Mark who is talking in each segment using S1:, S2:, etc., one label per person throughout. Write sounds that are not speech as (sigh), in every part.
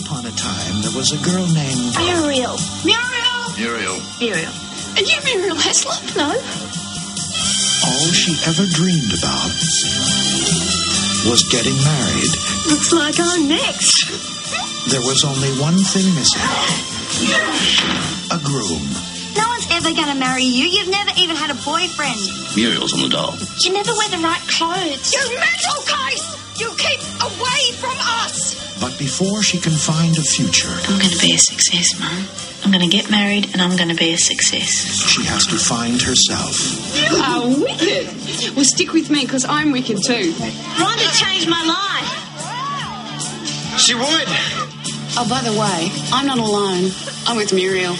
S1: time, there was a girl named
S2: Muriel. Muriel!
S3: Muriel.
S2: Muriel. And you Muriel Heslop? No.
S1: all she ever dreamed about was getting married.
S2: Looks like I'm next.
S1: There was only one thing missing a groom.
S4: No one's ever going to marry you. You've never even had a boyfriend.
S3: Muriel's on the doll.
S4: You never wear the right clothes.
S2: You metal guys! You keep away from us!
S1: But before she can find a future,
S5: I'm going to be a success, Mum. I'm going to get married and I'm going to be a success.
S1: she has to find herself.
S2: You are wicked. Well, stick with me because I'm wicked too.
S4: Rhonda changed my life.
S3: She would.
S6: Oh, by the way, I'm not alone. I'm with Muriel.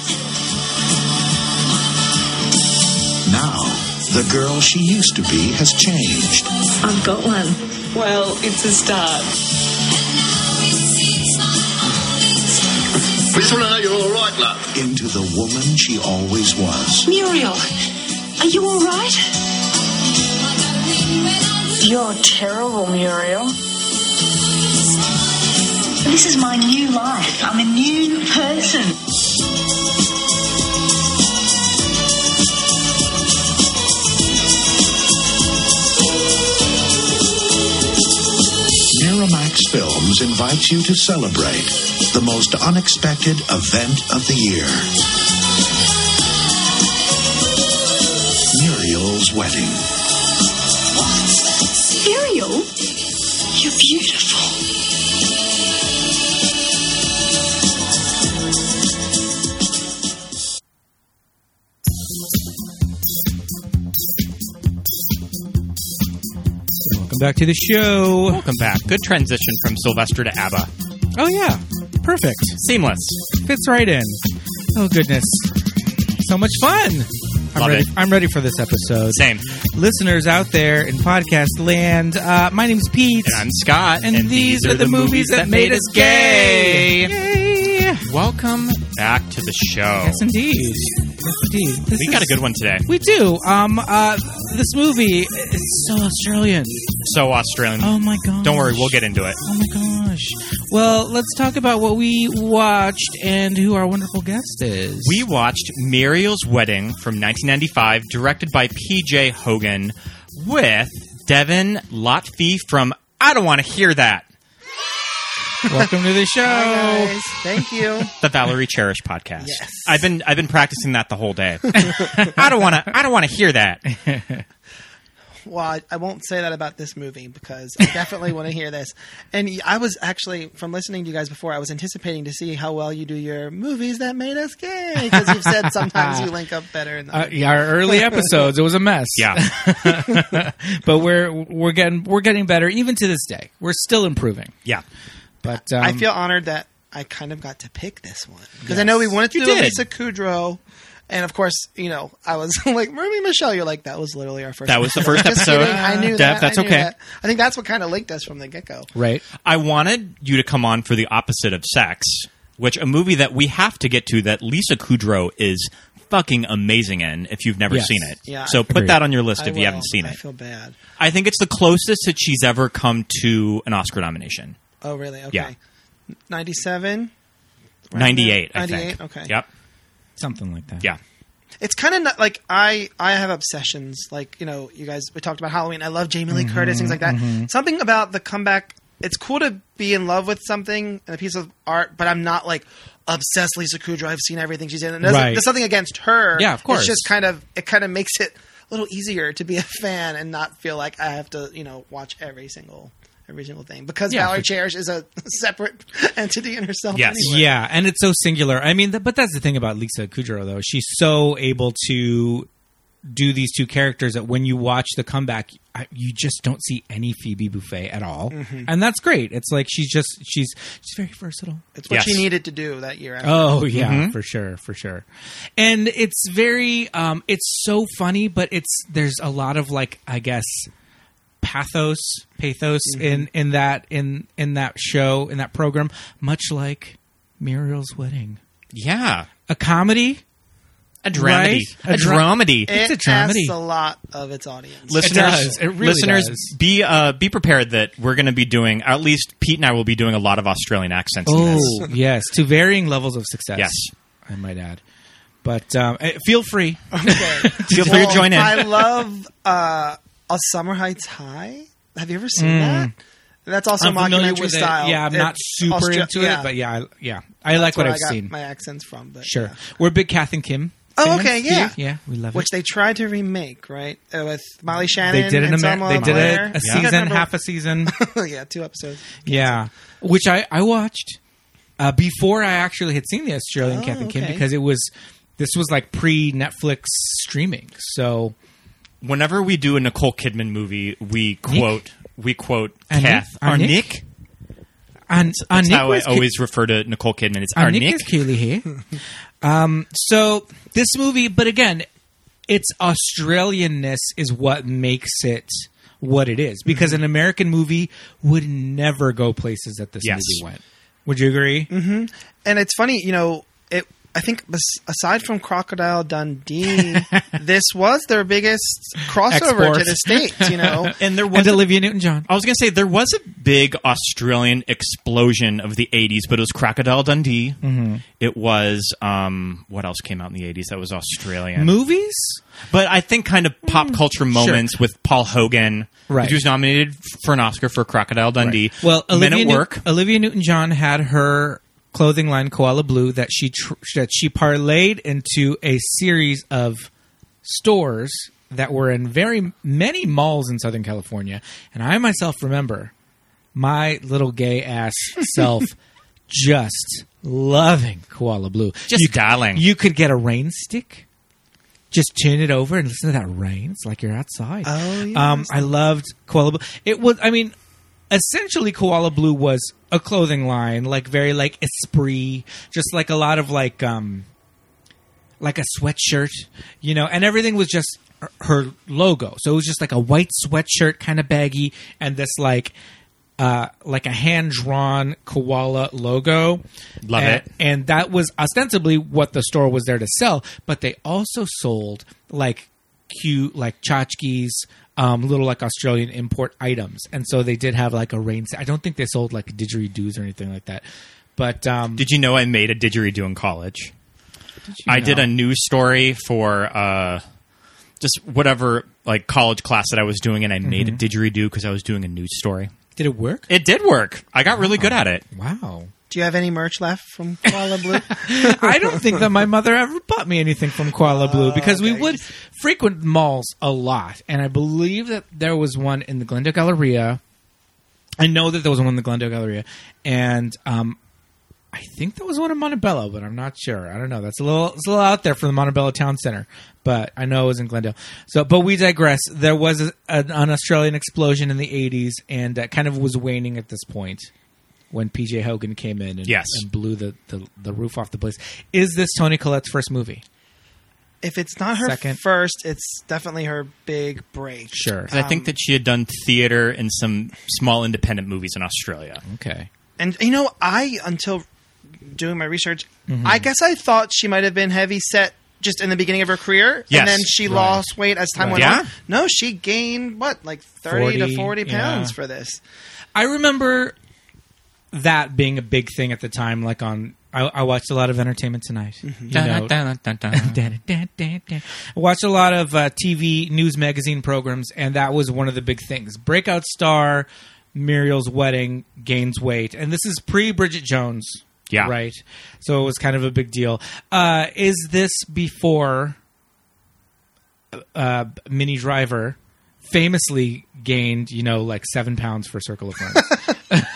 S1: Now, the girl she used to be has changed.
S5: I've got one.
S6: Well, it's a start.
S3: We just want to know you're all right, love.
S1: into the woman she always was.
S2: Muriel, are you all right?
S5: You're terrible, Muriel.
S4: This is my new life. I'm a new person.
S1: Miramax Films invites you to celebrate the most unexpected event of the year Muriel's wedding.
S2: Muriel, you're beautiful.
S7: Welcome back to the show.
S8: Welcome back. Good transition from Sylvester to ABBA.
S7: Oh yeah, perfect.
S8: Seamless.
S7: Fits right in. Oh goodness, so much fun. I'm
S8: Love
S7: ready.
S8: it.
S7: I'm ready for this episode.
S8: Same.
S7: Listeners out there in podcast land, uh, my name's Pete,
S8: And I'm Scott.
S7: And these are the movies that made us gay. Yay.
S8: Oh. Welcome back to the show.
S7: Yes, indeed. Yes, indeed. This
S8: We got a
S7: is-
S8: good one today.
S7: We do. Um, uh, this movie is so Australian.
S8: So Australian.
S7: Oh my god!
S8: Don't worry, we'll get into it.
S7: Oh my gosh. Well, let's talk about what we watched and who our wonderful guest is.
S8: We watched Muriel's Wedding from 1995, directed by P.J. Hogan, with Devin Lotfi from I Don't Want to Hear That,
S7: welcome (laughs) to the show.
S9: Thank you.
S8: the Valerie Cherish podcast. I've been I've been practicing that the whole day. (laughs) I don't want to I don't want to hear that.
S9: (laughs) Well, I, I won't say that about this movie because I definitely want to hear this. And y- I was actually, from listening to you guys before, I was anticipating to see how well you do your movies that made us gay because you've said
S8: (laughs)
S9: sometimes you link up better. In the,
S7: Uh, yeah, our (laughs) early episodes, it was a mess. (laughs)
S8: Yeah.
S7: but we're we're getting we're getting better even to this day. We're still improving.
S8: Yeah.
S7: But um,
S9: I feel honored that I kind of got to pick this one because I know we wanted to
S8: You
S9: do
S8: did.
S9: Lisa Kudrow. And of course, you know, I was (laughs) like, Ruby Michelle, you're like, that was literally our first
S8: That
S9: (laughs)
S8: was the first
S9: Just
S8: episode.
S9: kidding. I knew
S8: Dev,
S9: that. I
S8: that's
S9: knew
S8: okay.
S9: that. I think that's what kind of linked us from the get go.
S7: right.
S8: I wanted you to come on for the opposite of sex, which a movie that we have to get to that Lisa Kudrow is fucking amazing in if you've never
S7: Yes.
S8: seen it.
S9: Yeah,
S8: so
S9: I-
S8: put that on your list
S9: I
S8: if
S9: will.
S8: you haven't seen
S9: I
S8: it.
S9: feel bad.
S8: I think it's the closest that she's ever come to an Oscar nomination.
S9: Oh, really? Okay.
S8: Yeah.
S9: 97?
S8: 98, I
S9: 98,
S8: think.
S9: okay.
S8: Yep.
S7: Something like that.
S8: Yeah.
S9: It's kind of not like I I have obsessions. Like, you know, you guys we talked about Halloween. I love Jamie Lee Curtis things like that.
S7: Mm-hmm,
S9: Something about the comeback. It's cool to be in love with something and a piece of art, but I'm not like obsessed Lisa Kudrow. I've seen everything she's in. And there's,
S7: Right.
S9: there's something against her.
S7: Yeah, of course.
S9: It's just kind of it kind of makes it a little easier to be a fan and not feel like I have to, you know, watch every single every single thing because
S7: Yeah,
S9: Valerie
S7: for-
S9: Cherish is a (laughs) separate entity in herself.
S8: Yes.
S9: anyway.
S7: Yeah, and it's so singular. I mean, th- but that's the thing about Lisa Kudrow, though. She's so able to do these two characters that when you watch the comeback, I, you just don't see any Phoebe Buffet at all, and that's great. It's like she's just she's she's very versatile.
S9: It's what she
S8: Yes.
S9: needed to do that year. After.
S8: (laughs)
S7: Oh yeah,
S8: Mm-hmm.
S7: for sure, for sure. And it's very um it's so funny, but it's there's a lot of like I guess pathos, pathos
S8: Mm-hmm.
S7: in in that in in that show, in that program, much like Muriel's Wedding.
S8: Yeah.
S7: A comedy
S8: A dramedy.
S7: Right?
S8: A,
S7: A dra-
S8: dramedy.
S9: It
S7: a dramedy.
S9: asks a lot of its audience.
S8: listeners,
S7: does. It really
S8: listeners,
S7: does.
S8: be uh, be prepared that we're going to be doing. At least Pete and I will be doing a lot of Australian accents. in this.
S7: Oh (laughs) yes, to varying levels of success.
S8: Yes.
S7: I might add. But um, eh, feel free. (laughs)
S9: Okay.
S8: feel free to join in.
S9: I love uh, A Summer Heights High. Have you ever seen
S7: Hmm.
S9: that? That's also
S7: I'm familiar
S9: mockumentary
S7: with it.
S9: style.
S7: Yeah, I'm not
S9: It's
S7: super
S9: Austra-
S7: into it, but yeah, I, yeah, I like
S9: that's
S7: what
S9: where
S7: I've
S9: I got
S7: seen.
S9: My accents from, but
S7: Sure,
S9: yeah.
S7: we're big Kath and Kim.
S9: Oh,
S7: fans
S9: okay,
S7: here.
S9: yeah.
S7: yeah, we love
S9: Which
S7: it.
S9: they tried to remake, right? Uh, with Molly Shannon.
S7: They did an
S9: and
S7: Amer-
S9: Selma
S7: they did
S9: Blair.
S7: a, a
S9: You guys
S7: season,
S9: remember-
S7: half a season.
S9: (laughs) yeah, two episodes.
S7: yeah, which I I watched uh, before I actually had seen the Australian
S9: Oh,
S7: Kath and Kim
S9: okay.
S7: because it was this was like pre Netflix streaming. So
S8: Whenever we do a Nicole Kidman movie, we quote we quote
S7: Our Nick?
S8: Kath
S7: Our
S8: or
S7: Nick?
S8: Nick.
S7: and
S8: That's
S7: Nick
S8: how I
S7: was cu-
S8: always refer to Nicole Kidman. It's
S7: Our
S8: our
S7: Nick
S8: Nick.
S7: is clearly here. (laughs) um, so this movie, but again, its Australianness is what makes it what it is. Because
S8: Mm-hmm.
S7: an American movie would never go places that this
S8: Yes. Mm-hmm.
S7: movie went. Would you agree?
S9: and it's funny, you know, it. I think bes- aside from
S7: (laughs)
S9: Crocodile Dundee, this was their biggest crossover
S7: Export.
S9: to the states. You know,
S8: And there was
S7: (laughs) And Olivia Newton-John.
S8: I was going to say there was a big Australian explosion of the 80s, but it was Crocodile Dundee.
S7: Mm-hmm.
S8: It was um, what else came out in the 80s that was Australian?
S7: Movies?
S8: but I think kind of pop culture moments with Paul Hogan.
S7: Mm, Right.
S8: He was nominated f- for an Oscar for Crocodile Dundee.
S7: Well,
S8: Men
S7: Olivia
S8: at
S7: Newt-
S8: Work.
S7: Olivia Newton-John had her clothing line Koala Blue that she tr- that she parlayed into a series of stores that were in very many malls in Southern California, and I myself remember my little gay
S8: (laughs)
S7: ass self just loving Koala Blue.
S8: Just dialing.
S7: You could get a rain stick. Just tune it over and listen to that rain. It's like you're outside.
S9: Oh, yes.
S7: Um, I loved Koala Blue. It was, I mean, essentially Koala Blue was a clothing line, like very like esprit, just like a lot of like um, like a sweatshirt, you know, and everything was just her- her logo. So it was just like a white sweatshirt, kind of baggy, and this like uh, like a hand drawn koala logo.
S8: Love
S7: And-
S8: it.
S7: And that was ostensibly what the store was there to sell, but they also sold like cute, like tchotchkes, um, little like Australian import items. And so they did have like a rain. I don't think they sold like didgeridoos or anything like that. But um,
S8: Did you know I made a didgeridoo in college? I did a news story for uh, just whatever like college class that I was doing, and I made
S7: Mm-hmm.
S8: a didgeridoo because I was doing a news story.
S7: did it work?
S8: It did work. I got really good at it.
S7: Wow. (laughs)
S9: do you have any merch left from Koala Blue?
S7: I don't think that my mother ever bought me anything from Koala Blue because we would frequent malls a lot, and I believe that there was one in the Glendale Galleria. I know that there was one in the Glendale Galleria, and um, I think there was one in Montebello, but I'm not sure. I don't know. That's a little it's a little out there for the Montebello Town Center, but I know it was in Glendale. So, but we digress. There was a, an, an Australian explosion in the '80s, and that kind of was waning at this point when PJ Hogan came in and,
S8: Yes.
S7: and blew the, the the roof off the place. Is this Tony Collette's first movie?
S9: if it's not her
S7: Second.
S9: first, it's definitely her big break. Um,
S7: Sure.
S8: 'Cause I think that she had done theater and some small independent movies in Australia.
S7: Okay.
S9: And you know, I until doing my research,
S7: Mm-hmm.
S9: I guess I thought she might have been heavy set just in the beginning of her career,
S8: Yes.
S9: and then she
S7: Right.
S9: lost weight as time
S7: Right.
S9: went
S8: Yeah?
S9: on. No, she gained what like
S7: 40,
S9: thirty to forty pounds
S7: yeah.
S9: for this.
S7: I remember that being a big thing at the time. Like on, I, I watched a lot of Entertainment Tonight. You know, (laughs) I watched a lot of uh, TV news magazine programs, and that was one of the big things. Breakout star Muriel's wedding gains weight, and this is pre Bridget Jones.
S8: Yeah.
S7: right. So it was kind of a big deal. Uh, is this before uh, Mini Driver? Famously gained, you know, like seven pounds for Circle of Friends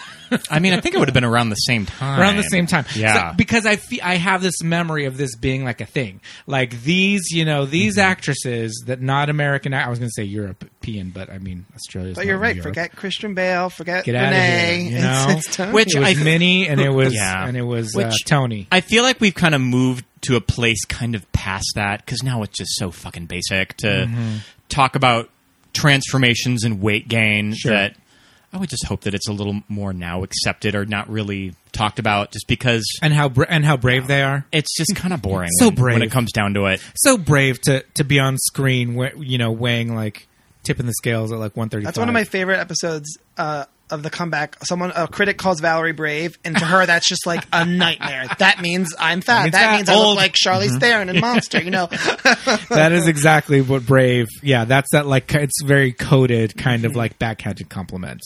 S8: I mean, I think it would have been around the same time.
S7: around the same time.
S8: Yeah.
S7: So- because I fe- I have this memory of this being like a thing. Like these, you know, these
S8: Mm-hmm.
S7: actresses that not American. I was going to say European, but I mean Australia.
S9: But you're right. Forget Christian Bale. Forget
S7: Get out of here.
S9: Renee.
S7: You
S9: (laughs) It's-
S7: know?
S9: it's Tony.
S8: Which
S7: It
S8: I
S7: was Minnie, and it was
S8: Yeah.
S7: and it was uh,
S8: Which-
S7: Tony.
S8: I feel like we've kind of moved to a place kind of past that because now it's just so fucking
S7: Mm-hmm.
S8: basic to talk about transformations and weight gain
S7: Sure.
S8: that I would just hope that it's a little more now accepted or not really talked about, just because
S7: and how bra- and how brave they are.
S8: it's just kind of boring.
S7: So
S8: when, when
S7: brave.
S8: it comes down to it.
S7: So brave to to be on screen, where, you know, weighing like tipping the scales at like one thirty.
S9: That's one of my favorite episodes uh, of the comeback. Someone, a critic calls Valerie brave, and to her, that's just like a (laughs) nightmare. That means I'm fat.
S7: means
S9: that
S7: fat,
S9: means I
S7: old.
S9: look like Charlize
S7: Mm-hmm.
S9: Theron in Monster.
S7: (laughs)
S9: You
S7: (laughs)
S9: know,
S7: that
S9: (laughs)
S7: is exactly what brave. Yeah, that's that like it's very coded kind of like backhanded compliment.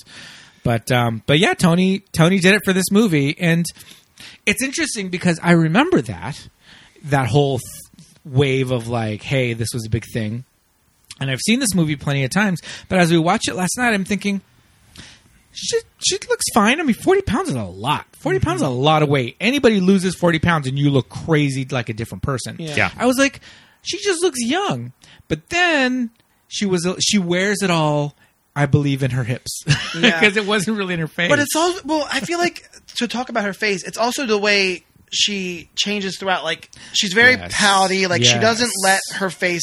S7: But um but yeah, Tony Tony did it for this movie and it's interesting because I remember that that whole th- wave of like hey, this was a big thing. And I've seen this movie plenty of times, but as we watched it last night I'm thinking she, she looks fine. I mean, 40 pounds is a lot. 40 pounds is a lot of weight. Anybody loses 40 pounds and you look crazy like a different person.
S8: Yeah.
S7: I was like, she just looks young. But then she was she wears it all, I believe, in her hips. (laughs) Because
S9: Yeah.
S7: it wasn't really in her face.
S9: but it's all well. I feel like to talk about her face, it's also the way she changes throughout. Like she's very
S7: Yes.
S9: pouty. Like she doesn't let
S7: Yes.
S9: her face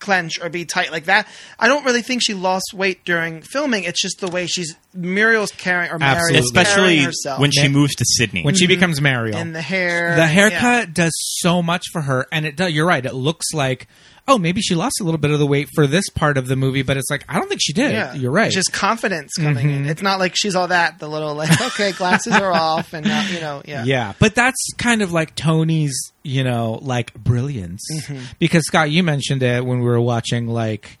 S9: clench or be tight like that. I don't really think she lost weight during filming. It's just the way she's Muriel's carrying or Mary's
S7: Absolutely.
S9: carrying
S8: Especially
S9: herself.
S8: when she moves to Sydney.
S7: when she becomes Mariel.
S9: and the hair,
S7: the
S9: and- Mhm. yeah.
S7: haircut does so much for her and it does you're right it looks like oh maybe she lost a little bit of the weight for this part of the movie but it's like i don't think she did you're right Mm-hmm.
S9: It's just confidence coming in. It's not like she's all that, the little, like, okay, glasses are off and, now you know, yeah.
S7: Yeah, but that's kind of like Tony's, you know, like brilliance.
S9: Mm-hmm.
S7: Because Scott, you mentioned it when we were watching like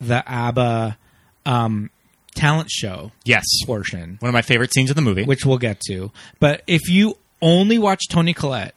S7: the ABBA um, talent show
S8: yes,
S7: portion,
S8: one of my favorite scenes of the movie.
S7: which we'll get to. But if you only watch Tony Collette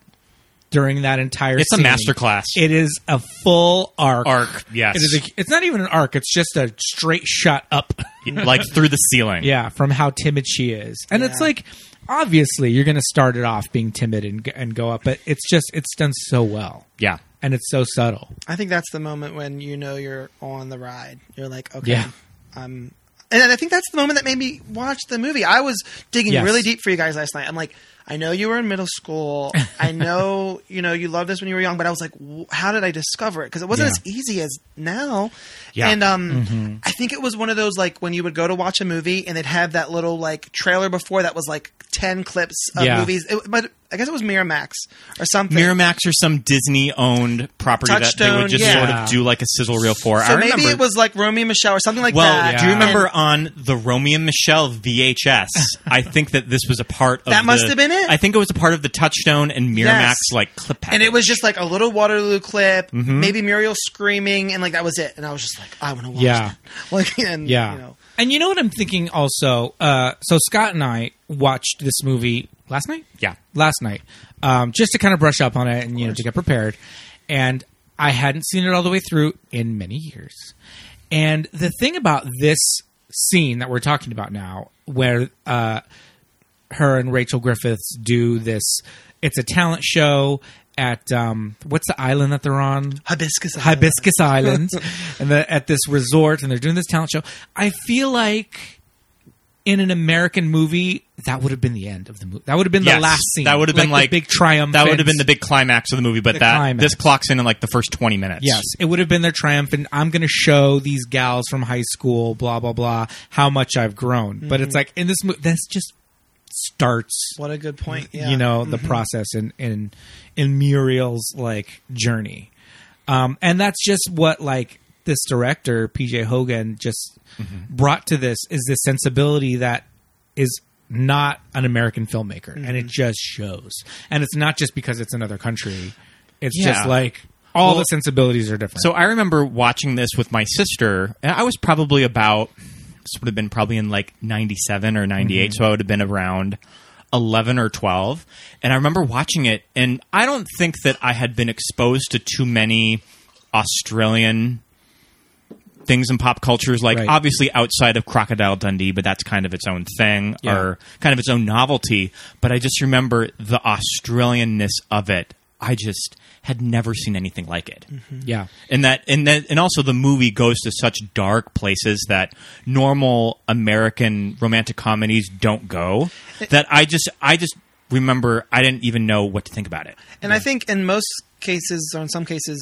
S7: during that entire,
S8: It's a
S7: scene,
S8: masterclass.
S7: It is a full arc.
S8: Arc, yes.
S7: It is. A, it's not even an arc. It's just a straight shot up.
S8: (laughs)
S7: (laughs)
S8: like through the ceiling.
S7: Yeah, from how timid she is, and it's
S9: Yeah.
S7: like obviously you're going to start it off being timid and g- and go up, but it's just it's done so well,
S8: yeah.
S7: and it's so subtle.
S9: I think that's the moment when you know you're on the ride. You're like, okay,
S7: Yeah.
S9: I'm. And I think that's the moment that made me watch the movie. I was digging
S7: Yes.
S9: really deep for you guys last night. I'm like, I know you were in
S7: (laughs)
S9: middle school. I know you know you loved this when you were young, but I was like, w- how did I discover it? Because it wasn't
S7: Yeah. Mm-hmm.
S9: as easy as now.
S8: Yeah.
S9: And um, I think it was one of those like when you would go to watch a movie and they'd have that little like trailer before that was like ten clips of
S7: Yeah.
S9: movies. It, but I guess it was Miramax or something.
S8: Miramax or some Disney owned property that they
S9: Touchstone,
S8: would just
S9: yeah.
S8: sort of do like a sizzle reel for. I
S9: So maybe
S8: remember
S9: it was like Romy and Michelle or something like
S8: Well,
S9: that.
S8: do you
S7: Yeah.
S8: remember on the Romeo and Michelle VHS?
S9: (laughs)
S8: I think that this was a part of
S9: That must
S8: the-
S9: have been it.
S8: I think it was a part of the Touchstone and Miramax
S9: Yes.
S8: like clip. Package.
S9: And it was just like a little Waterloo clip, maybe Muriel screaming, and like that was it. And I was just like, I want to watch
S7: Yeah.
S9: that. (laughs) Like, and,
S7: Yeah,
S9: you know,
S7: and you know what I'm thinking also. Uh, so Scott and I watched this movie last night.
S8: Yeah.
S7: last night, um, just to kind of brush up on it and you know to get prepared. And I hadn't seen it all the way through in many years. And the thing about this scene that we're talking about now, where uh, her and Rachel Griffiths do this, it's a talent show at um, what's the island that they're on?
S9: Hibiscus. Island.
S7: Hibiscus Island, and the, at this resort, and they're doing this talent show. I feel like in an American movie, that would have been the end of the movie. That would have been
S8: Yes.
S7: the last scene.
S8: That would have been like
S7: the big triumph.
S8: That would have been the big climax of the movie, but
S7: The
S8: that
S7: climax.
S8: this clocks in in like the first twenty minutes.
S7: Yes, it would have been their triumph, and I'm going to show these gals from high school, blah blah blah, how much I've grown. But it's like in this movie, this just starts.
S9: What a good point. Yeah.
S7: you know the process in in in Muriel's like journey, um, and that's just what like this director PJ Hogan just brought to this is this sensibility that is not an American filmmaker, and it just shows. And it's not just because it's another country; it's
S8: Yeah.
S7: just like all
S8: Well,
S7: the sensibilities are different.
S8: So I remember watching this with my sister, and I was probably about this would have been probably in like ninety seven or ninety
S7: Mm-hmm.
S8: so I would have been around eleven or twelve. And I remember watching it, and I don't think that I had been exposed to too many Australian things in pop cultures like
S7: Right.
S8: obviously outside of crocodile dundee but that's kind of its own thing
S7: Yeah.
S8: or kind of its own novelty but i just remember the australianness of it i just had never seen anything like
S7: Mm-hmm.
S8: it
S7: yeah,
S8: and that and that and also the movie goes to such dark places that normal American romantic comedies don't go. That I just I just remember I didn't even know what to think about it.
S9: And I think in most cases, or in some cases,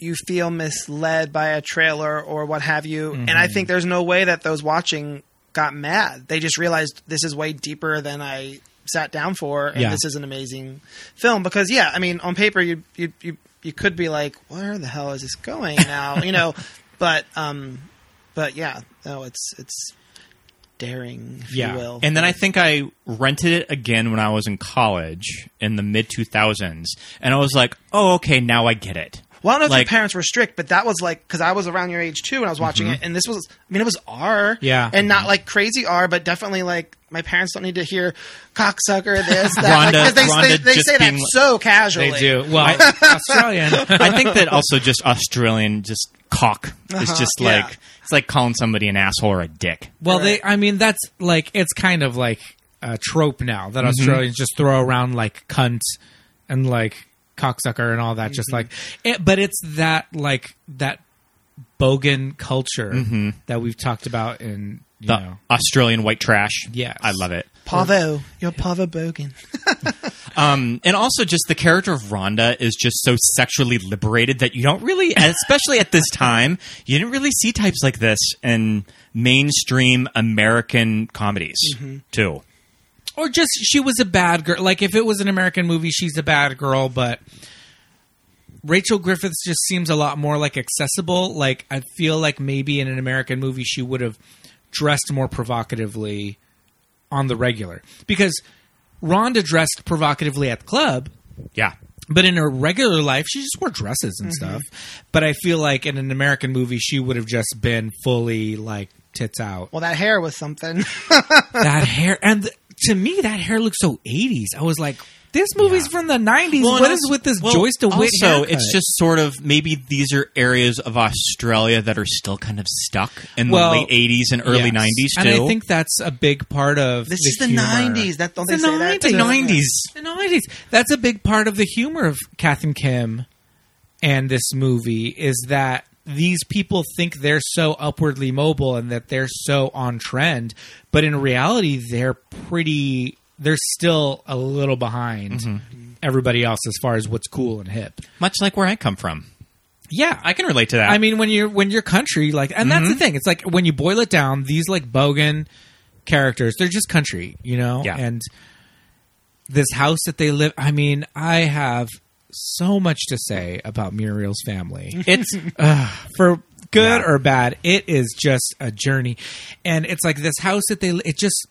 S9: you
S7: Mm-hmm.
S9: feel misled by a trailer or what have you. And I think there's no way that those watching got mad. They just realized this is way deeper than I sat down for, and
S7: Yeah.
S9: this is an amazing film. Because yeah, I mean, on paper you you you you could be like, where the hell is this going now? you
S7: (laughs)
S9: know, but um, but yeah, no, it's it's daring, if
S7: Yeah.
S9: you will.
S8: And then I think I rented it again when I was in college in the mid 2000s. And I was like, oh, okay, now I get it.
S9: Well, I don't know if
S8: Like-
S9: your parents were strict, but that was like because I was around your age too, and I was
S8: Mm-hmm.
S9: watching it, and this was, I mean, it was R,
S7: Yeah.
S9: and not like crazy R, but definitely like my parents don't need to hear cocksucker this that
S8: Rhonda-
S9: because they,
S8: Rhonda
S9: they, they
S8: just
S9: say that
S8: being-
S9: so casually.
S7: They do. Well, Australian.
S8: I think that also just Australian, just cock is just
S9: yeah.
S8: like, it's like calling somebody an asshole or a dick.
S7: Well, they.
S9: Right.
S7: I mean, that's like it's kind of like a trope now that Australians just throw around like cunt and like cocksucker and all that. Just like, it, but it's that like that bogan culture that we've talked about in you
S8: The
S7: know.
S8: Australian white trash.
S7: Yes.
S8: I love it.
S9: Pavo, you're Pavo Bogan.
S8: Um, and also, just the character of Rhonda is just so sexually liberated that you don't really, especially at this time, you didn't really see types like this in mainstream American comedies,
S7: Mm-hmm.
S8: too.
S7: or just she was a bad girl. Like if it was an American movie, she's a bad girl, but Rachel Griffiths just seems a lot more like accessible. Like I feel like maybe in an American movie she would have dressed more provocatively on the regular because Rhonda dressed provocatively at the club,
S8: Yeah.
S7: but in her regular life she just wore dresses and stuff. But I feel like in an American movie she would have just been fully like tits out
S9: Well, that hair was something. (laughs)
S7: that hair and th- to me that hair looks so 80s i was like this movie's from the 90s
S8: and
S7: what is
S8: also-
S7: with this
S8: well,
S7: joyce dewitt
S8: Also,
S7: haircut?
S8: it's just sort of maybe these are areas of Australia that are still kind of stuck in
S7: Well,
S8: the late '80s and early
S7: Yes.
S8: '90s
S7: and
S8: too.
S7: i think that's a big part of
S9: This
S7: the
S9: is the
S7: humor.
S9: 90s. That- don't
S7: It's
S9: they say that
S8: the
S9: too?
S8: '90s.
S7: The 90s. That's a big part of the humor of Kath and Kim and this movie is that these people think they're so upwardly mobile and that they're so on trend, but in reality, they're pretty. They're still a little behind
S8: Mm-hmm.
S7: everybody else as far as what's cool and hip.
S8: Much like where I come from,
S7: Yeah,
S8: I can relate to that. Mm-hmm.
S7: I mean, when you're when your country like, and that's the thing. It's like when you boil it down, these like bogan characters, they're just country, you know.
S8: Yeah.
S7: And this house that they live. I mean, I have so much to say about Muriel's family. (laughs) It's uh, for good or bad. It is just a journey, and it's like this house that they. It just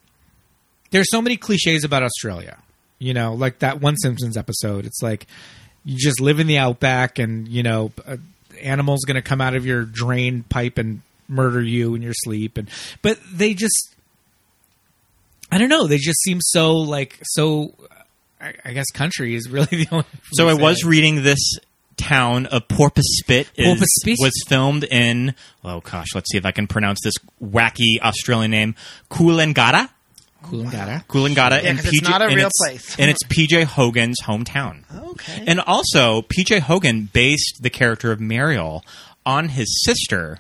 S7: there's so many cliches about Australia. You know, like that one Simpsons episode. It's like you just live in the outback, and you know, a animal's going to come out of your drain pipe and murder you in your sleep. And but they just, I don't know. They just seem so like so. I, I guess country is really (laughs) the only.
S8: So I
S7: way to
S8: was
S7: say it.
S8: reading this town of Porpoise Spit is,
S7: Porpoise Spit?
S8: was filmed in oh gosh, let's see if I can pronounce this wacky Australian name Coolangatta.
S7: Coolangatta.
S8: Coolangatta
S9: Yeah,
S8: and
S9: 'cause it's
S8: PJ
S9: not a
S8: and
S9: real
S8: it's-
S9: place.
S8: and it's PJ Hogan's hometown.
S9: Okay.
S8: And also PJ Hogan based the character of Mariel on his sister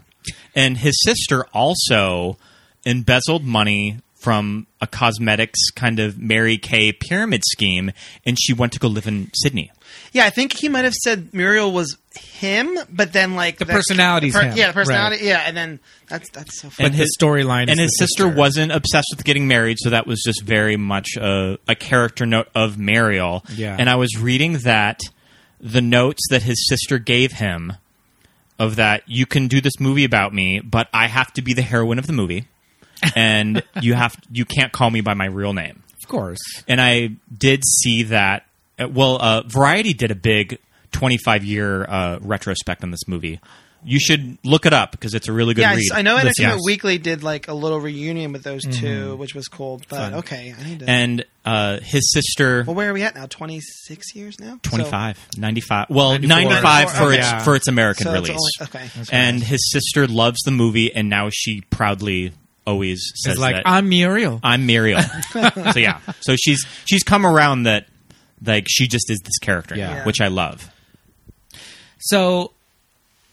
S8: and his sister also embezzled money from a cosmetics kind of Mary Kay pyramid scheme and she went to go live in Sydney.
S9: Yeah, I think he might have said Muriel was him, but then like the
S7: personality's him.
S9: Yeah, the personality.
S7: Right.
S9: Yeah, and then that's that's so funny.
S7: But his storyline is
S8: and his
S7: the
S8: sister,
S7: sister.
S8: wasn't obsessed with getting married, so that was just very much a, a character note of Mariel.
S7: Yeah.
S8: And I was reading that the notes that his sister gave him of that you can do this movie about me, but I have to be the heroine of the movie, and you have you can't call me by my real name
S7: of course.
S8: and I did see that. uh, Well, uh, Variety did a big 25 year uh, retrospect on this movie. You should look it up because it's a really good
S9: yeah, I,
S8: read.
S9: s- I know
S8: This-
S9: Entertainment
S8: yes. Mm-hmm.
S9: Weekly did like a little reunion with those two, which was cool. But okay, I need to.
S8: And uh, his sister,
S7: Oh,
S9: Well, where are we at now? Twenty six years now.
S8: 25, 95. Well,
S7: 94.
S8: 95 for,
S9: Okay.
S8: its, for its American
S9: So it's
S8: release.
S9: only- okay. That's
S8: And his sister loves the movie, and now she proudly always says
S7: It's like
S8: that,
S7: I'm Muriel. (laughs)
S8: I'm Muriel. so yeah, so she's she's come around that like she just is this character,
S7: Yeah.
S9: Yeah.
S8: which I love.
S7: So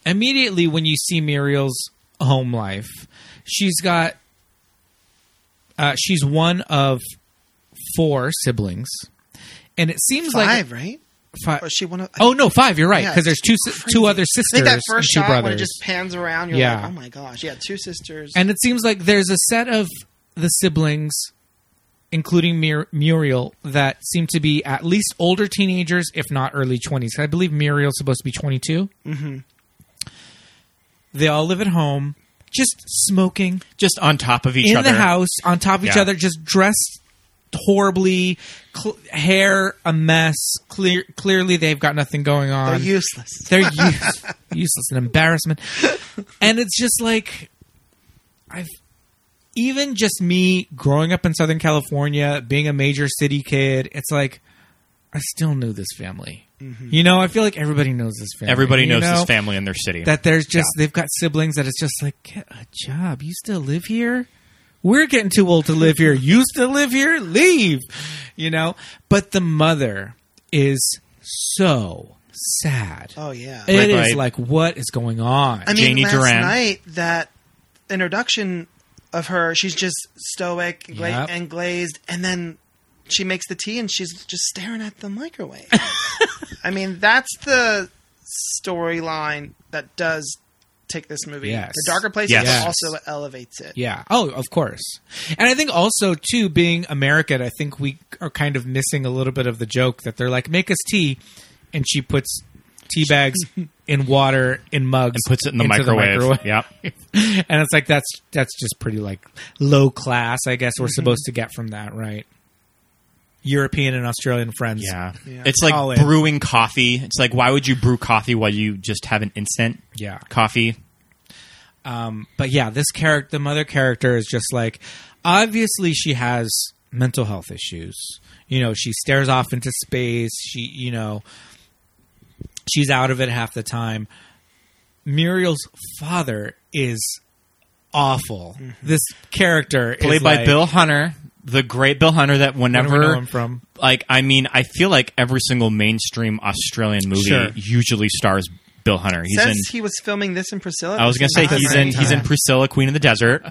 S7: immediately when you see Muriel's home life, she's got uh, she's one of four siblings, and it seems
S9: So
S7: like
S9: five, right?
S7: five.
S9: Or she one of-
S7: oh no, five. You're right
S9: Yeah,
S7: because there's
S9: it's
S7: two si- two other sisters
S9: I think that first
S7: and two
S9: shot
S7: brothers.
S9: when it just pans around, you're
S7: Yeah.
S9: like, oh my gosh, yeah, two sisters.
S7: and it seems like there's a set of the siblings, including Mur- Muriel, that seem to be at least older teenagers, if not early 20s. I believe Muriel's supposed to be 22. Mm-hmm. They all live at home, just smoking
S8: just on top of each
S7: in
S8: other.
S7: the house, on top of each
S8: Yeah.
S7: other, just dressed horribly, cl- hair a mess. Clear, clearly, they've got nothing going on.
S9: They're useless.
S7: They're use- (laughs) useless and embarrassment. And it's just like I've even just me growing up in Southern California, being a major city kid, it's like I still knew this family. You know, I feel like everybody knows this family.
S8: Everybody
S7: you
S8: knows
S7: know?
S8: this family in their city.
S7: That there's just they've got siblings that it's just like get a job. You still live here? We're getting too old to live here. You still live here? Leave. You know? But the mother is so sad.
S9: Oh yeah.
S7: It is
S8: Right, right.
S7: like, what is going on?
S9: I mean,
S8: Janie
S9: last
S8: Duran.
S9: night that introduction of her, she's just stoic and, gla-
S7: Yep.
S9: and glazed, and then she makes the tea and she's just staring at
S7: (laughs)
S9: the microwave. I mean, that's the storyline that does take this movie
S7: Yes.
S9: to darker places,
S8: Yes.
S9: but also elevates it.
S7: yeah. Oh, of course. And I think also too, being American, I think we are kind of missing a little bit of the joke that they're like, make us tea, and she puts tea
S8: (laughs)
S7: bags in water in mugs
S8: and puts it in the
S7: into
S8: microwave.
S7: (laughs)
S8: Yep.
S7: microwave. and it's like that's that's just pretty like low class. I guess
S8: Mm-hmm.
S7: we're supposed to get from that, right? European and Australian friends.
S8: Yeah.
S9: Yeah.
S8: It's like
S7: All in.
S8: brewing coffee. It's like why would you brew coffee while you just have an instant
S7: Yeah.
S8: coffee?
S7: but yeah, this character, the mother character, is just like obviously she has mental health issues. You know, she stares off into space. She, you know, she's out of it half the time. Muriel's father is awful. This character is
S8: Mm-hmm. Played by
S7: like-
S8: Bill Hunter, the great Bill Hunter
S7: Where
S8: that
S7: do we
S8: whenever
S7: know him from?
S8: like I mean, I feel like every single mainstream Australian movie
S7: Sure.
S8: usually stars Bill Hunter. He's in
S9: Says he was filming this in Priscilla.
S8: I was gonna say
S9: Not
S8: he's
S9: the
S8: in
S9: same
S8: he's in
S9: time.
S8: Priscilla, Queen of the
S7: (laughs)
S8: Desert.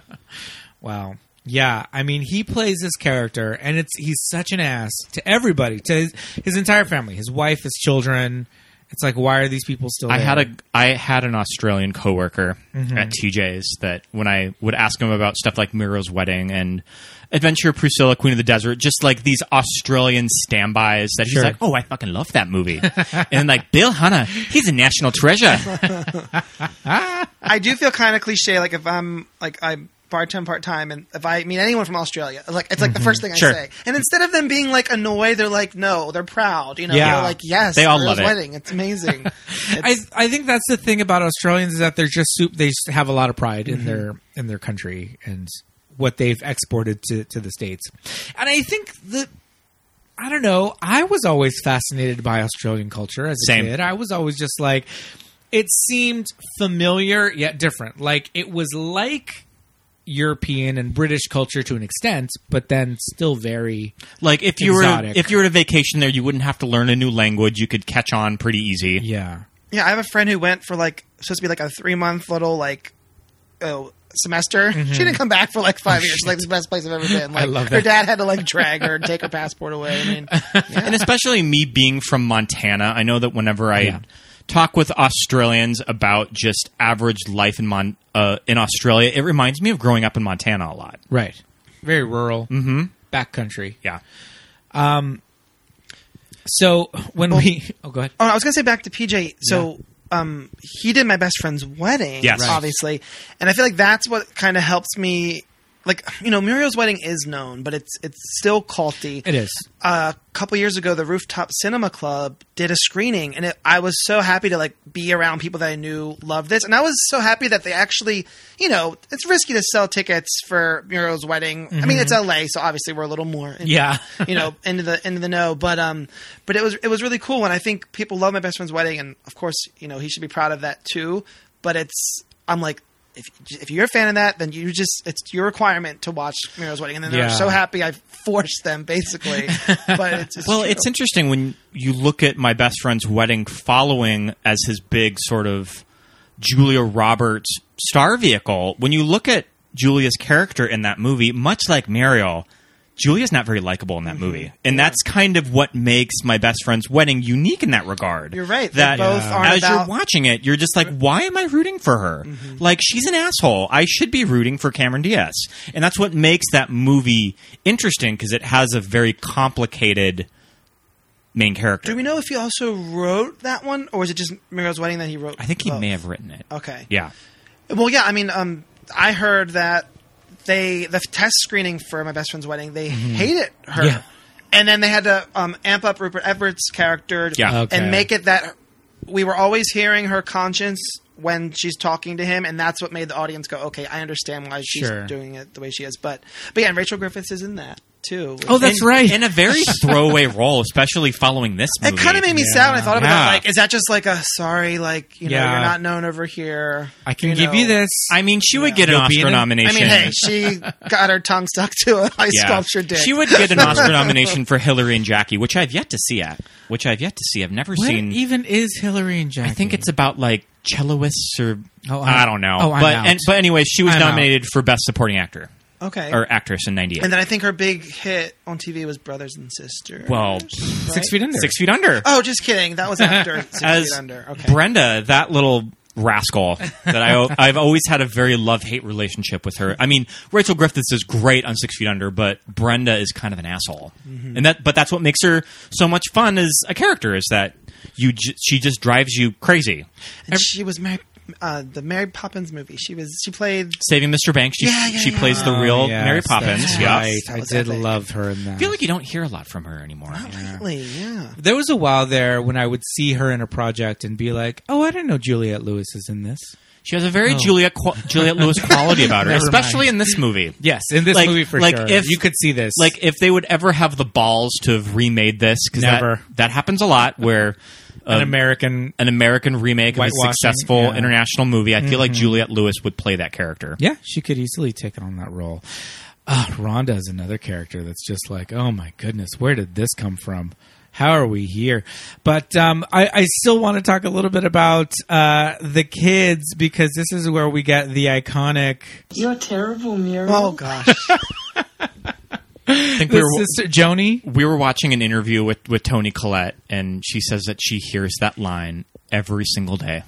S7: Wow. Yeah, I mean, he plays this character, and it's he's such an ass to everybody, to his, his entire family, his wife, his children. It's like, why are these people still?
S8: I
S7: there?
S8: had a I had an Australian coworker
S7: Mm-hmm.
S8: at TJ's that when I would ask him about stuff like Miro's Wedding and Adventure of Priscilla, Queen of the Desert, just like these Australian standbys that he's
S7: Sure.
S8: like, oh, I fucking love that movie, (laughs) and like Bill Hanna, he's a national treasure.
S9: I do feel kind of cliche. Like if I'm like I'm bartend part time, and if I meet anyone from Australia, like it's like the first thing
S8: Mm-hmm. Sure.
S9: I say. And instead of them being like annoyed, they're like, no, they're proud. You know,
S7: Yeah.
S9: they're like, yes,
S8: They all love
S9: Mira's
S8: it.
S9: Wedding, it's
S8: (laughs)
S9: amazing.
S7: I,
S9: It's-
S7: I think that's the thing about Australians is that they're just soup. They just have a lot of pride in their in their country and what they've exported to to the states. And I think the I don't know. I was always fascinated by Australian culture as a
S8: Same.
S7: kid. I was always just like it seemed familiar yet different. Like it was like European and British culture to an extent, but then still very
S8: like if you
S7: Exotic.
S8: were if you were to vacation there, you wouldn't have to learn a new language. You could catch on pretty easy.
S7: yeah.
S9: yeah, I have a friend who went for like supposed to be like a three month little like oh semester.
S8: Mm-hmm.
S9: She didn't come back for like five
S8: Oh,
S9: years. She's like the best place I've
S8: (laughs)
S9: ever been. Like,
S7: love
S9: Her
S7: that.
S9: dad had to like drag her and take her passport away. I mean,
S8: and especially me being from Montana, I know that whenever I
S7: Yeah.
S8: talk with Australians about just average life in Mon- uh, in Australia, it reminds me of growing up in Montana a lot.
S7: Right. Very rural. Mm-hmm. Backcountry.
S8: Yeah,
S7: So when we (laughs) oh go ahead
S9: Oh, I was gonna say back to PJ. So, um, he did my best friend's wedding,
S8: Yes. Right.
S9: obviously, and I feel like that's what kind of helps me. Like you know, Muriel's wedding is known, but it's it's still culty.
S7: it is
S9: Uh, a couple years ago, the Rooftop Cinema Club did a screening, and it, I was so happy to like be around people that I knew loved this, and I was so happy that they actually, you know, it's risky to sell tickets for Muriel's wedding. I
S8: Mm-hmm.
S9: mean, it's LA, so obviously we're a little more
S8: (laughs)
S7: yeah
S9: you know, into the into the know. But um, but it was it was really cool, and I think people love my best friend's wedding, and of course, you know, he should be proud of that too. But it's I'm like. If, if you're a fan of that, then you just it's your requirement to watch Miro's wedding, and then
S7: Yeah.
S9: they're so happy I forced
S8: (laughs)
S9: them basically. but it's, it's
S8: well,
S9: true.
S8: it's interesting when you look at my best friend's wedding following as his big sort of Julia Roberts star vehicle. When you look at Julia's character in that movie, much like Mariel, Julia's not very likable in that
S9: Mm-hmm.
S8: movie, and that's kind of what makes my best friend's wedding unique in that regard.
S9: You're right. They
S8: That
S9: both aren't
S8: as
S9: about- Mm-hmm.
S8: you're watching it, you're just like, why am I rooting for her? Like she's an asshole. I should be rooting for Cameron Diaz, and that's what makes that movie interesting because it has a very complicated main character.
S9: Do we know if he also wrote that one, or was it just Muriel's Wedding that he wrote?
S8: I think he
S9: both?
S8: may have written it.
S9: Okay.
S8: Yeah.
S9: Well, yeah. I mean, um, I heard that they the test screening for my best friend's wedding they hated her,
S7: Mm-hmm. Yeah.
S9: and then they had to um, amp up Rupert Everett's character
S8: Yeah.
S7: Okay.
S9: and make it that we were always hearing her conscience when she's talking to him, and that's what made the audience go, "Okay, I understand why she's
S7: Sure.
S9: doing it the way she is." But but yeah, and Rachel Griffiths is in that too.
S7: Oh, that's
S8: In-
S7: right.
S8: In a
S7: (laughs)
S8: very throwaway role, especially following this movie.
S9: It kind of made me sad when I thought about
S8: Yeah.
S9: it. Like, is that just like a sorry, like you know,
S7: Yeah.
S9: you're not known over here?
S7: I can give you
S9: know?
S7: this.
S8: I mean, she would get an
S7: You'll be in it?
S8: Oscar
S9: I
S8: nomination.
S9: mean, hey, she got her tongue stuck to a ice
S8: Yeah.
S9: sculpture dick.
S8: She
S7: (laughs)
S8: would get an Oscar nomination for Hillary and Jackie, which I've yet to see at. Which I've yet to see. I've never
S7: What
S8: seen.
S7: even is Hillary and Jackie?
S8: I think it's about like celloists or
S7: Oh, I'm-
S8: I don't know.
S7: oh, I'm
S8: but
S7: out.
S8: And, but anyway, she was
S7: I'm out.
S8: nominated for best supporting actor
S9: okay.
S8: or actress in '98.
S9: and then I think her big hit on TV was Brothers and Sisters.
S8: well,
S7: six feet under.
S8: Six Feet Under.
S9: Oh, just kidding. That was after Six
S8: as
S9: Feet Under. Okay.
S8: Brenda, that little rascal that I (laughs) I've always had a very love hate relationship with her. I mean, Rachel Griffiths is great on Six Feet Under, but Brenda is kind of an asshole,
S9: Mm-hmm.
S8: and that but that's what makes her so much fun as a character is that you j- she just drives you crazy.
S9: and she was Mary, uh, the Mary Poppins movie. She was. She played.
S8: Saving Mr. Banks, she
S9: Yeah, yeah,
S8: she
S9: yeah.
S8: plays the
S7: Oh,
S8: real
S7: yes,
S8: Mary
S7: that's
S8: Poppins. Yeah.
S7: Right.
S9: That
S7: I
S9: was
S7: did
S9: epic.
S7: love her in that.
S8: I feel like you don't hear a lot from her anymore.
S9: Really? Yeah.
S7: there was a while there when I would see her in a project and be like, "Oh, I didn't know Juliette Lewis is in this."
S8: She has a
S9: Oh.
S8: very Juliet Qua- Juliet Lewis quality
S9: (laughs)
S8: about her,
S7: Never
S8: especially in this movie.
S7: Yes, in this
S8: Like-
S7: movie for
S8: like
S7: sure.
S8: if-
S7: you could see this,
S8: like if they would ever have the balls to have remade this because that,
S7: Never.
S8: that happens a lot where
S7: an
S8: um,
S7: American.
S8: an American remake of a
S7: Whitewashing,
S8: successful
S7: yeah. Mm-hmm.
S8: international movie. I feel like Juliette Lewis would play that character.
S7: Yeah, she could easily take on that role. Uh, Rhonda is another character that's just like, oh my goodness, where did this come from? How are we here? But um, I, I still want to talk a little bit about uh, the kids because this is where we get the iconic.
S4: You're terrible, Muriel.
S9: Oh gosh.
S8: I think we
S7: The
S8: were
S7: sister Joni.
S8: we were watching an interview with with Tony Collette, and she says that she hears that line every
S7: (laughs)
S8: single day.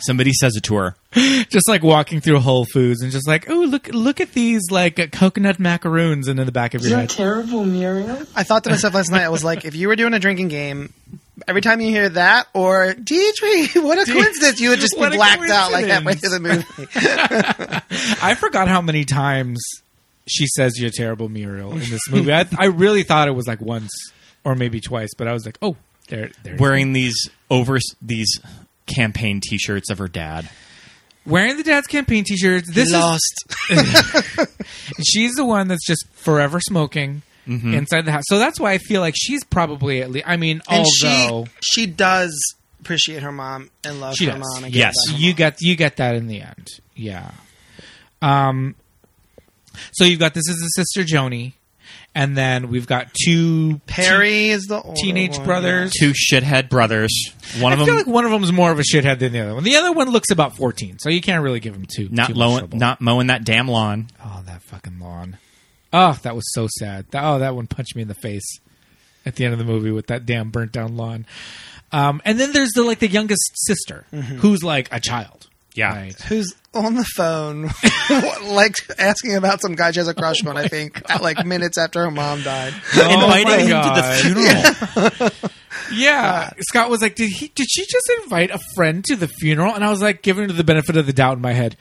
S8: Somebody says it to her.
S7: just like walking through Whole Foods and just like, oh look, look at these like uh, coconut macaroons, and in the back of your
S4: You're
S7: head,
S4: terrible, Muriel.
S9: I thought to myself last night. I was like, if you were doing a drinking game. Every time you hear that or Dietrich, (laughs) what a coincidence! You would just be
S7: What a
S9: blacked out like halfway
S7: coincidence.
S9: through the movie.
S7: I forgot how many times she says "you're terrible, Muriel" in this movie. I, I really thought it was like once or maybe twice, but I was like, oh, there, there. it is.
S8: Wearing these over these campaign T-shirts of her dad.
S7: wearing the dad's campaign T-shirts. This
S9: Lost.
S7: is she's the one that's just forever smoking.
S9: Mm-hmm.
S7: Inside the house, so that's why I feel like she's probably at least. I mean,
S9: and
S7: although
S9: she she does appreciate her mom and love
S7: She
S9: her
S7: does.
S9: mom. And
S8: Yes.
S9: care about her
S7: you
S9: mom.
S7: get you get that in the end. Yeah. Um. So you've got this is the sister Joni, and then we've got two
S9: Perry is the older
S7: te- teenage
S9: one,
S7: brothers.
S8: Two shithead brothers.
S7: I
S8: One of them
S7: feel like one of them is more of a shithead than the other one. The other one looks about fourteen, so you can't really give him two.
S8: not
S7: too much
S8: low,
S7: trouble.
S8: not mowing that damn lawn.
S7: Oh, that fucking lawn. Oh, that was so sad. That- Oh, that one punched me in the face at the end of the movie with that damn burnt down lawn. Um, and then there's the like the youngest sister
S8: Mm-hmm.
S7: who's like a child.
S8: Yeah.
S7: Right.
S9: Yeah. Who's on the phone, (laughs) like asking about some guy she has a crush
S7: Oh
S9: on? I think at, like minutes after her
S7: (laughs)
S9: mom died.
S7: my
S8: inviting him to the
S7: God.
S8: funeral.
S7: Yeah, Uh, Scott was like, "Did he? Did she just invite a friend to the funeral?" And I was like, giving her the benefit of the doubt in my head.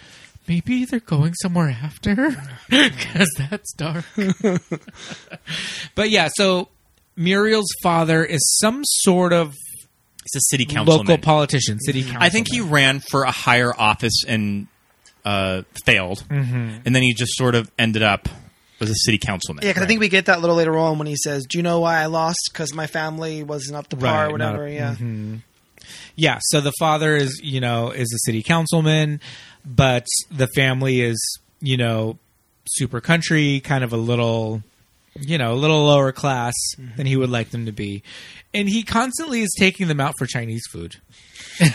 S7: Maybe they're going somewhere after, (laughs) because that's dark. (laughs) but yeah, so Muriel's father is some sort of
S8: He's a city councilman.
S7: local politician, city council.
S8: I think he ran for a higher office and uh, failed,
S7: Mm-hmm.
S8: and then he just sort of ended up as a city councilman.
S9: Yeah, because I think we get that a little later on when he says, "Do you know why I lost? Because my family wasn't up to par,
S7: Right,
S9: or whatever."
S7: not a- mm-hmm.
S9: yeah,
S7: yeah. So the father is, you know, is a city councilman, but the family is, you know, super country, kind of a little, you know, a little lower class than he would like them to be, and he constantly is taking them out for Chinese food.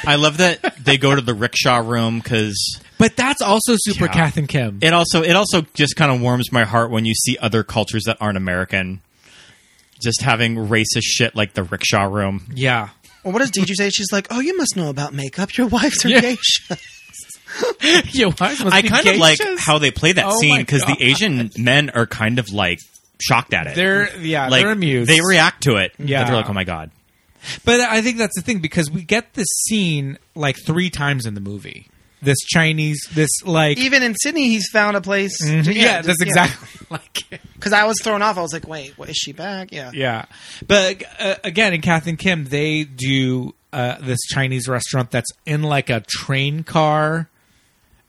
S8: I love that they go to the rickshaw room because
S7: But that's also super
S8: Yeah.
S7: Kath and Kim.
S8: It also it also just kind of warms my heart when you see other cultures that aren't American just having racist shit like the rickshaw room.
S7: (laughs) yeah.
S9: Or what does DJ say? She's like, "Oh, you must know about makeup. Your wife's a
S7: Yeah.
S9: geisha."
S7: Your wife must
S8: I
S7: be
S8: kind of like
S7: geishas.
S8: how they play that
S7: Oh
S8: scene
S7: my
S8: because the
S7: God.
S8: Asian men are kind of like shocked at it.
S7: They're yeah,
S8: like
S7: they're amused.
S8: They react to it. Yeah,
S7: Yeah.
S8: they're like, oh my god.
S7: But I think that's the thing because we get this scene like three times in the movie. This Chinese, this like
S9: Even in Sydney, he's found a place.
S7: Mhm. (laughs)
S9: to-
S7: yeah, that's exactly (laughs) like it.
S9: Because I was thrown off. I was like, "Wait, what, is she back?" Yeah.
S7: yeah. But uh, again, in Kath and Kim, they do uh, this Chinese restaurant that's in like a train car,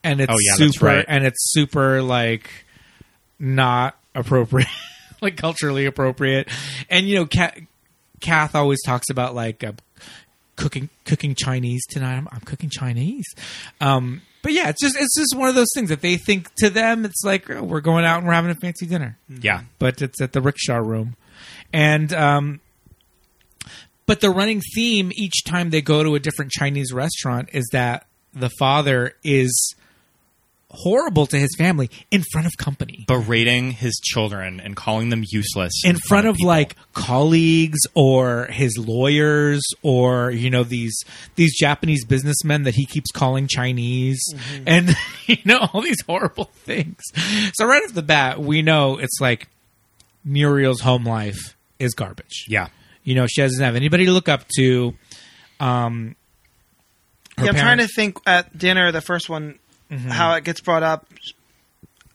S7: and it's
S8: Oh, yeah, that's
S7: super
S8: right.
S7: and it's super like not appropriate, (laughs) like culturally appropriate. And you know, Kath, Kath always talks about like uh, cooking cooking Chinese tonight. I'm, I'm cooking Chinese. Um, but yeah, it's just it's just one of those things that they think to them it's like oh, we're going out and we're having a fancy dinner
S8: Yeah,
S7: but it's at the rickshaw room and um but the running theme each time they go to a different chinese restaurant is that the father is horrible to his family in front of company
S8: berating his children and calling them useless
S7: in front of
S8: people.
S7: like colleagues or his lawyers or you know these these Japanese businessmen that he keeps calling Chinese
S9: Mm-hmm.
S7: and (laughs) you know all these horrible things. So right off the bat, we know it's like Muriel's home life is garbage.
S8: yeah.
S7: You know, she doesn't have anybody to look up to. Um her
S9: Yeah, I'm trying
S7: parents-
S9: to think at dinner, the first one, how it gets brought up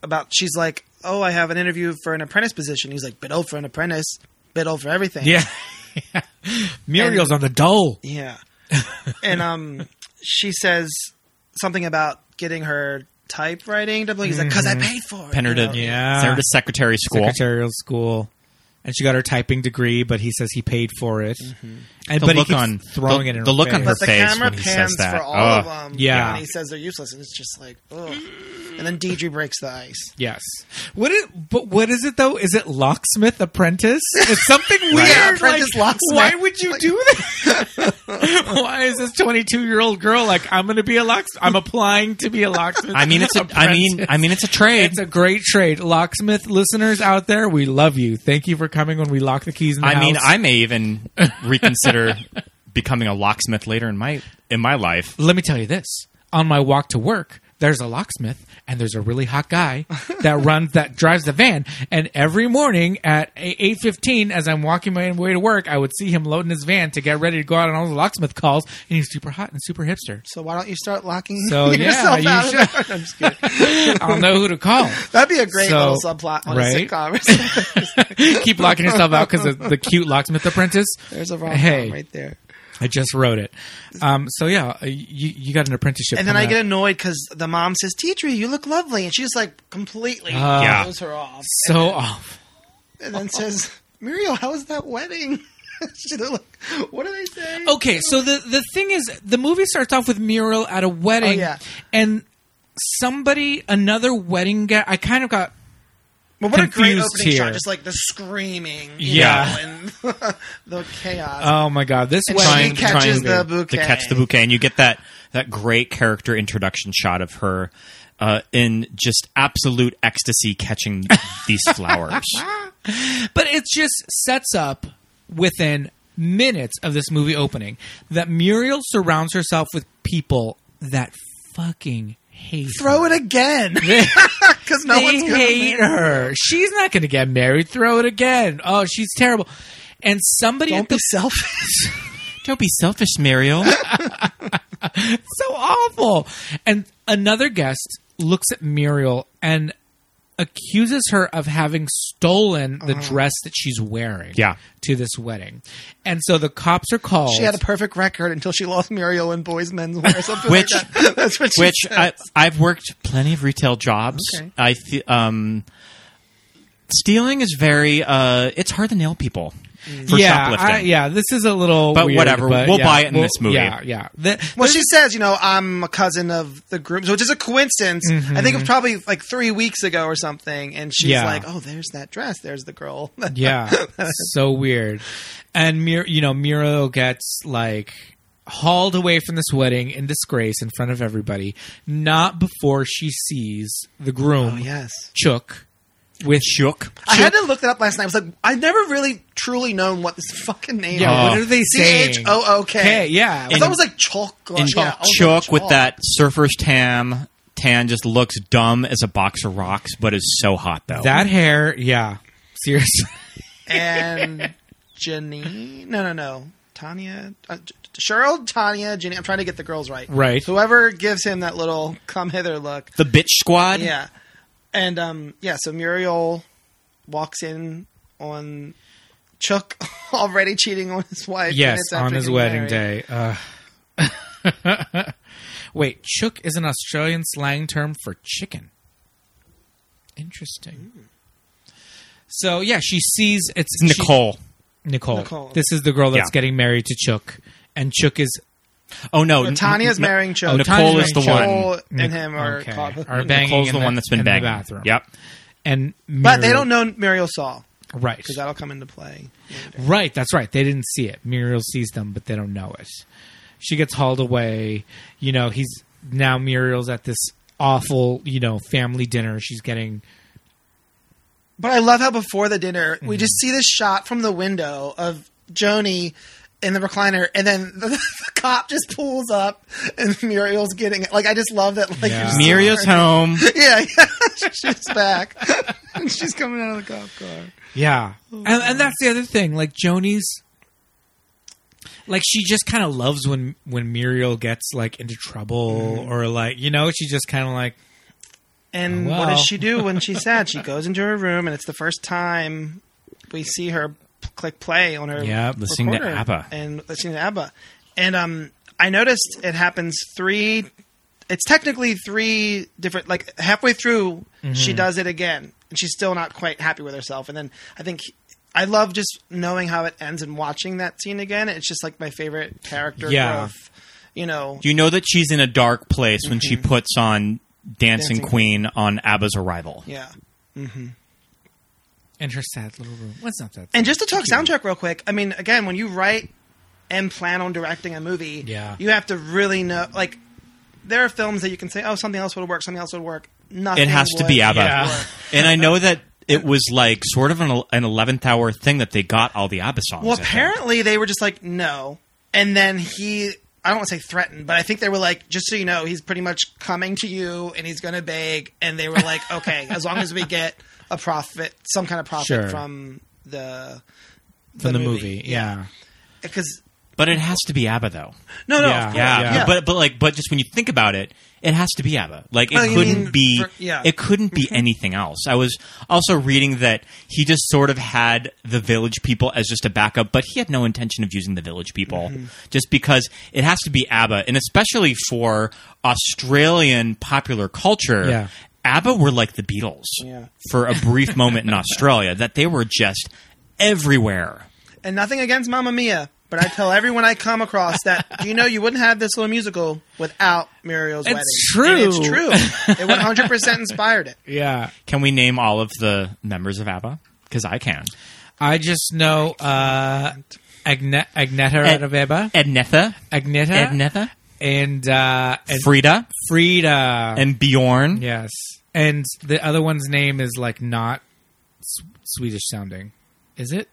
S9: about she's like, "Oh, I have an interview for an apprentice position." He's like, "Bid old for an apprentice, bid old for
S7: (laughs)
S9: everything."
S7: Yeah. (laughs) Muriel's on the dole.
S9: yeah. and um, she says something about getting her typewriting diploma. He's like, "Cause I paid for it."
S8: Send her to
S9: you know?
S7: Yeah.
S8: send her to secretary school.
S7: secretarial school, and she got her typing degree, but he says he paid for it. And
S8: Mm-hmm. The
S7: but
S8: look
S7: he keeps
S8: on-
S7: throwing
S8: the-
S7: it in
S8: the
S7: her
S8: look on
S7: face.
S8: her
S9: But the
S8: face
S9: camera
S8: when he says
S9: pans
S8: that.
S9: for all of
S8: Ugh.
S9: them.
S7: Yeah.
S9: and he says they're useless, and it's just like, ugh. And then Deidre breaks the ice.
S7: Yes. What is, but what is it though? Is it locksmith apprentice? It's
S8: (laughs)
S7: something weird.
S9: Yeah, apprentice
S7: like,
S9: locksmith.
S7: Why would you do that? (laughs) why is this twenty-two-year-old girl like? I'm going to be a locksmith. I'm applying to be a locksmith.
S8: I mean, it's a.
S7: (laughs)
S8: I mean,
S7: apprentice."
S8: I mean, it's a trade.
S7: It's a great trade, locksmith listeners out there. We love you. Thank you for coming when we lock the keys in the
S8: I mean,
S7: house.
S8: I
S7: (laughs)
S8: may even reconsider becoming a locksmith later in my in my life.
S7: let me tell you this on my walk to work there's a locksmith and there's a really hot
S9: (laughs)
S7: guy that runs that drives the van and every morning at 8.15 as i'm walking my way to work i would see him loading his van to get ready to go out on all the locksmith calls and he's super hot and super hipster
S9: So why don't you start locking
S7: So, yeah,
S9: (laughs) yourself
S7: you
S9: out? of
S7: should.
S9: it? (laughs) I'm just kidding.
S7: i'll know who to call
S9: (laughs) That'd be a great
S7: So,
S9: little subplot on
S7: right?
S9: a sitcom. Or
S7: (laughs)
S9: something.
S7: keep locking yourself out because of the cute locksmith apprentice
S9: There's a rom
S7: hey
S9: right there.
S7: i just wrote it um, so yeah you, you got an apprenticeship
S9: And then I
S7: coming
S9: get
S7: up.
S9: annoyed because the mom says, "Deidre, you look lovely," and she's like completely
S7: Uh, Yeah.
S9: blows her off,
S7: so um, off
S9: and then says, "Muriel, how was that wedding?" (laughs) She's like, what do they say?
S7: okay so the the thing is the movie starts off with muriel at a wedding
S9: Oh, yeah.
S7: and somebody another wedding guy i kind of got
S9: Well, what a great
S7: confused
S9: opening
S7: here.
S9: shot! Just like the screaming, you
S7: Yeah.
S9: know, and (laughs) the chaos.
S7: oh my god this
S9: And
S7: wedding
S9: she catches the bouquet.
S8: to catch the bouquet, and you get that that great character introduction shot of her uh, in just absolute ecstasy catching
S7: (laughs)
S8: these flowers.
S7: but it just sets up within minutes of this movie opening that muriel surrounds herself with people that fucking hate
S9: Throw
S7: her.
S9: it
S7: (laughs)
S9: again, (laughs) because no
S7: they
S9: one's gonna
S7: hate
S9: marry
S7: her she's not gonna get married throw it again oh she's terrible and somebody
S9: Don't
S7: at the
S9: be selfish.
S8: Don't be selfish, Muriel.
S7: so awful. And another guest looks at Muriel and accuses her of having stolen the dress that she's wearing
S8: Oh. Yeah.
S7: to this wedding. And so the cops are called.
S9: She had a perfect record until she lost Muriel in Boys Men's Wear or something
S8: Which-
S9: like that. (laughs) That's what she
S8: Which
S9: said.
S8: I, I've worked plenty of retail jobs.
S9: Okay.
S8: I fe- um, stealing is very. Uh, it's hard to nail people for
S7: yeah,
S8: shoplifting.
S7: I- yeah, this is a little
S8: But
S7: weird,
S8: whatever,
S7: but
S8: we'll
S7: yeah,
S8: buy it in
S7: well,
S8: this movie.
S7: Yeah, yeah. The-
S9: Well, she says, you know, I'm a cousin of the group, which is a coincidence. I think it was probably like three weeks ago or something, and she's
S7: Mm-hmm. Yeah.
S9: like, "Oh, there's that dress. There's the girl." (laughs) Oh,
S7: yeah so weird and Mir- you know muriel gets like hauled away from this wedding in disgrace in front of everybody, not before she sees the groom,
S9: Oh, yes.
S7: Chook, with
S8: Shook.
S9: I had to look that up last night. I was like, I've never really truly known what this fucking name
S7: Yeah,
S8: Oh.
S9: is.
S7: what are they saying?
S9: C-H-O-O-K.
S7: K, yeah.
S9: I thought it was like chalk. or-
S8: And
S9: yeah, I was
S8: Chook
S9: like,
S8: with
S9: chalk.
S8: that surfer's tam. Tan just looks dumb as a box of rocks, but is so hot though.
S7: that hair, yeah. Seriously. (laughs)
S9: And Janine? No, no, no. Tanya? Uh, J- Cheryl, Tanya, Janine. I'm trying to get the girls right.
S7: Right.
S9: Whoever gives him that little come hither look.
S8: the bitch squad.
S9: Yeah. And um yeah, so Muriel walks in on Chuck (laughs) already cheating on his wife.
S7: Yes,
S9: minutes after
S7: on his
S9: getting
S7: wedding
S9: married.
S7: day. Uh, (laughs) wait, chook is an Australian slang term for chicken. Interesting. So yeah, she sees it's
S8: It's Nicole.
S7: she- Nicole.
S9: Nicole.
S7: This is the girl that's
S8: Yeah.
S7: getting married to Chook, and Chook is
S8: Oh no,
S9: But Tanya's
S8: N- N-
S9: marrying Chuck.
S8: Oh, Nicole
S7: Tanya's
S8: is the
S7: marrying
S8: one.
S9: Nicole and him are
S7: okay,
S9: caught.
S7: are banging
S8: Nicole's
S7: in
S8: the one that's been
S7: in
S8: banging.
S7: the bathroom.
S8: Yep.
S7: and
S9: but they
S7: Muriel-
S9: don't know Muriel saw
S7: right
S9: because that'll come into play.
S7: Right, that's right. They didn't see it. Muriel sees them, but they don't know it. She gets hauled away. You know, he's now Muriel's at this awful, you know, family dinner. She's getting
S9: But I love how before the dinner we just see this shot from the window of Joni in the recliner, and then (laughs) the, cop just pulls up, and Muriel's getting like I just love that like
S7: Yeah.
S9: you're just-
S8: Muriel's home.
S9: yeah, yeah. (laughs) she's back, (laughs) and she's coming out of the cop car.
S7: yeah. And, and that's the other thing. Like Joni's like she just kind of loves when when Muriel gets like into trouble
S9: Mm-hmm.
S7: or like, you know, she just kind of like
S9: And
S7: Oh,
S9: what
S7: well.
S9: does she do when she's sad? She goes into her room, and it's the first time we see her p- click play on her.
S7: Yeah,
S8: listening to
S9: recorder
S8: ABBA.
S9: and listening to ABBA. And um, I noticed it happens three. It's technically three different. Like halfway through, she does it again, and she's still not quite happy with herself. And then I think. I love just knowing how it ends and watching that scene again. It's just like my favorite character
S7: Yeah.
S9: growth. You know,
S8: You know that she's in a dark place when she puts on Dancing,
S9: Dancing
S8: Queen on ABBA's arrival.
S9: yeah.
S7: in her sad little room. What's not that?
S9: And just to talk soundtrack real quick, I mean, again, when you write and plan on directing a movie,
S7: Yeah.
S9: you have to really know. Like, there are films that you can say, "Oh, something else would work. Something else would work." Nothing.
S8: It has to
S9: would
S8: be ABBA.
S7: (laughs) Yeah.
S8: And I know that it was like sort of an, el- an 11th hour thing that they got all the ABBA songs.
S9: Well,
S8: I think.
S9: apparently they were just like, "No," and then he. I don't want to say threatened, but I think they were like, just so you know, he's pretty much coming to you and he's going to beg. And they were like,
S7: (laughs)
S9: okay, as long as we get a profit, some kind of profit
S7: Sure.
S9: from the
S7: from the, movie. Yeah.
S9: Because,
S8: But it has to be ABBA though.
S9: no, no,
S7: Yeah.
S9: of course.
S8: Yeah.
S7: Yeah.
S8: But but like but just when you think about it, it has to be ABBA. Like it
S9: Oh, you
S8: couldn't
S9: mean
S8: be
S9: for- yeah. Mm-hmm.
S8: it couldn't be anything else. I was also reading that he just sort of had the village people as just a backup, but he had no intention of using the village people
S9: Mm-hmm.
S8: just because it has to be ABBA and especially for Australian popular culture.
S7: Yeah.
S8: ABBA were like the Beatles
S9: Yeah.
S8: for a brief moment in
S9: (laughs)
S8: Australia that they were just everywhere.
S9: and nothing against Mamma Mia, but I tell everyone I come across that "Do you know you wouldn't have this little musical without Muriel's wedding.
S7: true.
S9: And
S7: (laughs)
S9: it's true. It 100 percent inspired it.
S7: Yeah.
S8: Can we name all of the members of ABBA? Because I can.
S7: I just know uh Agne- Agneta
S8: Ed-
S7: Radoveva.
S8: Ednetha.
S7: Agneta.
S8: Ednetha.
S7: and uh and
S8: Frida.
S7: Frida.
S8: And Bjorn.
S7: yes. And the other one's name is like not S- Swedish sounding. Is it?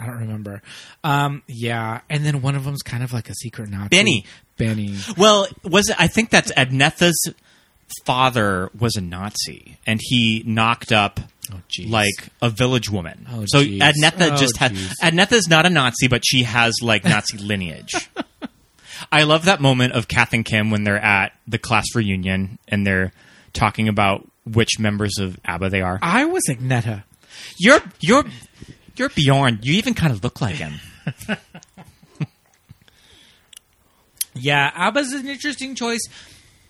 S7: I don't remember. Um yeah, and then one of them's kind of like a secret Nazi.
S8: Benny.
S7: Benny.
S8: Well, was it, I think that's Ednetha's father was a Nazi, and he knocked up
S7: Oh jeez.
S8: like a village woman.
S7: Oh,
S8: so
S7: jeez.
S8: Ednetha
S7: Oh,
S8: just had
S7: jeez.
S8: Ednetha's not a Nazi, but she has
S7: (laughs)
S8: like Nazi lineage. I love that moment of Kath and Kim when they're at the class reunion and they're talking about which members of ABBA they are.
S7: I was Agneta.
S8: You're you're you're Bjorn. You even kind of look
S7: (laughs)
S8: like him.
S7: Yeah, ABBA's an interesting choice.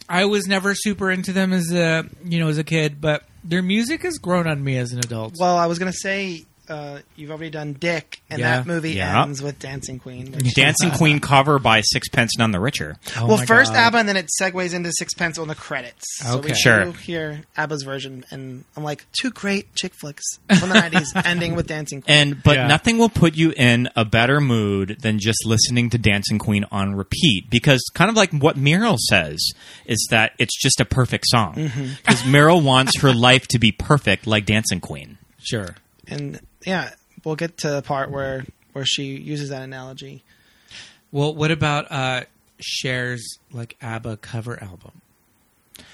S7: I was never super into them as a, you know, as a kid, but their music has grown on me as an adult.
S9: Well, I was gonna say uh, you've already done Dick, and
S7: Yeah.
S9: that movie
S8: Yeah.
S9: ends with Dancing Queen. which-
S8: Dancing Queen cover by Sixpence None the Richer.
S7: Oh
S9: well,
S7: my
S9: first
S7: God.
S9: ABBA, and then it segues into Sixpence on the credits. So
S7: Okay.
S9: we
S8: Sure.
S9: do hear ABBA's version, and I'm like, two great chick flicks from the
S7: (laughs)
S9: 90s, ending with Dancing Queen.
S8: And but
S7: Yeah.
S8: nothing will put you in a better mood than just listening to Dancing Queen on repeat because kind of like what Meryl says is that it's just a perfect song because Meryl wants her (laughs) life to be perfect like Dancing Queen.
S7: Sure.
S9: and yeah, we'll get to the part where where she uses that analogy.
S7: Well, what about uh Cher's like ABBA cover album?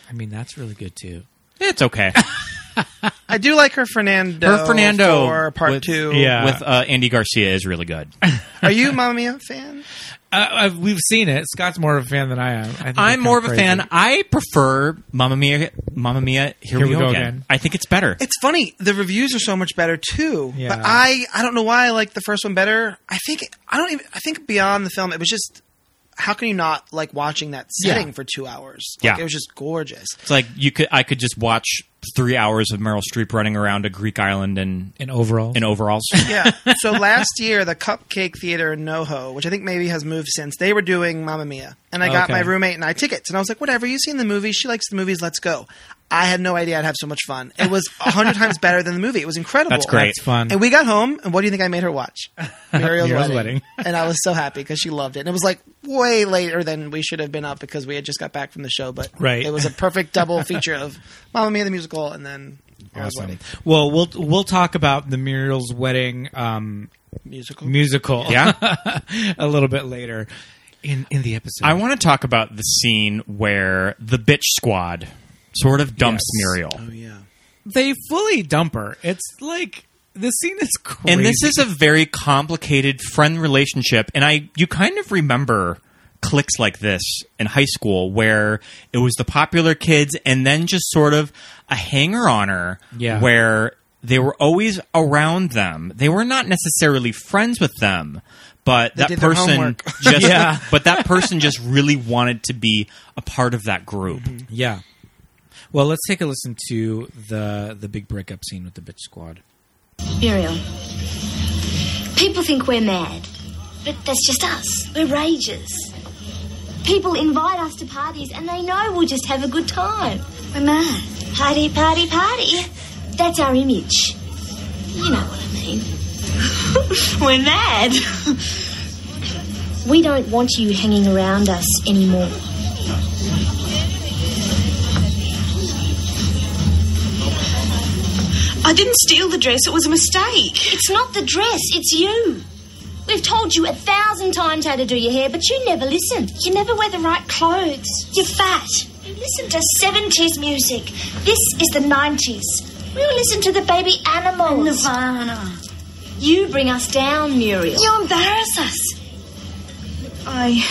S7: I mean, that's really good too.
S8: It's okay.
S9: I do like her Fernando.
S8: Her Fernando
S9: for part
S8: with-
S9: two.
S7: yeah.
S8: with uh, Andy Garcia is really good.
S9: Are you a Mamma Mia fan?
S7: Uh, I've, we've seen it. Scott's more of a fan than I am. I think they're
S8: I'm more of
S7: kinda crazy.
S8: a fan. I prefer Mamma Mia. Mamma Mia. Here, we, go, again. I think it's better.
S9: It's funny. The reviews are so much better too.
S7: Yeah.
S9: But I I don't know why I like the first one better. I think I don't even I think beyond the film it was just how can you not like watching that setting for 2 hours? Like,
S8: Yeah.
S9: It was just gorgeous.
S8: It's like you could. I could just watch three hours of Meryl Streep running around a Greek island in
S7: in overall.
S8: in overalls.
S9: Yeah.
S7: (laughs)
S9: so last year the Cupcake Theater in NoHo, which I think maybe has moved since, they were doing Mamma Mia. And I got
S7: Okay.
S9: my roommate and I tickets and I was like, "Whatever, you've seen the movie. She likes the movies. Let's go." I had no idea I'd have so much fun. It was a hundred times better than the movie. It was incredible.
S8: That's great.
S7: That's fun.
S9: And we got home, and what do you think I made
S7: (laughs)
S9: her watch? Muriel's,
S7: Muriel's
S9: Wedding.
S7: Wedding.
S9: (laughs) and I was so happy because she loved it. And it was like way later than we should have been up because we had just got back from the show. But
S7: Right.
S9: it was a
S7: (laughs)
S9: perfect double feature of Mamma Mia the musical and then Muriel's
S7: Awesome.
S9: Wedding
S7: Well, we'll we'll talk about the Muriel's Wedding um,
S9: musical.
S7: musical,
S8: Yeah.
S7: (laughs) a little bit later in in the episode.
S8: I want to talk about the scene where the bitch squad sort of dumps
S7: Yes.
S8: Muriel.
S9: yeah.
S7: they fully dump her. It's like the scene is crazy.
S8: and this is a very complicated friend relationship and i you kind of remember cliques like this in high school where it was the popular kids and then just sort of a hanger on her
S7: Yeah.
S8: where they were always around them they were not necessarily friends with them but that
S9: did their
S8: person
S9: homework.
S8: just
S7: Yeah.
S8: but that person just really wanted to be a part of that group
S7: yeah. Well, let's take a listen to the the big breakup scene with the bitch squad.
S10: Muriel, people think we're mad, but that's just us. We're ragers. People invite us to parties and they know we'll just have a good time.
S5: We're mad.
S10: Party, party, party. That's our image. You know what I mean.
S5: (laughs) We're mad.
S10: We don't want you hanging around us anymore.
S5: I didn't steal the dress. It was a mistake.
S10: It's not the dress, it's you. We've told you a thousand times how to do your hair, but you never listen. You never wear the right clothes. You're fat. You listen to 70s music. This is the 90s. We all listen to the baby animals.
S5: Nirvana.
S10: You bring us down, Muriel.
S5: You embarrass us. I,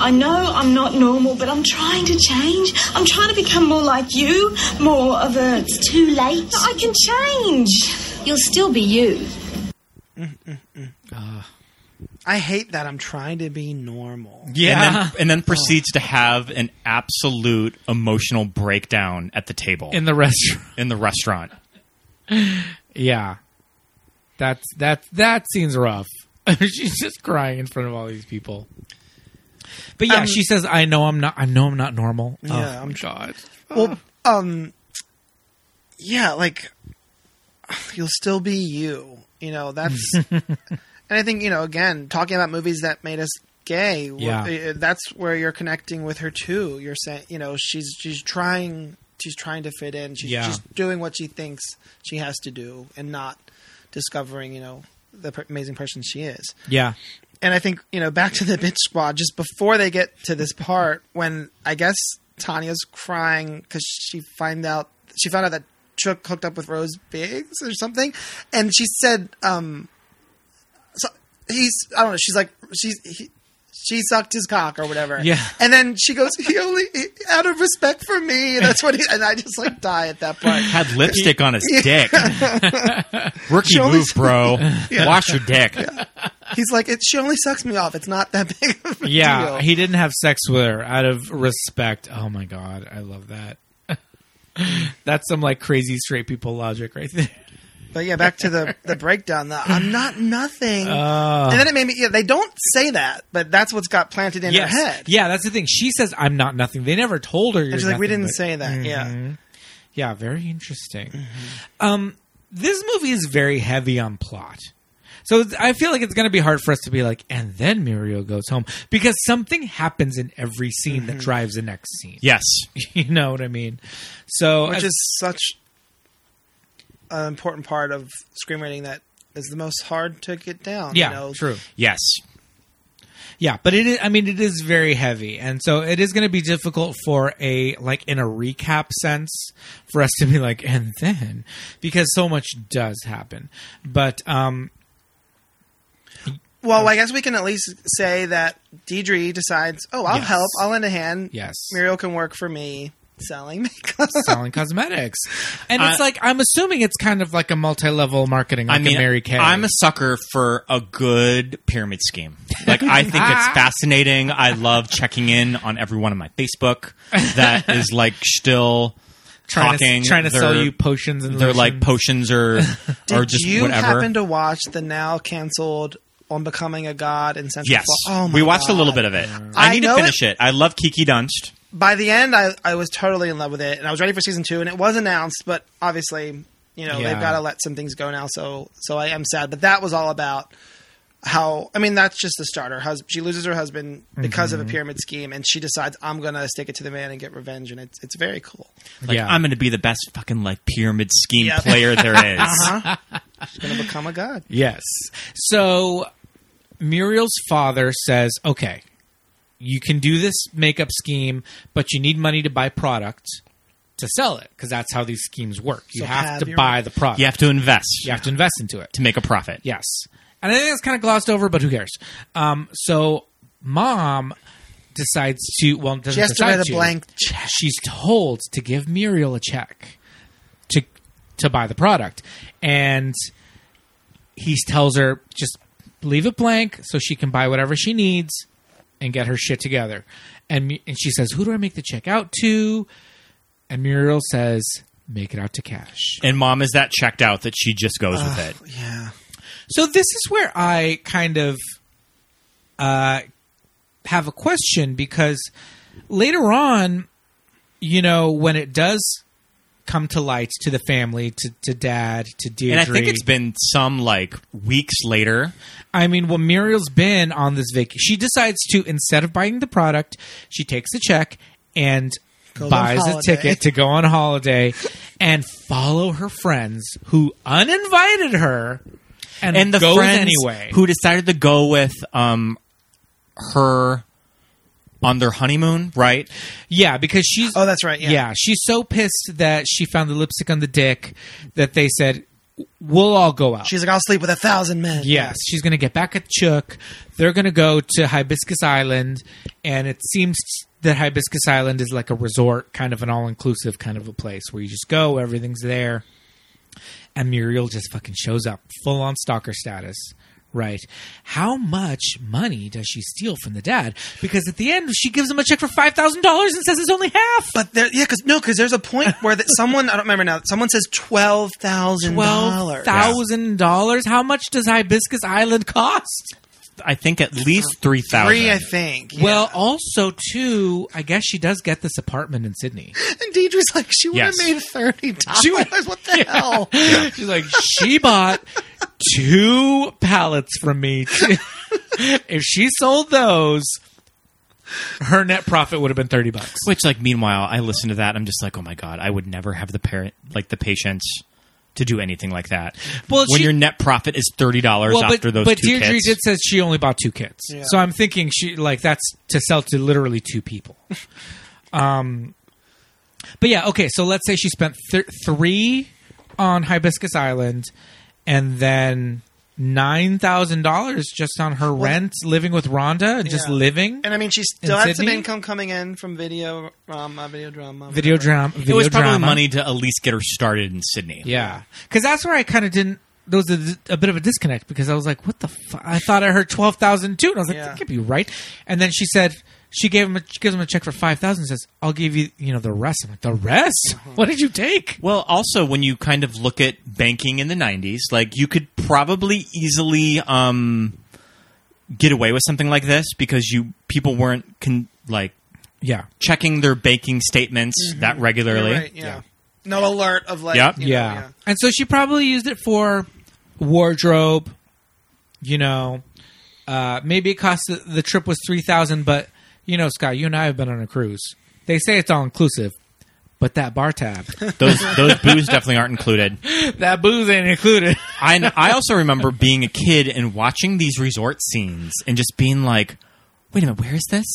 S5: I know I'm not normal, but I'm trying to change. I'm trying to become more like you, more of a.
S10: It's too late.
S5: I can change.
S10: You'll still be you.
S9: I hate that I'm trying to be normal.
S8: and then, and then proceeds to have an absolute emotional breakdown at the table
S7: in the restaurant.
S8: in the restaurant
S7: Yeah, that's that that scene's rough. (laughs) She's just crying in front of all these people. But yeah,
S9: Um,
S7: she says, "I know I'm not. I know I'm not normal."
S9: Yeah,
S7: oh,
S9: I'm
S7: my God.
S9: Well, um, yeah, like you'll still be you. You
S7: (laughs)
S9: know, that's, and I think you know, again, talking about movies that made us gay. wh-
S7: Yeah.
S9: uh, that's where you're connecting with her too. You're saying, you know, she's she's trying, she's trying to fit in. She's
S7: Yeah.
S9: just doing what she thinks she has to do, and not discovering, you know, the per- amazing person she is
S7: Yeah,
S9: and I think you know back to the bitch squad just before they get to this part when I guess Tanya's crying because she find out she found out that Chuck hooked up with Rose Biggs or something, and she said, um, so he's I don't know. She's like she's he, she sucked his cock or whatever.
S7: Yeah.
S9: and then she goes he only he- out of respect for me. And that's what he and I just like die at
S7: (laughs)
S9: that part.
S8: had lipstick on his
S9: (laughs)
S8: dick. Rookie
S9: Show me
S8: move,
S9: (laughs)
S8: bro. Wash your dick.
S9: He's like it, she only sucks me off. It's not that big. Of (laughs) a
S7: yeah.
S9: deal.
S7: He didn't have sex with her out of respect. Oh my (laughs) God, I love that. that's some like crazy straight people logic right there.
S9: But yeah, back to the the breakdown. The, I'm
S8: (laughs)
S9: not nothing.
S8: Ah.
S9: and then it made me. Yeah, they don't say that, but that's what's got planted (laughs) in
S7: Yes.
S9: her head.
S7: Yeah, that's the thing. She says, "I'm not nothing." They never told her. You're
S9: and she's like, we
S7: nothing,
S9: didn't
S7: but- Mm-hmm.
S9: say that. Yeah, Mm-hmm.
S7: Yeah, very interesting. Um, this movie is very heavy on plot. So it's- I feel like it's going to be hard for us to be like, and then Muriel goes home because something happens in every scene
S9: Mm-hmm.
S7: that drives the next scene. (laughs)
S8: Yes.
S7: You know what I mean? So
S9: which
S7: as-
S9: is such an important part of screenwriting that is the most hard to get down.
S7: yeah,
S9: you know?
S7: true.
S8: Yes.
S7: Yeah, but it is, I mean, it is very heavy. And so it is going to be difficult for a, like, in a recap sense, for us to be like, and then, because so much does happen. But, um,
S9: Well, I guess we can at least say that Deidre decides, oh, I'll
S7: Yes.
S9: help. I'll lend a hand.
S7: Yes.
S8: (laughs)
S9: Muriel can work for me selling makeup.
S7: selling cosmetics. And it's
S8: I-
S7: like, I'm assuming it's kind of like a multi level marketing, like
S8: I mean,
S7: a Mary Kay.
S8: I'm a sucker for a good pyramid scheme. Like, I
S7: (laughs)
S8: think it's fascinating. I love checking in on everyone on my Facebook that is like still
S7: trying,
S8: talking,
S7: to, trying to
S8: They're-
S7: sell you potions and
S8: They're like
S7: lotions.
S8: potions
S9: (laughs)
S8: or or
S9: Did
S8: just
S9: you
S8: whatever.
S9: happen to watch the now canceled on becoming a god in Central?
S8: yes,
S9: Florida? Oh my
S8: we watched
S9: God.
S8: a little bit of it. I,
S9: I
S8: need
S9: know
S8: to finish it. I love Kiki Dunst.
S9: By the end, I, I was totally in love with it, and I was ready for season two, and it was announced, but obviously, you know,
S7: Yeah.
S9: they've got to let some things go now. So, so I am sad, but that was all about how. I mean, that's just the start. Her husband, she loses her husband because of a pyramid scheme, and she decides I'm gonna stick it to the man and get revenge, and it's it's very cool.
S8: Like,
S7: Yeah.
S8: I'm going to be the best fucking like pyramid scheme
S9: Yep.
S8: player (laughs) there is.
S9: Uh-huh. She's gonna become a god.
S7: Yes. So Muriel's father says, okay, you can do this makeup scheme, but you need money to buy product to sell it because that's how these schemes work. You
S9: So
S7: have
S9: have
S7: to
S9: your-
S7: buy the product,
S8: You have to invest
S7: you have to invest into it.
S8: to make a profit.
S7: Yes. And I think it's kind of glossed over, but who cares? Um, so mom decides to well doesn't
S9: She has to
S7: decide
S9: write a blank check.
S7: She's told to give Muriel a check to to buy the product. And he tells her just leave it blank so she can buy whatever she needs and get her shit together. And Mu- and she says, "Who do I make the check out to?" And Muriel says, "Make it out to Cash."
S8: And mom is that checked out that she just goes with it.
S9: Yeah.
S7: So this is where I kind of uh, have a question because later on, you know, when it does come to light to the family, to, to dad, to Deirdre,
S8: And I think it's been some like weeks later.
S7: I mean, well, Muriel's been on this vacation. She decides to instead of buying the product, she takes the check and
S9: Goes on
S7: buys a
S9: holiday.
S7: ticket to go on holiday
S8: (laughs)
S7: and follow her friends who uninvited her. And,
S8: And the
S7: goes
S8: friends
S7: anyway.
S8: who decided to go with um her on their honeymoon, right?
S7: Yeah, because she's.
S9: Oh, that's right, yeah.
S7: she's so pissed that she found the lipstick on the dick that they said, "We'll all go out."
S9: She's like, I'll sleep with a thousand men.
S7: yes, she's going to get back at Chuck. They're going to go to Hibiscus Island, and it seems that Hibiscus Island is like a resort, kind of an all-inclusive kind of a place where you just go, everything's there. And Muriel just fucking shows up, full on stalker status. Right. How much money does she steal from the dad? Because at the end, she gives him a check for $5,000 and says it's only half.
S9: But there, yeah, because no, because there's a point where that someone I don't remember now. Someone says twelve thousand
S7: twelve
S9: dollars.
S7: thousand dollars. How much does Hibiscus Island cost?
S8: I think at least three
S9: Three, I
S8: thousand.
S9: think. yeah.
S7: Well, also too, I guess she does get this apartment in Sydney.
S9: and Deidre's like, she would have
S8: Yes.
S9: made thirty dollars. (laughs) What the hell?
S7: She's like, (laughs) she bought two pallets from me. (laughs) if she sold those, her net profit would have been thirty bucks.
S8: Which, like, meanwhile, I listen to that. I'm just like, oh my god, I would never have the parent, like, the patience to do anything like that.
S7: Well,
S8: when
S7: she-
S8: your net profit is thirty dollars after those
S7: but
S8: two
S7: Deirdre
S8: kids,
S7: did says she only bought two kids,
S9: Yeah.
S7: so I'm thinking she like that's to sell to literally two
S8: (laughs)
S7: people. um, but yeah, okay. So let's say she spent th- three on Hibiscus Island, and then nine thousand dollars just on her rent, living with Rhonda, and just
S9: Yeah.
S7: living.
S9: And I mean, she still
S7: In
S9: had some
S7: Sydney?
S9: income coming in from video, um, uh, video drama,
S7: Video
S9: whatever.
S7: drama.
S8: it
S7: Video
S8: was probably
S7: drama.
S8: money to at least get her started in Sydney.
S7: Yeah, because that's where I kind of didn't. There was a, a bit of a disconnect because I was like, "What the? Fu-? I thought I heard twelve thousand too, and I was like,
S9: Yeah.
S7: "That could be right." And then she said She gave him a, she gives him a check for five thousand. Says, "I'll give you you know the rest." I'm like, "The rest?
S9: Uh-huh.
S7: What did you take?"
S8: Well, also when you kind of look at banking in the '90s, like you could probably easily um, get away with something like this because you people weren't con- like
S7: Yeah,
S8: checking their banking statements that regularly.
S9: You're right, yeah. No alert of like.
S8: Yep.
S9: you know,
S7: yeah. And so she probably used it for wardrobe, you know. Uh, maybe it cost the, the trip was 3000 but you know, Scott, you and I have been on a cruise. They say it's all inclusive, but that bar
S9: (laughs)
S7: tab,
S8: Those (laughs) those booze definitely aren't included.
S7: that booze ain't included.
S8: I I also remember being a kid and watching these resort scenes and just being like, "Wait a minute, where is this?"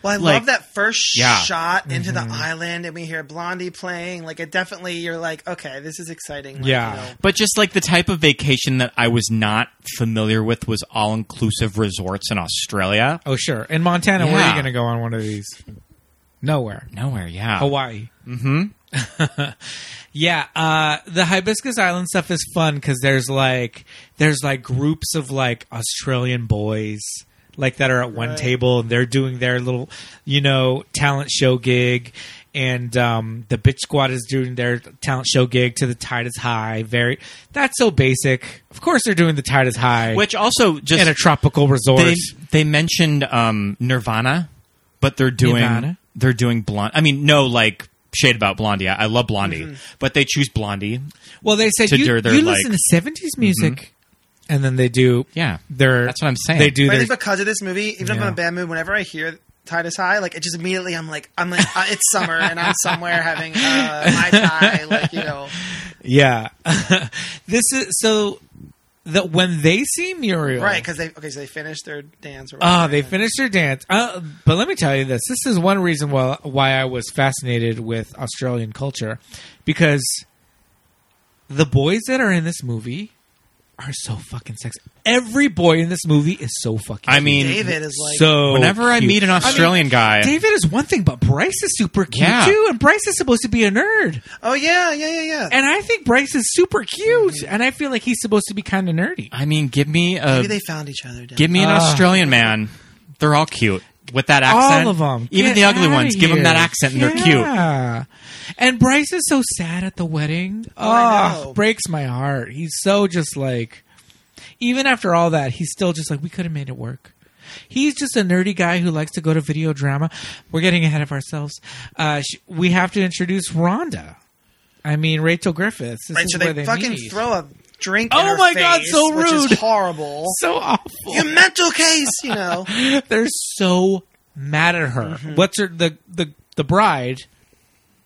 S9: Well, I
S8: Like-
S9: love that first
S8: Yeah.
S9: shot into
S7: Mm-hmm.
S9: the island, and we hear Blondie playing. Like, it definitely, you're like, okay, this is exciting. Like,
S7: Yeah.
S9: you know.
S8: But just like the type of vacation that I was not familiar with was all inclusive resorts in Australia.
S7: Oh, sure. In Montana, where are you
S8: Yeah.
S7: going to go on one of these? Nowhere.
S8: Nowhere, yeah.
S7: Hawaii. Mm-hmm. (laughs) yeah, uh, the Hibiscus Island stuff is fun because there's like there's like groups of like Australian boys like that are at one table and they're doing their little you know talent show gig. And um, the bitch squad is doing their talent show gig to the tide is high. Very, that's so basic. Of course, they're doing the tide is high,
S8: Which also just
S7: in a tropical resort.
S8: they they mentioned um, Nirvana, but they're doing
S7: Nirvana?
S8: they're doing blonde. I mean, no, like shade about Blondie. I, I love Blondie, but they choose Blondie.
S7: Well, they said
S8: to
S7: you,
S8: do their,
S7: you listen
S8: like- Mm-hmm.
S7: to seventies music, and then they do
S8: Yeah.
S7: their.
S8: That's what I'm saying.
S7: They do
S9: But I
S7: their.
S9: think because of this movie, even if I'm
S7: Yeah.
S9: in a bad mood, whenever I hear Titus High, like it just immediately, I'm like, I'm like, uh, it's summer and I'm somewhere having uh, my tie, like you know,
S7: yeah, (laughs) this is so that when they see Muriel,
S9: right? Because they okay, so they finished their dance. Or
S7: Oh,
S9: whatever,
S7: they
S9: and-
S7: finished their dance. Uh, but let me tell you this: this is one reason why why I was fascinated with Australian culture, because the boys that are in this movie are so fucking sexy. Every boy in this movie is so fucking.
S8: I
S7: cute.
S8: mean,
S9: David is like,
S7: so
S8: whenever I
S7: cute.
S8: meet an
S7: I mean,
S8: Australian guy,
S7: David is one thing, but Bryce is super cute
S8: Yeah.
S7: too, and Bryce is supposed to be a nerd.
S9: oh yeah, yeah, yeah, yeah.
S7: And I think Bryce is super cute, and I feel like he's supposed to be kind of nerdy.
S8: I mean, give me a
S9: Maybe they found each other. Dan.
S8: give me an
S7: Ah.
S8: Australian man. They're all cute with that accent.
S7: All of them,
S8: even the ugly ones. Give them that accent, and they're cute.
S7: cute. And Bryce is so sad at the wedding.
S9: Oh, I
S7: Oh,
S9: know.
S7: breaks my heart. He's so just like, even after all that, he's still just like, we could have made it work. He's just a nerdy guy who likes to go to video drama. We're getting ahead of ourselves. Uh, sh- we have to introduce Rhonda. I mean, Rachel Griffiths. This
S9: right,
S7: is
S9: so
S7: where
S9: they,
S7: they
S9: fucking
S7: meet.
S9: throw a drink.
S7: Oh
S9: in her
S7: my God,
S9: face,
S7: so
S9: Which
S7: rude.
S9: is horrible.
S7: so awful.
S9: Your mental case,
S7: (laughs)
S9: you know.
S7: they're so mad at her.
S9: Mm-hmm.
S7: What's her the the the bride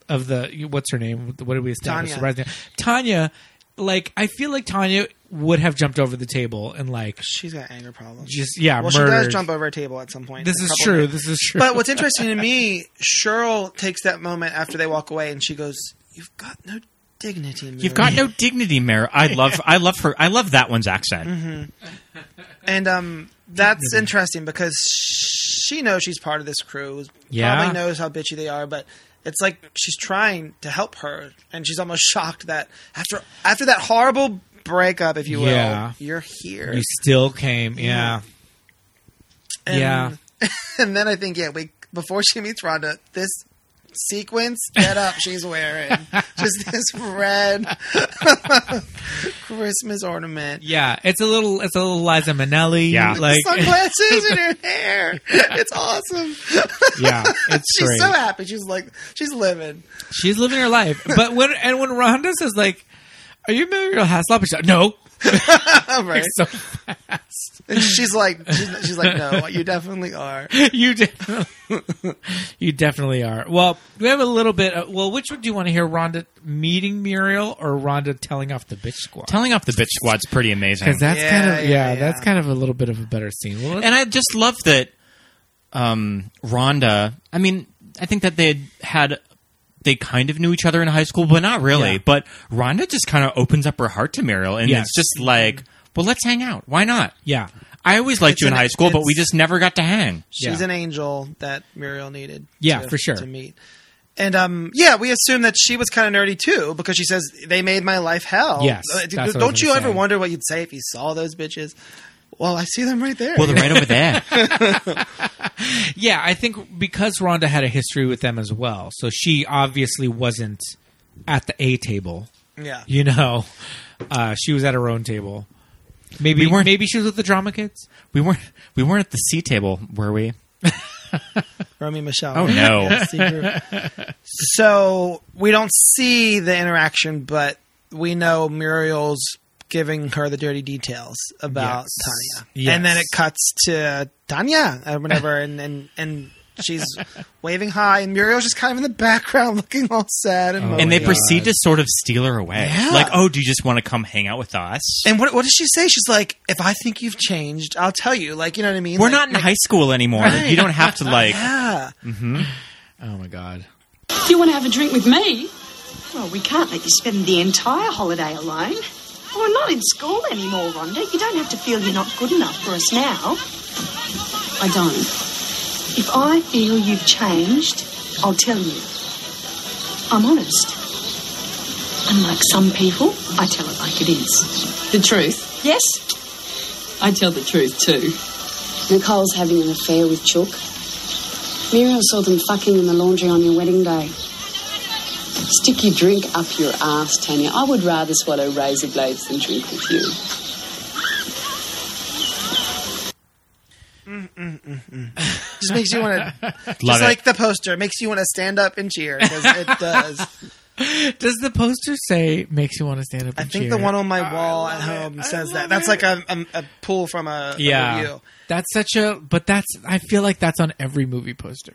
S7: of the what's her name? What did we establish?
S9: Tanya.
S7: The bride's name. Tanya. Like I feel like Tanya would have jumped over the table and like
S9: She's got anger problems.
S7: just yeah
S9: well,
S7: murdered.
S9: she does jump over a table at some point.
S7: This
S9: A
S7: is
S9: couple
S7: true.
S9: of-
S7: This is true.
S9: But what's interesting to me, Cheryl takes that moment after they walk away, and she goes, "You've got no dignity. Mary."
S8: You've got no dignity, Mare. I love, I love her. I love that one's accent.
S7: Mm-hmm.
S9: And um, that's interesting because she knows she's part of this crew.
S7: Yeah.
S9: probably knows how bitchy they are, but. It's like she's trying to help her, and she's almost (laughs) shocked that after after that horrible breakup, if you will,
S7: Yeah.
S9: you're here.
S7: (laughs) you still came. Yeah.
S9: Mm-hmm. And-
S7: yeah.
S9: (laughs) and then I think yeah, we before she meets Rhonda, this sequence get up she's
S7: (laughs)
S9: wearing just this red (laughs) Christmas ornament.
S7: Yeah. It's a little. It's a little Liza Minnelli.
S8: Yeah.
S9: (laughs)
S7: Like
S9: Sunglasses in her hair. It's awesome.
S7: (laughs)
S9: (laughs)
S7: yeah. It's
S9: she's
S7: great.
S9: so happy. She's like, she's living.
S7: She's living her life. But when and when Rhonda says like, "Are you Muriel Hasselhoff?" She's like, "No." (laughs)
S9: All right.
S7: So
S9: And she's like, she's, she's
S7: (laughs)
S9: like, no, you definitely are.
S7: you definitely, (laughs) you definitely are. Well, we have a little bit. Of, well, which would you want to hear? Rhonda meeting Muriel or Rhonda telling off the bitch squad?
S8: Telling off the bitch squad's pretty amazing.
S7: Because that's
S9: Yeah,
S7: kind of yeah,
S9: yeah, yeah.
S7: that's kind of a little bit of a better scene. Well, let's-
S8: and I just love that um, Rhonda. I mean, I think that they had, had they kind of knew each other in high school, but not really.
S7: Yeah.
S8: But Rhonda just kind of opens up her heart to Muriel, and
S7: Yes.
S8: it's just like, well, let's hang out. Why not?
S7: yeah,
S8: I always liked
S9: It's
S8: you in
S9: an-
S8: high school, but
S9: it's-
S8: we just never got to hang.
S9: She's
S7: Yeah.
S9: an angel that Muriel needed.
S7: Yeah,
S9: to-
S7: for sure.
S9: to meet. And um, yeah, we assume that she was kind of nerdy too because she says they made my life hell.
S7: Yes,
S9: Uh,
S7: that's what I was
S9: don't you
S7: gonna
S9: ever
S7: say.
S9: wonder what you'd say if you saw those bitches? well, I see them right there.
S8: Well, they're right over there.
S7: Yeah, I think because Rhonda had a history with them as well, so she obviously wasn't at the A table.
S9: yeah.
S7: You know, uh, she was at her own table. Maybe
S8: We weren't-
S7: maybe she was with the drama kids.
S8: We weren't. We weren't at the C table, were we?
S9: Romy and Michelle.
S8: Oh no.
S9: C group. so we don't see the interaction, but we know Muriel's giving her the dirty details about
S7: Yes.
S9: Tanya.
S7: Yes.
S9: And then it cuts to Tanya or whatever, and, and, and she's waving hi, and Muriel's just kind of in the background (laughs) looking all sad
S7: Oh.
S9: and
S8: and they
S9: mopey.
S8: proceed to sort of steal her away.
S9: Yeah.
S8: Like, oh, do you just want to come hang out with us?
S9: And what, what does she say? She's like, if I think you've changed, I'll tell you. Like, you know what I mean?
S8: We're
S9: Like-
S8: not in
S9: like,
S8: high school anymore. You don't have to like.
S9: Yeah.
S7: Oh my god.
S2: You want to have a drink with me?
S6: Well, we can't let you spend the entire holiday alone. We're not in school anymore, Rhonda. You don't have to feel you're not good enough for us now. I don't. If I feel you've changed, I'll tell you. I'm honest. Unlike some people, I tell it like it is.
S11: The truth.
S6: Yes?
S11: I tell the truth too.
S6: Nicole's having an affair with Chook. Muriel saw them fucking in the laundry on your wedding day.
S11: Stick your drink up your ass, Tanya. I would rather swallow razor blades than drink with you.
S9: Just makes you want to,
S8: Love
S9: (laughs) just
S8: it.
S9: like the poster, it makes you want to stand up and cheer because it does.
S7: Does the poster say makes you want to stand up?
S9: I think the one on my wall at home says that. That's like a, a, a pull from a, a
S7: yeah,
S9: review.
S7: that's such a. But that's I feel like that's on every movie poster.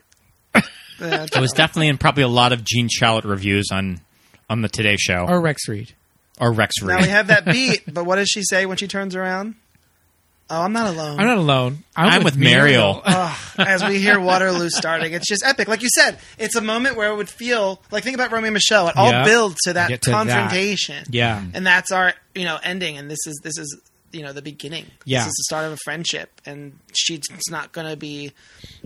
S9: Yeah,
S8: It was definitely in probably a lot of Gene Shalit reviews on on the Today Show or,
S7: Or Rex Reed.
S8: Rex
S9: now we
S8: Reed.
S9: have that beat, (laughs) but what does she say when she turns around? Oh, I'm not alone.
S7: I'm not alone. I'm,
S8: I'm
S7: (laughs)
S8: with Mariel.
S9: Ugh, as we hear Waterloo starting, it's just epic. Like you said, it's a moment where it would feel like think about Romeo and Michelle. It all
S7: Yeah.
S9: builds to that
S7: Get to that.
S9: confrontation.
S7: Yeah.
S9: and that's our you know ending, and this is this is you know the beginning.
S7: Yeah.
S9: this is the start of a friendship, and she's not going to be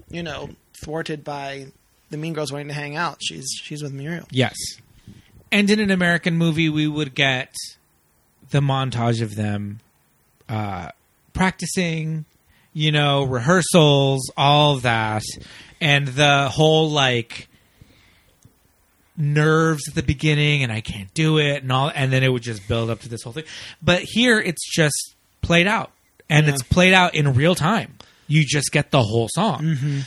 S9: you know thwarted by the mean girls wanting to hang out. She's she's with Muriel.
S7: Yes. And in an American movie, we would get the montage of them uh, practicing, you know, rehearsals, all that, and the whole like nerves at the beginning, and I can't do it, and all, and then it would just build up to this whole thing. But here, it's just played out, and it's played out in real time. You just get the whole song.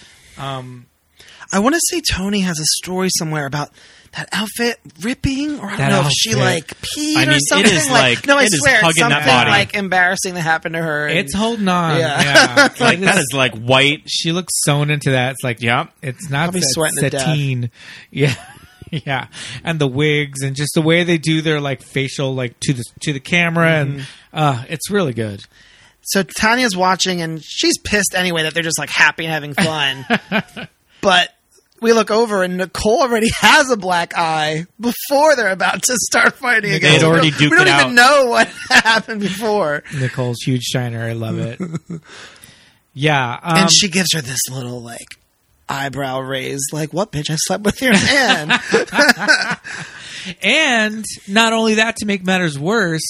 S9: I want to say Tony has a story somewhere about that outfit ripping, or I don't
S7: That
S9: know if she
S7: outfit.
S9: like peed
S8: I mean,
S9: or
S8: it
S9: something.
S8: is like-
S9: no, I
S8: it is
S9: swear, it's
S8: hugging that
S9: something
S8: body.
S9: like embarrassing that happened to her. and-
S7: It's holding on.
S9: Yeah.
S7: Yeah.
S8: (laughs) like that is
S7: (laughs)
S8: like white.
S7: she looks sewn into that. It's like,
S8: Yeah.
S7: it's not
S9: Probably
S7: sat-
S9: sweating to death.
S7: sateen. (laughs) Yeah, yeah, and the wigs and just the way they do their like facial like to the to the camera
S9: Mm-hmm.
S7: and uh, it's really good.
S9: so Tanya's watching, and she's pissed anyway that they're just like happy and having fun.
S8: (laughs)
S9: but we look over, and Nicole already has a black eye before they're about to start fighting again.
S8: had
S9: So we
S8: already
S9: don't- We
S8: duked
S9: don't
S8: it
S9: even know what (laughs) happened before.
S7: Nicole's huge shiner. I love
S9: (laughs)
S7: it. yeah, um,
S9: and she gives her this little like eyebrow raise, like "What bitch? I slept with your man."
S7: and not only that, to make matters worse,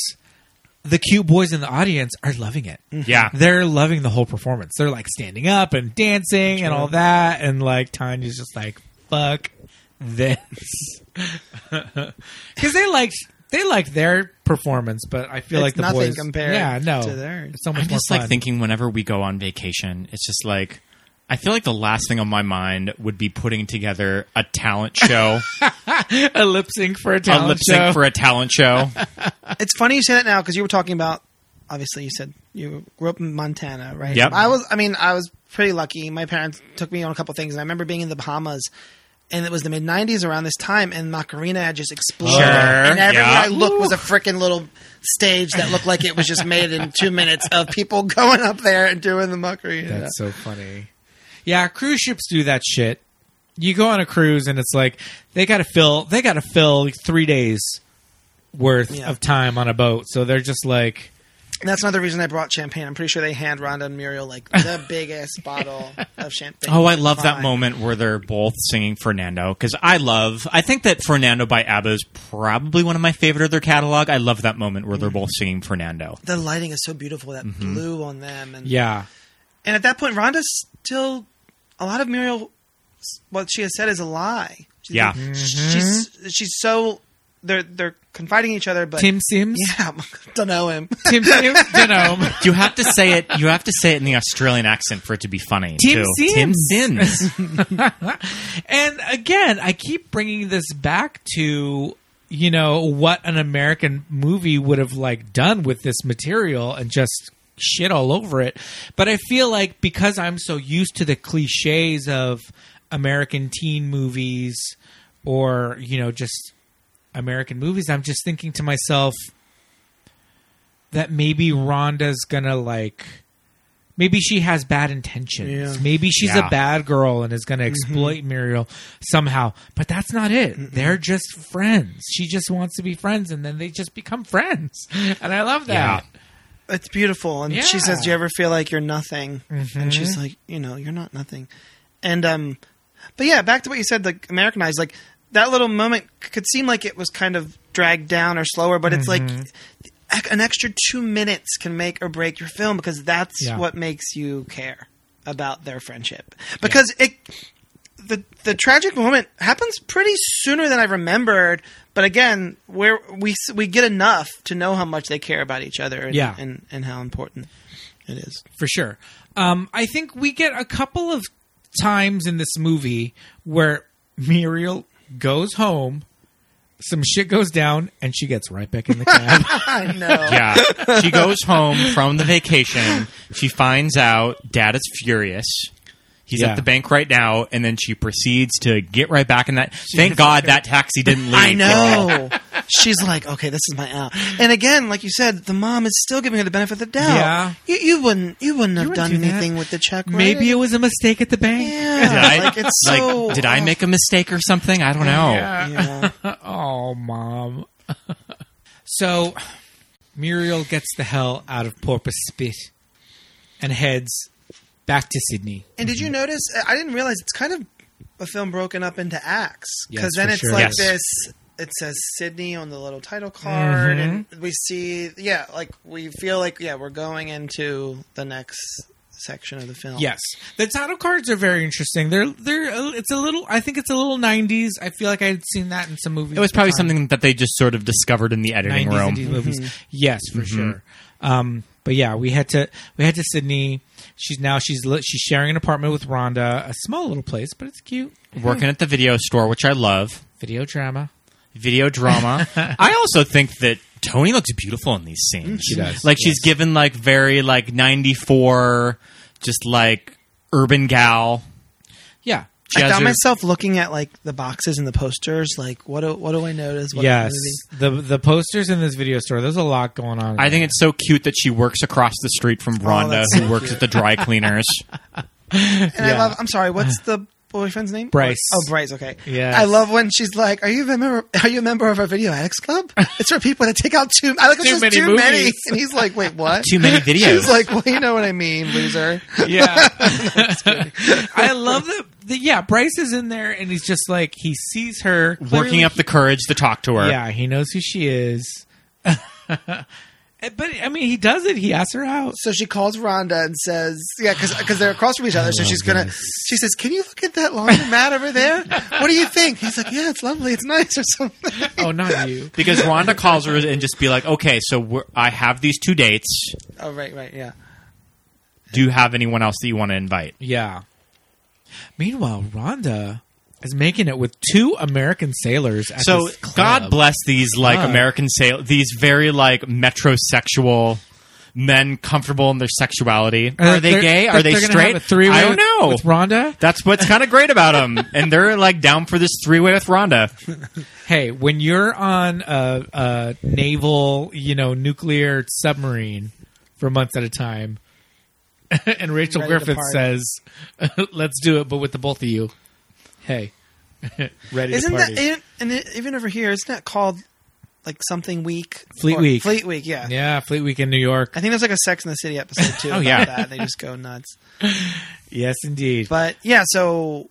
S7: the cute boys in the audience are loving it.
S8: Yeah.
S7: They're loving the whole performance. They're like standing up and dancing and all that, and like Tanya's just like, "Fuck
S9: (laughs)
S7: this," because they liked they liked their performance, but I feel
S9: It's
S7: like the
S9: nothing
S7: boys
S9: compared
S7: yeah, no,
S9: to theirs.
S7: It's so much
S8: I'm
S7: more
S8: just
S7: fun.
S8: like thinking whenever we go on vacation, it's just like I feel like the last thing on my mind would be putting together a talent show,
S7: (laughs) a lip sync for a
S8: a
S7: talent
S8: lip sync
S7: show. (laughs)
S8: for a talent show.
S9: it's funny you say that now because you were talking about. Obviously, you said you grew up in Montana, right?
S8: Yep.
S9: I was. I mean, I was pretty lucky. My parents took me on a couple things, and I remember being in the Bahamas. And it was the mid '90s around this time, and Macarena had just exploded,
S8: Sure,
S9: and everywhere
S8: yeah.
S9: I looked was a freaking little stage that looked like it was just made in two minutes of people (laughs) going up there and doing the Macarena.
S7: That's so funny. Yeah, cruise ships do that shit. You go on a cruise and it's like they got to fill they got to fill three days worth
S9: Yeah.
S7: of time on a boat, so they're just like
S9: And that's another reason I brought champagne. I'm pretty sure they hand Rhonda and Muriel
S8: (laughs)
S9: like the biggest bottle of champagne.
S8: Oh, I love that
S9: Fine.
S8: moment where they're both singing Fernando because I love. I think that Fernando by ABBA is probably one of my favorite of their catalog. I love that moment where they're both singing Fernando.
S9: The lighting is so beautiful. That
S8: Mm-hmm.
S9: blue on them, and
S7: Yeah.
S9: and at that point, Rhonda's still a lot of Muriel. What she has said is a lie. She's
S8: Yeah.
S9: she's she's so they're they're confiding in each other, but
S7: Mm-hmm. Tim Sims?
S9: (laughs) Yeah, don't know him.
S7: Tim Sims? Dunno.
S8: You have to say it. You have to say it in the Australian accent for it to be funny.
S7: Tim
S8: too.
S7: Sims.
S8: Tim Sims.
S7: And again, I keep bringing this back to you know what an American movie would have like done with this material and just shit all over it. But I feel like because I'm so used to the cliches of American teen movies or you know just American movies, I'm just thinking to myself that maybe Rhonda's gonna like maybe she has bad intentions.
S9: Yeah.
S7: Maybe she's
S8: Yeah.
S7: a bad girl and is
S9: Mm-hmm.
S7: gonna exploit Muriel somehow. But that's not it. They're just friends. She just wants to be friends and then they just become friends. (laughs) And I love that.
S9: It's beautiful. And she
S7: Yeah. Mm-hmm.
S9: says, Do you ever feel like you're nothing? And she's like, You know, you're not nothing. And, um, but yeah, back to what you said, like Americanized, like that little moment c- could seem like it was kind of dragged down or slower, but it's
S7: Mm-hmm.
S9: like ec- an extra two minutes can make or break your film because that's
S7: Yeah.
S9: what makes you care about their friendship. Because it, the the tragic moment happens pretty sooner than I remembered. But again, where we s- we get enough to know how much they care about each other, and,
S7: Yeah.
S9: and, and how important it is.
S7: for sure. Um, I think we get a couple of times in this movie where Muriel goes home, some shit goes down, and she gets right back in
S9: (laughs)
S7: the cab.
S9: I know.
S8: Yeah. She goes home from the vacation. She finds out dad is furious. He's
S7: Yeah.
S8: at the bank right now, and then she proceeds to get right back in that. Thank God that taxi didn't leave.
S9: (laughs) I know. She's like, okay, this is my out. And again, like you said, the mom is still giving her the benefit of the doubt.
S7: Yeah.
S9: You, you wouldn't. You wouldn't have
S7: wouldn't
S9: done
S7: do that.
S9: anything with the check. Right?
S7: Maybe it was a mistake at the bank. (laughs)
S9: Yeah.
S8: Did I,
S9: like it's
S8: like,
S9: so.
S8: did I make a mistake or something? I don't know.
S9: Yeah.
S7: Oh, mom. so Muriel gets the hell out of Porpoise Spit and heads back to Sydney.
S9: And did you notice? uh, I didn't realize it's kind of a film broken up into acts
S7: Yes, Mm-hmm.
S9: because then
S7: for
S9: it's
S7: sure.
S9: like
S8: Yes.
S9: this. It says Sydney on the little title card, and we see, yeah, like we feel like, yeah, we're going into the next section of the film.
S7: Yes, the title cards are very interesting. They're they're uh, it's a little. I think it's a little '90s. I feel like I had seen that in some movies.
S8: It was
S7: at the
S8: probably
S7: time.
S8: something that they just sort of discovered in the Mm-hmm. editing
S7: 90s
S8: room.
S7: indie movies. Yes, for sure. Um, but yeah, we had to we had to Sydney. She's now she's li- she's sharing an apartment with Rhonda, a small little place, but it's cute.
S8: Working at the video store, which I love.
S7: Video drama.
S8: Video
S9: (laughs)
S8: drama. I also think that Tony looks beautiful in these scenes. She
S7: does,
S8: Like she's given like very like ninety four, just like urban gal.
S7: Yeah,
S8: She
S9: I
S8: has
S9: found
S8: her-
S9: myself looking at like the boxes and the posters. Like, what do what do I notice? What
S7: yes,
S9: movie?
S7: the the posters in this video store. There's a lot going on.
S8: (laughs) I think it's so cute that she works across the street from Rhonda,
S9: Oh, that's
S8: who
S9: so
S8: works at the dry
S9: (laughs)
S8: cleaners.
S9: and I love. I'm
S7: (laughs)
S9: sorry. What's the boyfriend's name?
S7: Bryce.
S9: Oh, Bryce. Okay.
S7: Yes.
S9: I love when she's like, "Are you a member? Are you a member of our video
S7: (laughs)
S9: addicts club?" It's for people that take out too. I like it's
S7: Too
S9: just
S7: many
S9: too many.
S7: movies.
S9: And he's like, "Wait, what?"
S8: Too
S9: (laughs)
S8: many videos.
S9: She's like, "Well, you know what I mean, loser."
S7: yeah. I love that. The, yeah, Bryce is in there, and he's just like he sees her
S8: working up the courage to talk to her.
S7: Yeah, he knows who she is. (laughs) but I mean, he does it. He asks her
S8: (laughs)
S7: out.
S9: So she calls Rhonda and says, "Yeah, because they're across from each other." So
S7: Oh,
S9: she's gonna. She says, "Can you look at that lawn mat over there? What do you think?" He's like, "Yeah, it's lovely. It's nice or
S7: (laughs)
S9: something."
S7: Oh, not you. (laughs)
S8: Because Rhonda calls her and just be like, okay, so we're, I have these two dates.
S9: Oh, right, right, yeah.
S8: Do you have anyone else that you want to invite?
S7: Yeah. Meanwhile, Rhonda is making it with two American sailors. At
S8: so
S7: this club.
S8: God bless these like
S7: Club.
S8: American sail these very like metrosexual men comfortable in their sexuality.
S7: Uh,
S8: Are they
S7: they're-
S8: gay?
S7: they're
S8: Are they
S7: gonna have
S8: straight?
S7: a three-way
S8: I don't
S7: with-
S8: know.
S7: With Rhonda.
S8: That's what's kind of great
S7: (laughs)
S8: about them, and they're like down for this three way with Rhonda.
S7: Hey, when you're on a, a naval, you know, nuclear submarine for months at a time, (laughs) and Rachel
S9: Ready to
S7: Griffith
S9: party.
S7: says, (laughs) "Let's do it," but with the both of you. Hey, (laughs) ready
S9: Isn't
S7: to
S9: that
S7: party?
S9: and, and even over here? Isn't that called like something week.
S7: Fleet
S9: Or-
S7: Week.
S9: Fleet Week, yeah.
S7: Yeah, Fleet Week in New York.
S9: I think there's like a Sex in the City episode
S8: (laughs)
S9: too.
S7: Oh,
S9: about
S7: yeah.
S9: that. they just go nuts.
S7: Yes, indeed.
S9: But yeah, so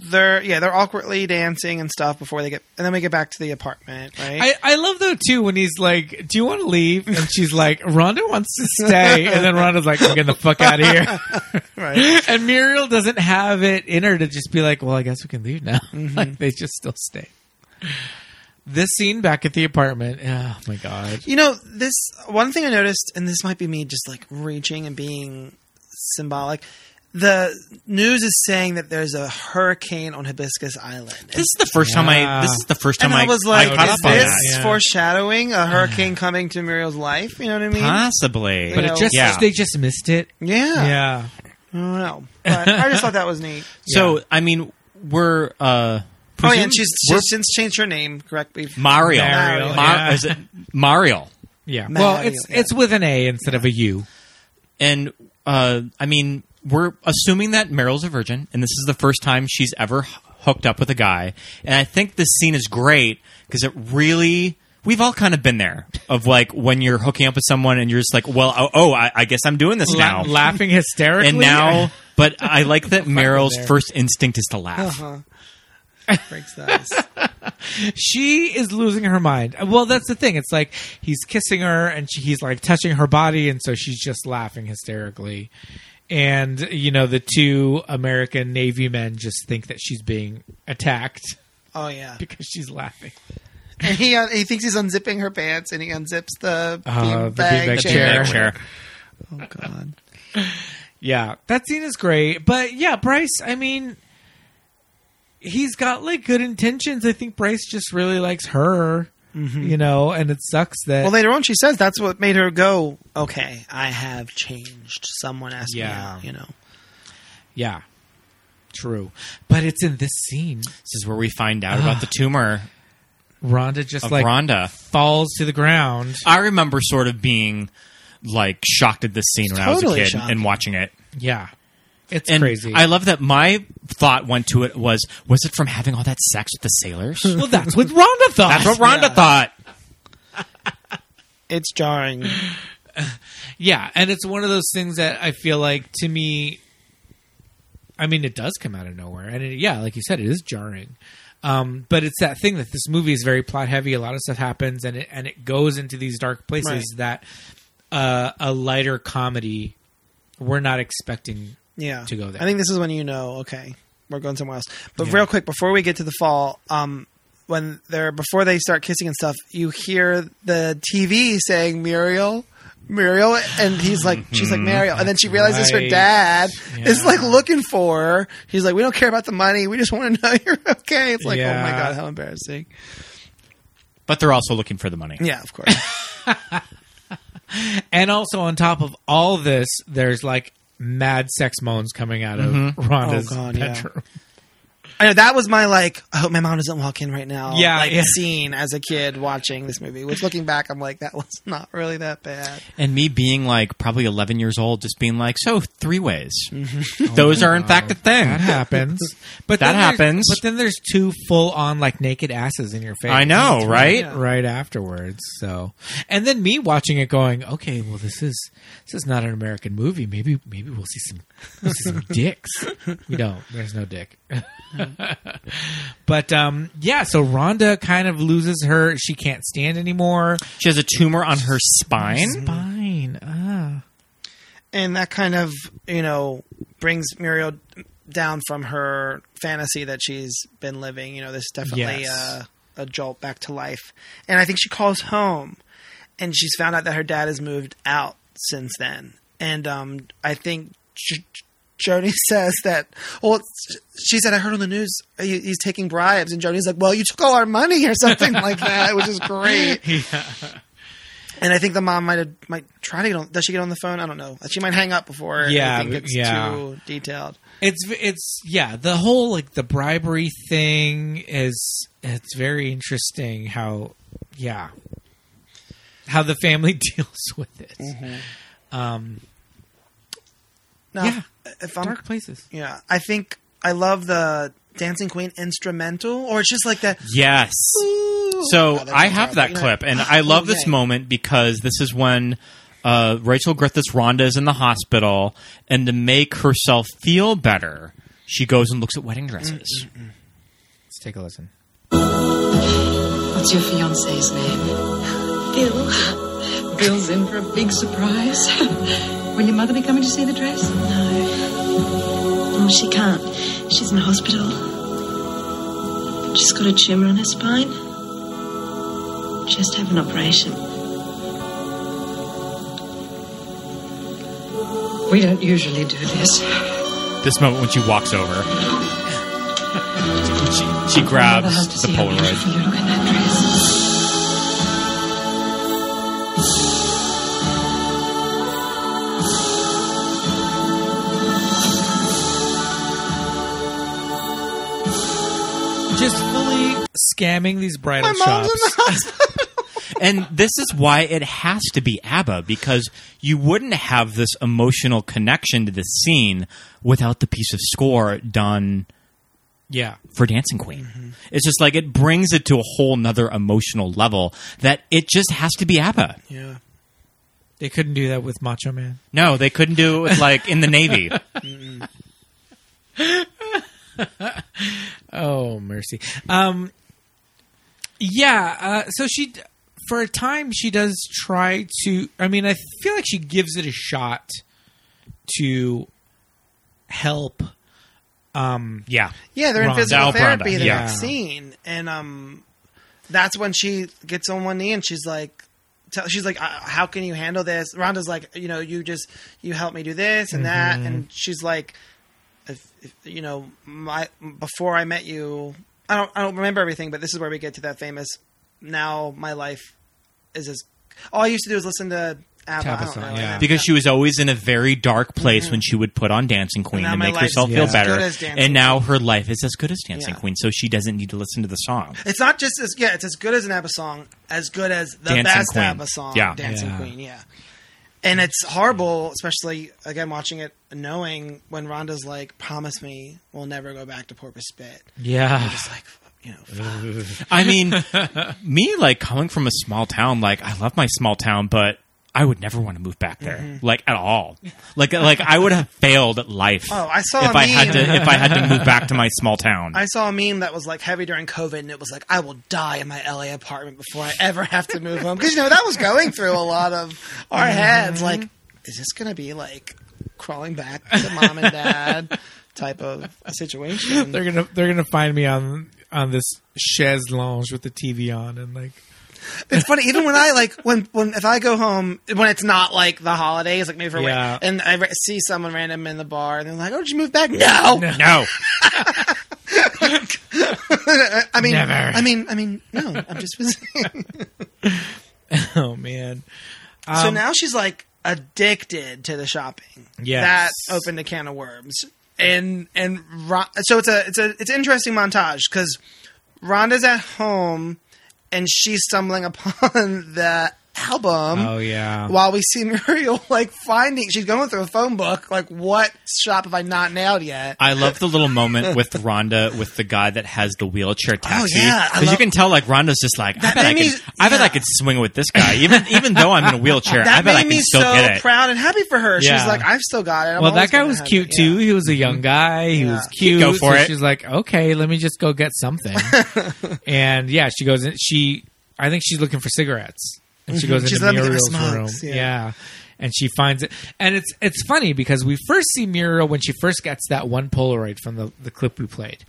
S9: they're yeah they're awkwardly dancing and stuff before they get, and then we get back to the apartment, right?
S7: I, I love though too when he's like, "Do you want to leave?" and she's like, "Rhonda wants to stay," and then Rhonda's like, "I'm getting the fuck out of (laughs) here." (laughs)
S9: right.
S7: and Muriel doesn't have it in her to just be like, "Well, I guess we can leave now." (laughs) like they just still stay. This scene back at the apartment. Oh my god!
S9: You know, this one thing I noticed, and this might be me just like reaching and being symbolic. The news is saying that there's a hurricane on Hibiscus Island.
S8: This is the first time
S7: Yeah.
S8: I. This is the first time
S9: and I, was
S8: Oh I
S9: like,
S8: caught
S9: is
S8: up on
S9: this
S8: that.
S7: Yeah.
S9: foreshadowing a hurricane coming to Muriel's life? You know what I mean?
S8: Possibly,
S7: But
S9: know,
S7: it just
S8: Yeah.
S7: they just missed it.
S9: Yeah.
S7: Yeah.
S9: I don't know. But I just thought that was neat.
S8: so I mean, we're. uh
S9: Oh, yeah,
S8: presumed-
S9: and she's,
S8: we're-
S9: she's since changed her name, correct? We've- (laughs)
S8: Mario.
S7: Mariel,
S8: Mar-
S7: yeah.
S8: is it Mariel?
S7: Yeah.
S9: Mario,
S7: well, it's
S9: yeah.
S7: it's with an A instead of a U.
S8: And uh, I mean, we're assuming that Meryl's a virgin, and this is the first time she's ever h- hooked up with a guy. And I think this scene is great because it really. We've all kind of been there of like when you're hooking up with someone and you're just like, well, oh, oh I, I guess I'm doing this now.
S7: La- laughing hysterically.
S8: and now, but I
S7: (laughs)
S8: like that Meryl's first instinct is to
S7: Uh-huh.
S8: laugh.
S9: Uh-huh. breaks the ice.
S7: she is losing her mind. Well, that's the thing. It's like he's kissing her and she, he's like touching her body, and so she's just laughing hysterically. And you know, the two American Navy men just think that she's being attacked (laughs)
S9: Oh yeah,
S7: because she's laughing.
S9: and he uh, he thinks he's unzipping her pants, and he unzips the
S7: Uh, the
S9: beanbag bag
S7: beanbag chair.
S9: chair.
S8: Chair.
S9: Oh god,
S7: Yeah, that scene is great. But yeah, Bryce, I mean, he's got like good intentions. I think Bryce just really likes her, you know, and it sucks that.
S9: Well, later on, she says that's what made her go. Okay, I have changed. Someone asked me
S7: Yeah.
S9: out. You know,
S7: yeah, true. But it's in this scene.
S8: This is where we find out about the tumor
S7: Rhonda just
S8: of
S7: like
S8: Rhonda.
S7: falls to the ground.
S8: I remember sort of being like shocked at this scene when I was
S9: Totally
S8: a kid
S9: shocked.
S8: and watching it.
S7: Yeah, it's
S8: And
S7: crazy.
S8: I love that my thought went to it was was it from having all that sex with the sailors?
S7: well, that's what Rhonda thought.
S8: That's what Rhonda thought.
S9: it's jarring.
S7: yeah, and it's one of those things that I feel like to me. I mean, it does come out of nowhere, and it, yeah, like you said, it is jarring. Um, but it's that thing that this movie is very plot heavy. A lot of stuff happens, and it and it goes into these dark places that uh, a lighter comedy we're not expecting.
S9: Yeah,
S7: To go there.
S9: I think this is when you know. Okay, we're going somewhere else. But real quick, before we get to the fall, um, when they're before they start kissing and stuff, you hear the TV saying Muriel. Muriel and he's like she's like Muriel and then she realizes her
S7: right.
S9: dad is
S7: Yeah.
S9: like looking for her. He's like, We don't care about the money, we just want to know you're okay. It's like, oh my
S7: Yeah.
S9: god, how embarrassing.
S8: But they're also looking for the money.
S9: Yeah, of course.
S7: And also on top of all this, there's like mad sex moans coming out of
S8: Mm-hmm.
S7: Rhonda's
S9: Oh, God, yeah.
S7: bedroom.
S9: I know that was my like. I hope my mom doesn't walk in right now.
S7: Yeah,
S9: like
S7: yeah.
S9: scene as a kid watching this movie. Which looking back, I'm like, that was not really that bad.
S8: And me being like probably 11 years old, just being like, so three ways. Those are in fact a
S7: That
S8: thing.
S7: happens. (laughs) But
S8: That
S7: then there's-
S8: happens.
S7: But then there's two full on like naked asses in your face.
S8: I know, right?
S7: Right afterwards. So, and then me watching it, going, okay, well, this is this is not an American movie. Maybe maybe we'll see some we'll see some dicks. We don't. There's no dick. (laughs) but um, yeah. So Rhonda kind of loses her. She can't stand anymore.
S8: She has a tumor on her spine.
S7: Spine. Ah.
S9: And that kind of you know brings Muriel down from her fantasy that she's been living. You know, this is definitely
S7: Yes.
S9: uh, a jolt back to life. And I think she calls home, and she's found out that her dad has moved out since then. And um, I think J- Joni (laughs) says that. Well, she said I heard on the news he, he's taking bribes, and Joni's like, "Well, you took all our money or
S7: (laughs)
S9: something like that," which is great. And I think the mom might have, might try to get on. Does she get on the phone? I don't know. She might hang up before
S7: Yeah,
S9: anything gets
S7: yeah.
S9: too detailed.
S7: It's it's yeah the whole like the bribery thing is it's very interesting how yeah how the family (laughs) deals with it um
S9: No,
S7: Yeah.
S9: if I'm
S7: dark places
S9: yeah, I think I love the Dancing Queen instrumental, or it's just like that.
S8: Yes. So
S9: Oh, that
S8: I
S9: sounds
S8: have that
S9: horrible.
S8: clip, and I love this
S9: Okay.
S8: moment because this is when uh, Rachel Griffiths Rhonda is in the hospital, and to make herself feel better, she goes and looks at wedding dresses.
S7: Let's take a listen.
S11: What's your fiance's name? Bill. Bill's in for a big surprise. (laughs) Will your mother be coming to see the dress?
S4: No, she can't. She's in the hospital. She's got a tumor on her spine. She has to have an operation.
S11: We don't usually do this.
S8: This moment when she walks over, she, she grabs the Polaroid.
S11: You look at that dress.
S7: Just fully scamming these bridal
S9: My mom's in
S7: shops.
S9: the hospital.
S8: And this is why it has to be ABBA because you wouldn't have this emotional connection to this scene without the piece of score done
S7: yeah.
S8: for Dancing Queen. It's just like it brings it to a whole nother emotional level that it just has to be ABBA.
S9: Yeah.
S7: They couldn't do that with Macho Man.
S8: No, they couldn't do it with like in the Navy.
S7: Oh mercy. Um, yeah. Uh, so she, for a time, she does try to. I mean, I feel like she gives it a shot to help. Um,
S8: (laughs) Yeah.
S9: Yeah, they're in
S7: Rhonda.
S9: physical
S8: Al
S9: therapy
S8: Branda,
S9: the
S8: yeah.
S9: next scene, and um, that's when she gets on one knee and she's like, tell, she's like, "Uh, "How can you handle this?" Rhonda's like, "You know, you just you help me do this and that,"
S7: Mm-hmm.
S9: and she's like, if, if, "You know, my before I met you, I don't I don't remember everything, but this is where we get to that famous. Now my life is as all I used to do is listen to." ABBA. I
S7: Tabba
S9: don't
S7: song,
S9: know,
S7: yeah.
S9: and-
S8: Because she was always in a very dark place when she would put on Dancing Queen
S9: now
S8: and
S9: my
S8: make
S9: life's
S8: herself
S9: as
S8: feel
S7: good
S8: better.
S9: as Dancing
S8: and now her life is as good as Dancing
S9: Yeah.
S8: Queen, so she doesn't need to listen to the song.
S9: It's not just as yeah, it's as good as an ABBA song, as good as the
S8: Dancing
S9: best
S8: Queen.
S9: ABBA song,
S8: Yeah.
S9: Dancing
S7: Yeah.
S9: Queen, yeah. And it's horrible, especially again watching it, knowing when Rhonda's like, "Promise me we'll never go back to Porpoise Spit."
S7: yeah.
S9: It's like, you know, fuck.
S8: I mean, me like coming from a small town, like I love my small town, but I would never want to move back there,
S9: Mm-hmm.
S8: like at all. Like like I would have failed at life.
S9: Oh, I saw
S8: if
S9: a
S8: I had
S9: meme.
S8: to if I had to move back to my small town.
S9: I saw a meme that was like heavy during COVID, and it was like, "I will die in my LA apartment before I ever have to move home," because you know that was going through a lot of our heads. Like, is this going to be like crawling back to mom and dad type of (laughs)
S7: (laughs)
S9: situation?
S7: They're gonna they're gonna find me on on this chaise lounge with the TV on and like
S9: It's funny, even when I like when when if I go home when it's not like the holidays, like maybe for
S7: Yeah.
S9: yeah. and I ra- see someone random in the bar, and they're like, "Oh, did you move back?" No,
S8: no.
S9: (laughs) I mean,
S7: Never.
S9: I mean, I mean, no, I'm just (laughs) visiting.
S7: oh man.
S9: so
S7: Um,
S9: now she's like addicted to the shopping.
S7: Yes.
S9: that opened a can of worms, and and Ro- so it's a it's a it's an interesting montage because Rhonda's at home, and she's stumbling (laughs) upon the album.
S7: Oh yeah.
S9: while we see (laughs) Muriel like finding she's going through a phone book like what shop have I not nailed yet?
S8: I love the little moment with Rhonda with the guy that has the wheelchair taxi.
S9: Oh, yeah, I
S8: Because you
S9: love-
S8: can tell like Rhonda's just like I bet I,
S9: made me-
S8: could, I bet I
S9: yeah.
S8: could swing with this guy
S9: (laughs)
S8: even even though I'm in a wheelchair. I
S9: That
S8: bet I
S9: made
S8: can
S9: me
S8: still
S9: so
S8: get it.
S9: proud and happy for her.
S7: Yeah.
S9: She's like, I've still got it. I'm
S7: well, that
S9: always
S7: guy
S9: gonna
S7: was
S9: have
S7: cute
S9: it."
S7: too. He was a young guy. He
S9: Yeah.
S7: was cute.
S8: go for
S7: so
S8: it.
S7: She's like, okay, let me just go get something.
S9: (laughs)
S7: and yeah, she goes. In, she, I think she's looking for cigarettes, and she goes
S9: Mm-hmm. She's
S7: into
S9: like, "Let me
S7: Muriel's
S9: get my smokes,"
S7: room. Yeah.
S9: yeah.
S7: and she finds it. And it's it's funny because we first see Muriel when she first gets that one Polaroid from the the clip we played.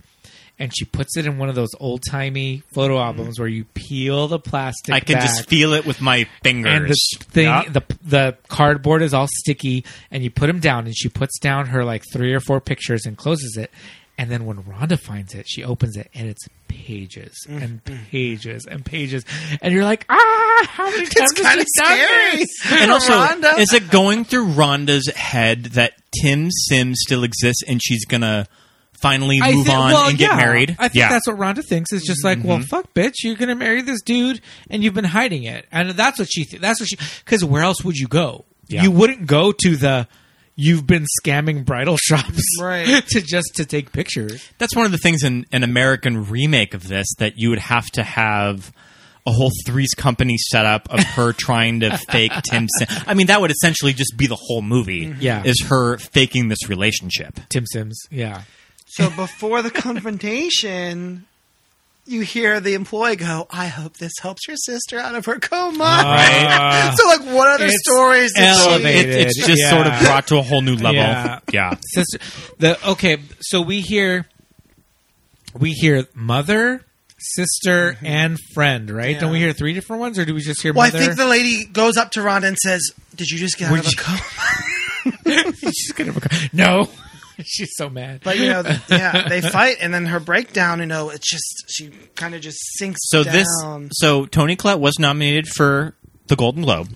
S7: And she puts it in one of those old timey photo
S9: Mm-hmm.
S7: albums where you peel the plastic.
S8: I can
S7: back.
S8: just feel it with my fingers.
S7: And the thing,
S8: Yeah.
S7: the the cardboard is all sticky, and you put them down, and she puts down her like three or four pictures and closes it. And then when Rhonda finds it, she opens it, and it's pages
S9: Mm-hmm.
S7: and pages and pages, and you're like, ah, how many times
S9: It's
S7: has
S9: kind
S7: she
S9: of
S7: done
S9: scary.
S7: this?
S9: (laughs)
S8: and also,
S9: Rhonda.
S8: is it going through Rhonda's head that Tim Sims still exists and she's gonna finally move
S7: thi-
S8: on and get
S7: yeah.
S8: married?
S7: I think
S8: yeah. Mm-hmm.
S7: that's what Rhonda thinks. It's just like, well, fuck, bitch, you're gonna marry this dude, and you've been hiding it, and that's what she. Th- that's what she. Because where else would you go?
S8: Yeah.
S7: You wouldn't go to the. You've been scamming bridal (laughs) shops,
S9: Right.
S7: (laughs) to just to take pictures.
S8: that's one of the things in an American remake of this that you would have to have a whole Three's Company setup
S7: (laughs)
S8: of her trying to fake Tim. Sim- I mean, that would essentially just be the whole movie.
S7: Yeah.
S8: is her faking this relationship?
S7: Tim Sims. Yeah.
S9: (laughs) So before the confrontation, you hear the employee go, "I hope this helps your sister out of her coma."
S8: Ah.
S9: (laughs) so, like, what other
S7: Uh, It's
S9: stories? did she-
S7: elevated.
S8: It- it's just
S7: Yeah.
S8: sort of brought to a whole new level.
S7: Yeah.
S8: yeah.
S7: Sister, the okay. So we hear, we hear mother, sister,
S9: Mm-hmm.
S7: and friend. Right? Don't we hear three different ones, or do we just hear
S9: Well, I
S7: mother?
S9: think the lady goes up to Rhonda and says, "Did you just get out
S7: Would
S9: of a
S7: you-
S9: coma?"
S7: She's gonna reco- (laughs) no. (laughs) She's so mad.
S9: But you
S8: (laughs)
S9: know, th- yeah, they fight, and then her breakdown. You know, it's just she kind of just sinks.
S8: So this,
S9: down.
S8: so Tony Collette was nominated for the Golden Globe.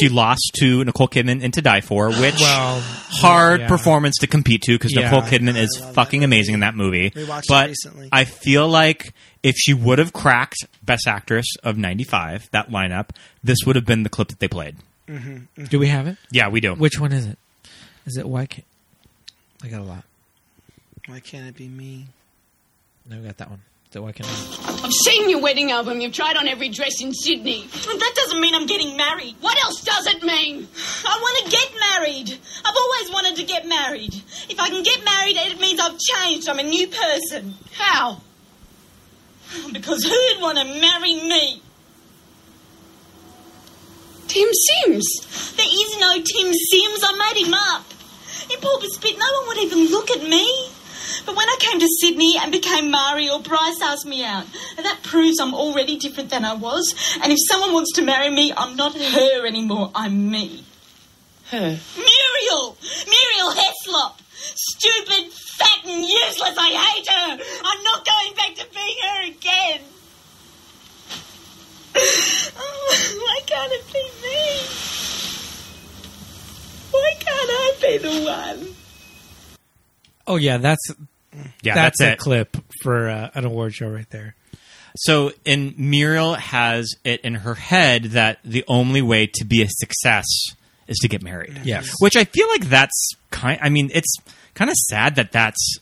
S8: She lost to Nicole Kidman in To Die For,
S7: (laughs)
S8: which
S7: Well,
S8: hard
S7: yeah.
S8: performance to compete to because
S7: Yeah.
S8: Nicole Kidman is fucking amazing in that movie.
S9: We watched it
S8: but
S9: recently.
S8: I feel like if she would have cracked Best Actress of '95, that lineup, this would have been the clip that they played.
S7: Do we have it?
S8: Yeah, we do.
S7: Which one is it? Is it why can't I got a lot?
S9: Why can't it be me?
S7: No, we got that one. Is it why can't I?
S2: I've seen your wedding album. You've tried on every dress in Sydney.
S5: That doesn't mean I'm getting married.
S2: What else does it mean?
S5: I want to get married. I've always wanted to get married. If I can get married, it means I've changed. I'm a new person.
S2: How?
S5: Because who'd want to marry me?
S2: Tim Sims.
S5: There is no Tim Sims. I made him up. In Paul's Pit, no one would even look at me. But when I came to Sydney and became Mario, Bryce asked me out. And that proves I'm already different than I was. And if someone wants to marry me, I'm not her anymore. I'm me.
S2: Her.
S5: Muriel! Muriel Heslop! Stupid, fat, and useless. I hate her. I'm not going back to being her again. (laughs) Oh, why can't it be me? Why can't I be the one?
S7: Oh yeah, that's
S8: Yeah,
S7: that's,
S8: that's,
S7: a
S8: it.
S7: clip for uh, an award show right there.
S8: So, and Muriel has it in her head that the only way to be a success is to get married.
S7: Yes.
S8: Which I feel like that's kind. I mean, it's kind of sad that that's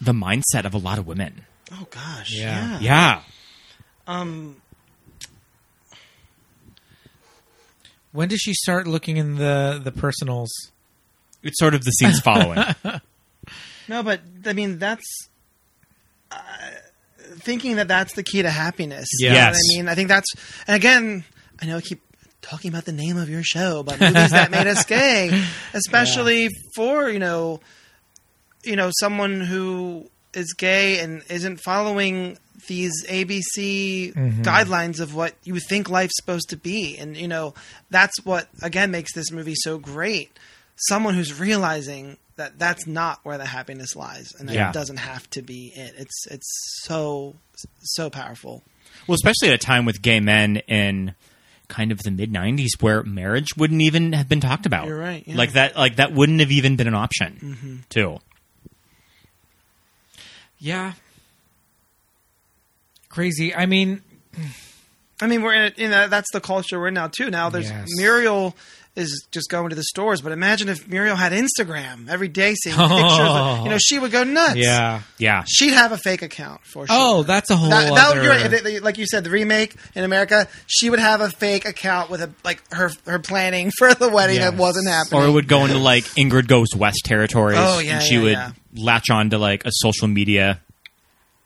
S8: the mindset of a lot of women.
S9: Oh gosh,
S7: Yeah.
S9: yeah.
S8: Yeah.
S9: Um,
S7: When does she start looking in the the personals?
S8: (laughs) It's sort of the scenes
S9: (laughs)
S8: following.
S9: no, but I mean, that's uh, thinking that that's the key to happiness. You know what
S8: Yes.
S9: I mean, I think that's, and again, I know I keep talking about the name of your show, but movies that made
S8: (laughs)
S9: us gay, especially for you know, you know, someone who is gay and isn't following these ABC
S7: Mm-hmm.
S9: guidelines of what you think life's supposed to be, and you know, that's what again makes this movie so great. Someone who's realizing that that's not where the happiness lies, and that
S8: Yeah.
S9: it doesn't have to be it. It's it's so so powerful.
S8: well, especially at a time with gay men in kind of the mid '90s, where marriage wouldn't even have been talked about.
S9: You're right, yeah. Mm-hmm.
S8: Like that. Like that wouldn't have even been an option. Too.
S7: Yeah. Crazy. I mean,
S9: I mean, we're in it. You know, that's the culture we're in now too. Now there's
S7: Yes.
S9: Muriel is just going to the stores, but imagine if Muriel had Instagram every day, seeing
S7: Oh.
S9: pictures.
S7: (laughs)
S9: Of, you know, she would go nuts.
S7: yeah.
S8: Yeah.
S9: she'd have a fake account for sure.
S7: Oh, that's a whole
S9: That, that
S7: other.
S9: would be right. They- they- Like you said, the remake in America, she would have a fake account with a like her her planning (laughs) for the wedding that
S7: Yes.
S9: wasn't happening.
S8: or it would go into like Ingrid goes west territories,
S9: Oh, yeah,
S8: and she
S9: yeah,
S8: would
S9: yeah.
S8: latch on to like a social media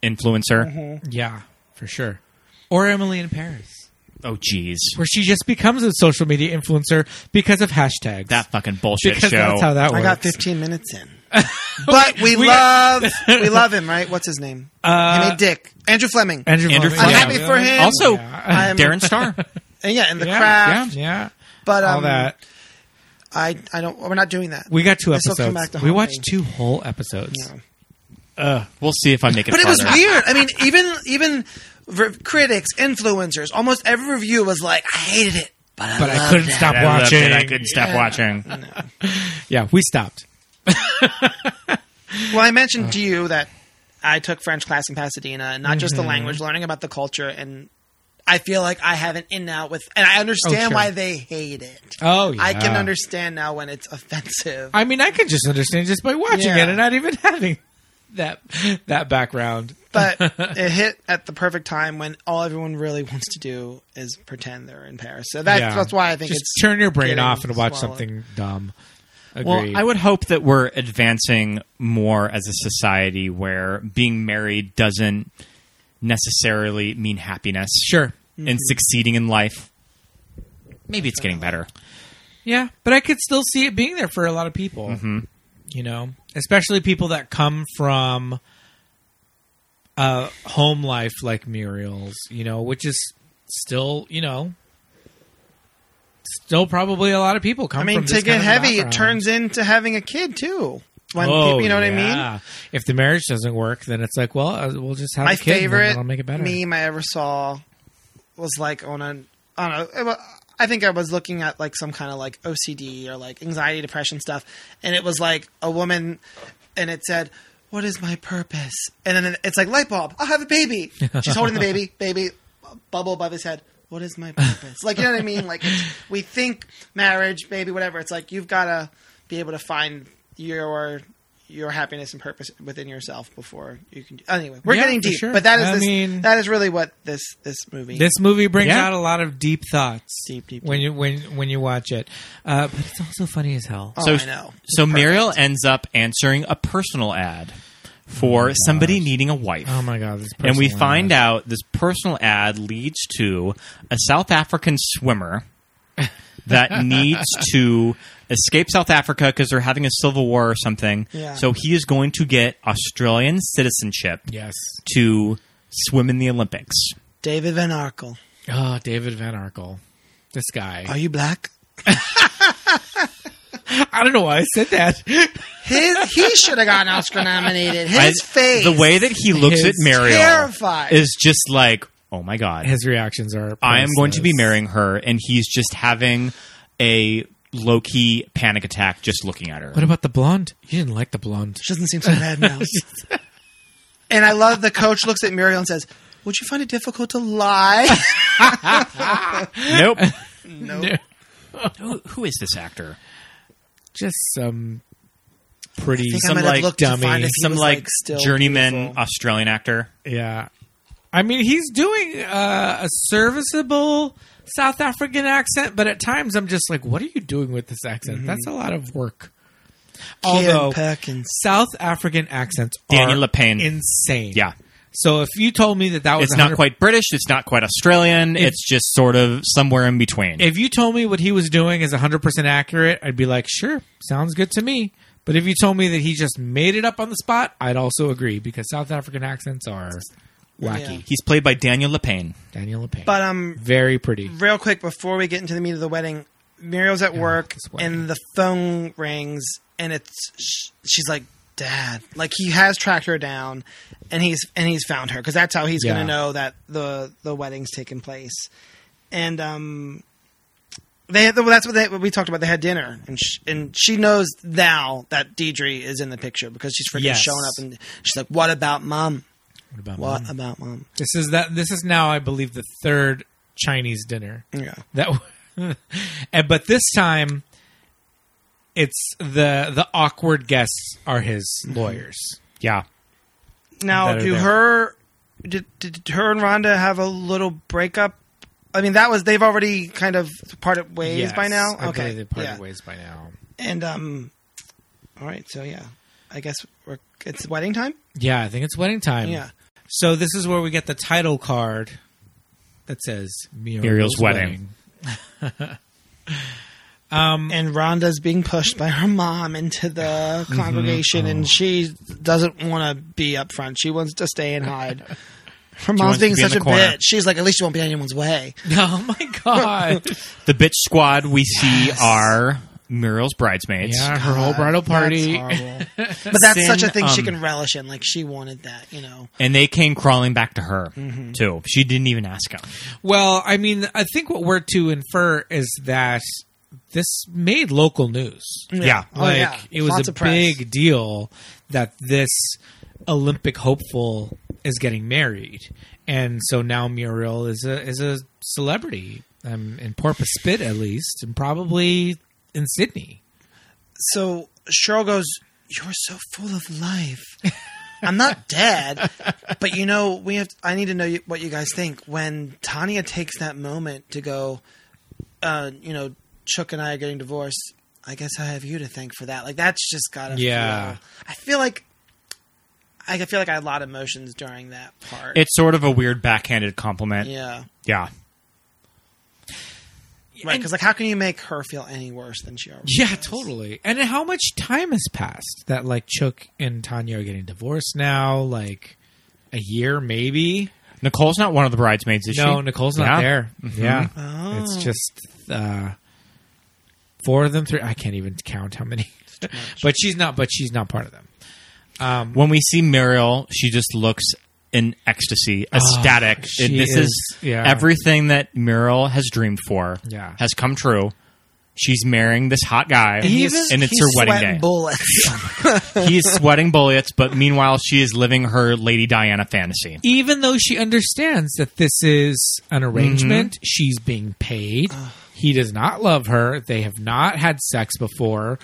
S8: influencer.
S9: Mm-hmm.
S7: yeah, for sure. Or Emily in Paris,
S8: Oh, jeez,
S7: where she just becomes a social media influencer because of hashtags.
S8: that fucking bullshit
S7: because
S8: show.
S7: that's how Oh, that works.
S9: I got 15
S7: (laughs)
S9: minutes in. But we, love we love him, right? What's his name? Uh, he made Dick Andrew Fleming.
S7: Andrew,
S8: Andrew
S7: Fleming.
S9: I'm
S8: Yeah.
S9: happy for him.
S8: also,
S9: I'm- Uh,
S8: Darren
S9: (laughs)
S8: Star.
S9: and yeah, and the
S7: yeah,
S9: craft.
S7: Yeah, yeah.
S9: But um,
S7: all that.
S9: I I don't. We're not doing that.
S7: We got two
S9: This will come
S7: episodes.
S9: back to
S7: We
S9: haunt
S7: watched
S9: me.
S7: two whole episodes.
S9: Yeah.
S8: Uh, we'll see if I make it.
S9: But it was
S8: farther.
S9: weird. I mean, even even v- critics, influencers, almost every review was like, I hated it, but I,
S7: But I
S9: loved
S7: couldn't
S9: it."
S7: stop
S8: I loved
S7: watching.
S8: it. I couldn't stop watching.
S7: (laughs) Yeah, we stopped.
S9: Well, I
S7: Uh.
S9: mentioned to you that I took French class in Pasadena, and not just the
S7: Mm-hmm.
S9: language, learning about the culture, and I feel like I have an in now with, and I understand
S7: Oh, sure.
S9: why they hate it.
S7: Oh, yeah.
S9: I can understand now when it's offensive.
S7: (laughs) I mean, I can just understand just by watching
S9: Yeah.
S7: it and not even having that that background. (laughs)
S9: but it hit at the perfect time when all everyone really wants to do is pretend they're in Paris. So that's
S7: Yeah.
S9: that's why I think
S7: Just
S9: it's
S7: turn your brain
S9: getting
S7: off and watch
S9: swallowed.
S7: something dumb. Agreed.
S8: Well, I would hope that we're advancing more as a society where being married doesn't necessarily mean happiness.
S7: Sure.
S9: Mm-hmm.
S8: And succeeding in life. Maybe it's getting better.
S7: Yeah, but I could still see it being there for a lot of people. You know, especially people that come from a home life like Muriel's, you know, which is still, you know, still probably a lot of people come
S9: I mean,
S7: from
S9: to
S7: this kind
S9: get
S7: of
S9: heavy, it
S7: background.
S9: turns into having a kid too. When
S7: Oh,
S9: people, you know what I mean?
S7: yeah. If the marriage doesn't work, then it's like, well, uh, we'll just have
S9: My
S7: a kid. and then
S9: favorite
S7: that'll make it better.
S9: meme I ever saw was like on a on a. it wa- I think I was looking at like some kind of like OCD or like anxiety, depression stuff, and it was like a woman, and it said, "What is my purpose?" And then it's like light bulb. I'll have a baby. She's holding
S7: (laughs)
S9: the baby, baby bubble above his head. What is my purpose? like you know what I mean? Like it's, we think marriage, baby, whatever. It's like you've got to be able to find your your happiness and purpose within yourself before you can. Anyway, we're
S7: Yeah,
S9: getting
S7: for
S9: deep,
S7: sure.
S9: but that is
S7: I
S9: this,
S7: mean-
S9: that is really what this this movie.
S7: This movie brings
S8: Yeah.
S7: out a lot of deep thoughts
S9: Deep, deep,
S7: when you when when you watch it, uh, but it's also funny as hell.
S9: oh,
S8: so
S9: I know.
S8: so Muriel ends up answering a personal ad
S9: Oh
S8: for somebody needing a wife.
S7: Oh my god! This
S8: and we find out this personal ad leads to a South African
S9: (laughs)
S8: swimmer that needs to escape South Africa because they're having a civil war or something.
S9: Yeah.
S8: So he is going to get Australian citizenship
S7: Yes.
S8: to swim in the Olympics.
S9: David Van Arkel.
S7: Oh, David Van Arkel, this guy.
S9: Are you black?
S7: I don't know why I said that.
S9: His he should have gotten Oscar
S7: (laughs)
S9: nominated. His
S8: I-
S9: face.
S8: the way that he looks
S7: His
S8: at Mariel
S9: terrified.
S8: is just like, oh my
S7: (laughs)
S8: god,
S7: His reactions are.
S8: I am going to be
S7: priceless.
S8: marrying her, and he's just having a low key panic attack just looking at her.
S7: What about the blonde? You didn't like the blonde.
S9: She doesn't seem so bad now. and I love the coach looks at Muriel and says, "Would you find it difficult to lie?"
S8: (gasps) nope.
S9: no.
S8: who, who is this actor?
S7: Just some pretty.
S9: think I
S8: some
S9: might have
S8: like
S9: looked to find
S8: dummy,
S9: if he
S8: some
S9: was,
S8: like,
S9: like, still
S8: journeyman
S9: beautiful.
S8: Australian actor.
S7: Yeah. I mean, he's doing uh, a serviceable South African accent, but at times I'm just like, what are you doing with this accent?
S8: Mm-hmm.
S7: That's a lot of work. Although
S9: Perkins.
S7: South African accents
S8: Daniel
S7: are
S8: Lapine.
S7: insane.
S8: Yeah.
S7: So if you told me that that was
S8: It's not
S7: 100
S8: quite British. It's not quite Australian.
S7: If-
S8: it's just sort of somewhere in between.
S7: if you told me what he was doing is 100% accurate, I'd be like, sure, sounds good to me. But if you told me that he just made it up on the spot, I'd also agree because South African accents are wacky.
S9: Yeah.
S8: He's played by Daniel Lapine.
S7: Daniel Lapine.
S9: But um,
S7: very pretty.
S9: real quick before we get into the meat of the wedding, Muriel's at work
S7: this wedding.
S9: and the phone rings and it's sh- she's like, "Dad," like he has tracked her down, and he's and he's found her because that's how he's
S7: Yeah.
S9: going to know that the the wedding's taken place, and um. They, well, that's what, they, what we talked about. They had dinner, and sh- and she knows now that Deidre is in the picture because she's freaking
S7: Yes.
S9: showing up, and she's like, "What about mom?
S7: What about
S9: What
S7: mine?
S9: about mom?
S7: This is that. This is now, I believe, the third Chinese dinner
S9: Yeah,
S7: that, (laughs) and but this time, it's the the awkward guests are his lawyers.
S8: Yeah.
S9: Now,
S7: that are
S9: do
S7: there.
S9: her did, did her and Rhonda have a little breakup? I mean, that was they've already kind of parted ways
S7: Yes,
S9: by now.
S7: I
S9: okay,
S7: believe they parted
S9: yeah.
S7: ways by now.
S9: And um, all right, so yeah, I guess we're it's wedding time.
S7: Yeah, I think it's wedding time.
S9: Yeah,
S7: So this is where we get the title card that says Muriel's,
S8: Muriel's Wedding.
S9: and Rhonda's being pushed by her mom into the congregation, and she doesn't want to be up front. She wants to stay and hide. Her
S8: wants
S9: mom's
S8: to
S9: being
S8: be in
S9: such
S8: the
S9: a
S8: corner.
S9: bitch. She's like, at least you won't be in anyone's way.
S7: (laughs) Oh my god!
S8: The bitch squad we see are Muriel's bridesmaids.
S7: (laughs) yeah, her whole bridal party.
S9: That's
S7: (laughs)
S9: horrible. but that's such a
S8: Sin,
S9: thing she
S8: um,
S9: can relish in. Like she wanted that, you know.
S8: And they came crawling back to her, too. She didn't even ask him.
S7: Well, I mean, I think what we're to infer is that this made local news.
S8: Yeah.
S9: Oh,
S7: like
S9: yeah.
S7: it was
S9: Lots
S7: a
S9: of press.
S7: big deal that this Olympic hopeful is getting married, and so now Muriel is a is a celebrity um, in Porpoise Spit at least, and probably in Sydney.
S9: So Cheryl goes, "You're so full of life."
S7: (laughs)
S9: I'm not dead, but you know, we have. I need to know you, what you guys think when Tanya takes that moment to go. Uh, you know, Chuck and I are getting divorced. I guess I have you to thank for that. Like that's just gotta.
S7: Yeah.
S9: feel- I feel like. I feel like I had a lot of emotions during that part.
S8: It's sort of a weird backhanded compliment.
S9: yeah.
S8: Yeah.
S9: Right, because like, how can you make her feel any worse than she already?
S7: Yeah, totally. And how much time has passed that like Chuck and Tanya are getting divorced now? Like a year, maybe.
S8: Nicole's not one of the bridesmaids, is she?
S7: no, Nicole's not
S8: Yeah.
S7: there.
S8: Mhm.
S7: Yeah,
S9: Oh.
S7: it's just uh, four of them. Three. I can't even count how many. (laughs) but she's not. But she's not part of them. Um,
S8: When we see Muriel, she just looks in ecstasy, ecstatic.
S7: Ah, she
S8: And this is,
S7: is- yeah.
S8: everything that Muriel has dreamed for.
S7: Yeah.
S8: has come true. She's marrying this hot guy,
S9: And he's-
S8: and it's
S9: he's
S8: her wedding
S9: sweating
S8: day.
S9: Bullets.
S7: (laughs)
S9: (laughs)
S8: He's sweating bullets, but meanwhile, she is living her Lady Diana fantasy.
S7: even though she understands that this is an arrangement, she's being paid. He does not love her. They have not had sex before.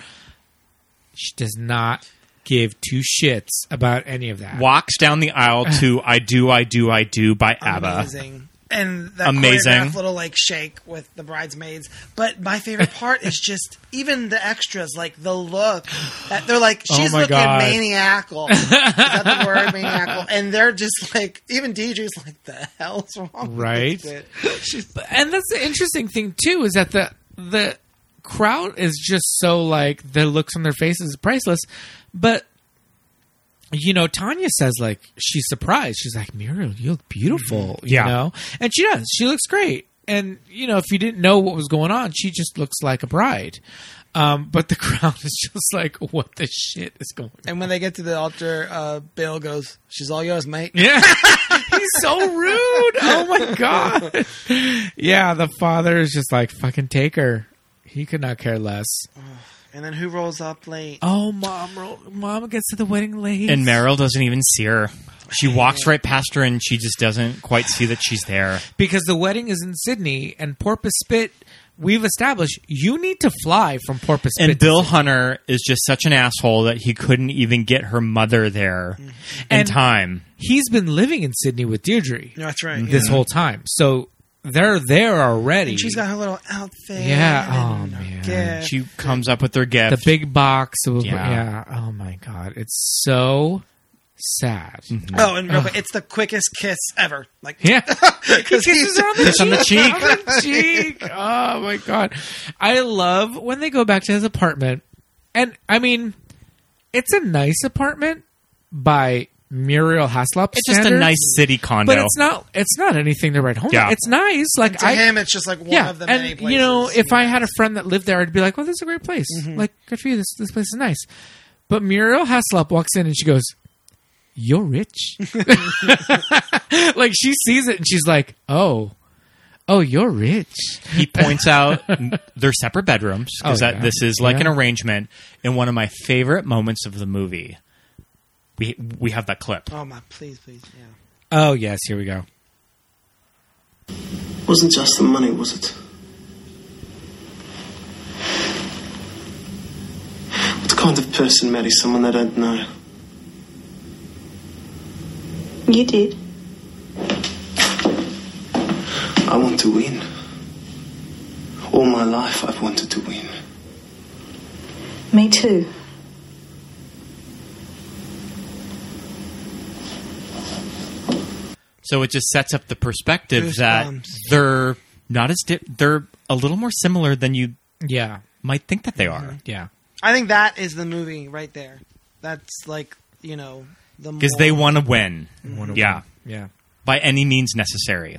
S7: She does not give two shits about any of that.
S8: Walks down the aisle to "I Do, I Do, I Do" by ABBA.
S9: Amazing. And that
S8: Amazing.
S9: choreographed little like shake with the bridesmaids. But my favorite part is just even the extras, like the look. That they're like,
S7: (gasps) Oh
S9: she's
S7: my
S9: looking
S7: God. (laughs)
S9: maniacal. is that the word maniacal? And they're just like, even DJ's like, the hell's wrong? with
S7: Right.
S9: this shit?"
S7: And that's the interesting thing too is that the the crowd is just so like the looks on their faces is priceless, but you know Tanya says like she's surprised. She's like Muriel, you look beautiful. You
S8: Yeah.
S7: know, and she does. She looks great. And you know, if you didn't know what was going on, she just looks like a bride. Um, but the (laughs) crowd is just like, what the shit is going on?
S9: And when they get to the altar, uh, Bill goes, she's all yours, mate.
S7: Yeah. (laughs) He's so rude. Oh my god. Yeah, the father is just like fucking take her. He could not care less.
S9: And then who rolls up late?
S7: Oh, mom, ro- mom gets to the wedding late.
S8: And Meryl doesn't even see her. She walks right past her, and she just doesn't quite see that she's there.
S7: because the wedding is in Sydney and Porpoise Spit, we've established you need to fly from Porpoise Spit.
S8: And Bill Hunter is just such an asshole that he couldn't even get her mother there in
S7: And-
S8: time.
S7: he's been living in Sydney with Deirdre
S9: No, that's right.
S7: this
S9: yeah.
S7: whole time. So they're there already.
S9: And she's got her little outfit.
S7: Yeah,
S9: and
S7: oh,
S9: her
S7: man.
S9: gift.
S8: She comes up with her gift.
S7: the big box. of-
S8: Yeah.
S7: yeah. Oh my god. It's so sad.
S9: Oh, and real quick, it's the quickest kiss ever. Like, (laughs)
S7: Yeah.
S9: because
S7: kisses her on the
S8: Kiss on the
S7: cheek. (laughs)
S8: cheek.
S7: on the cheek. Oh my god. I love when they go back to his apartment. And I mean, it's a nice apartment by Muriel Haslop.
S8: it's just a
S7: standards,
S8: nice city condo.
S7: but it's not it's not anything to write home.
S8: Yeah.
S7: about. It's nice. Like
S9: (laughs) to
S7: I
S9: him, it's just like one
S7: yeah,
S9: of the many
S7: and
S9: places. Mm-hmm.
S7: you know, if I had a friend that lived there, I'd be like, "Well, this is a great place. Like, good for you. This this place is nice." But Muriel Haslop walks in and she goes, "You're rich." (laughs) like she sees it and she's like, "Oh, oh, you're rich."
S8: he points out their separate bedrooms because
S7: Oh, yeah.
S8: that this is like
S7: Yeah.
S8: an arrangement. And one of my favorite moments of the movie, we we have that clip.
S9: Oh my, please, please, yeah.
S7: Oh yes, here we go.
S3: Wasn't just the money, was it? What kind of person marries someone they don't know?
S6: You did.
S3: I want to win. All my life I've wanted to win.
S6: Me too.
S8: So it just sets up the perspective
S9: Goosebumps.
S8: that they're not as di- they're a little more similar than you
S7: Yeah,
S8: might think that they are.
S7: yeah,
S9: I think that is the movie right there. That's like you know the
S8: Because they want to win. yeah.
S7: yeah.
S8: By any means necessary.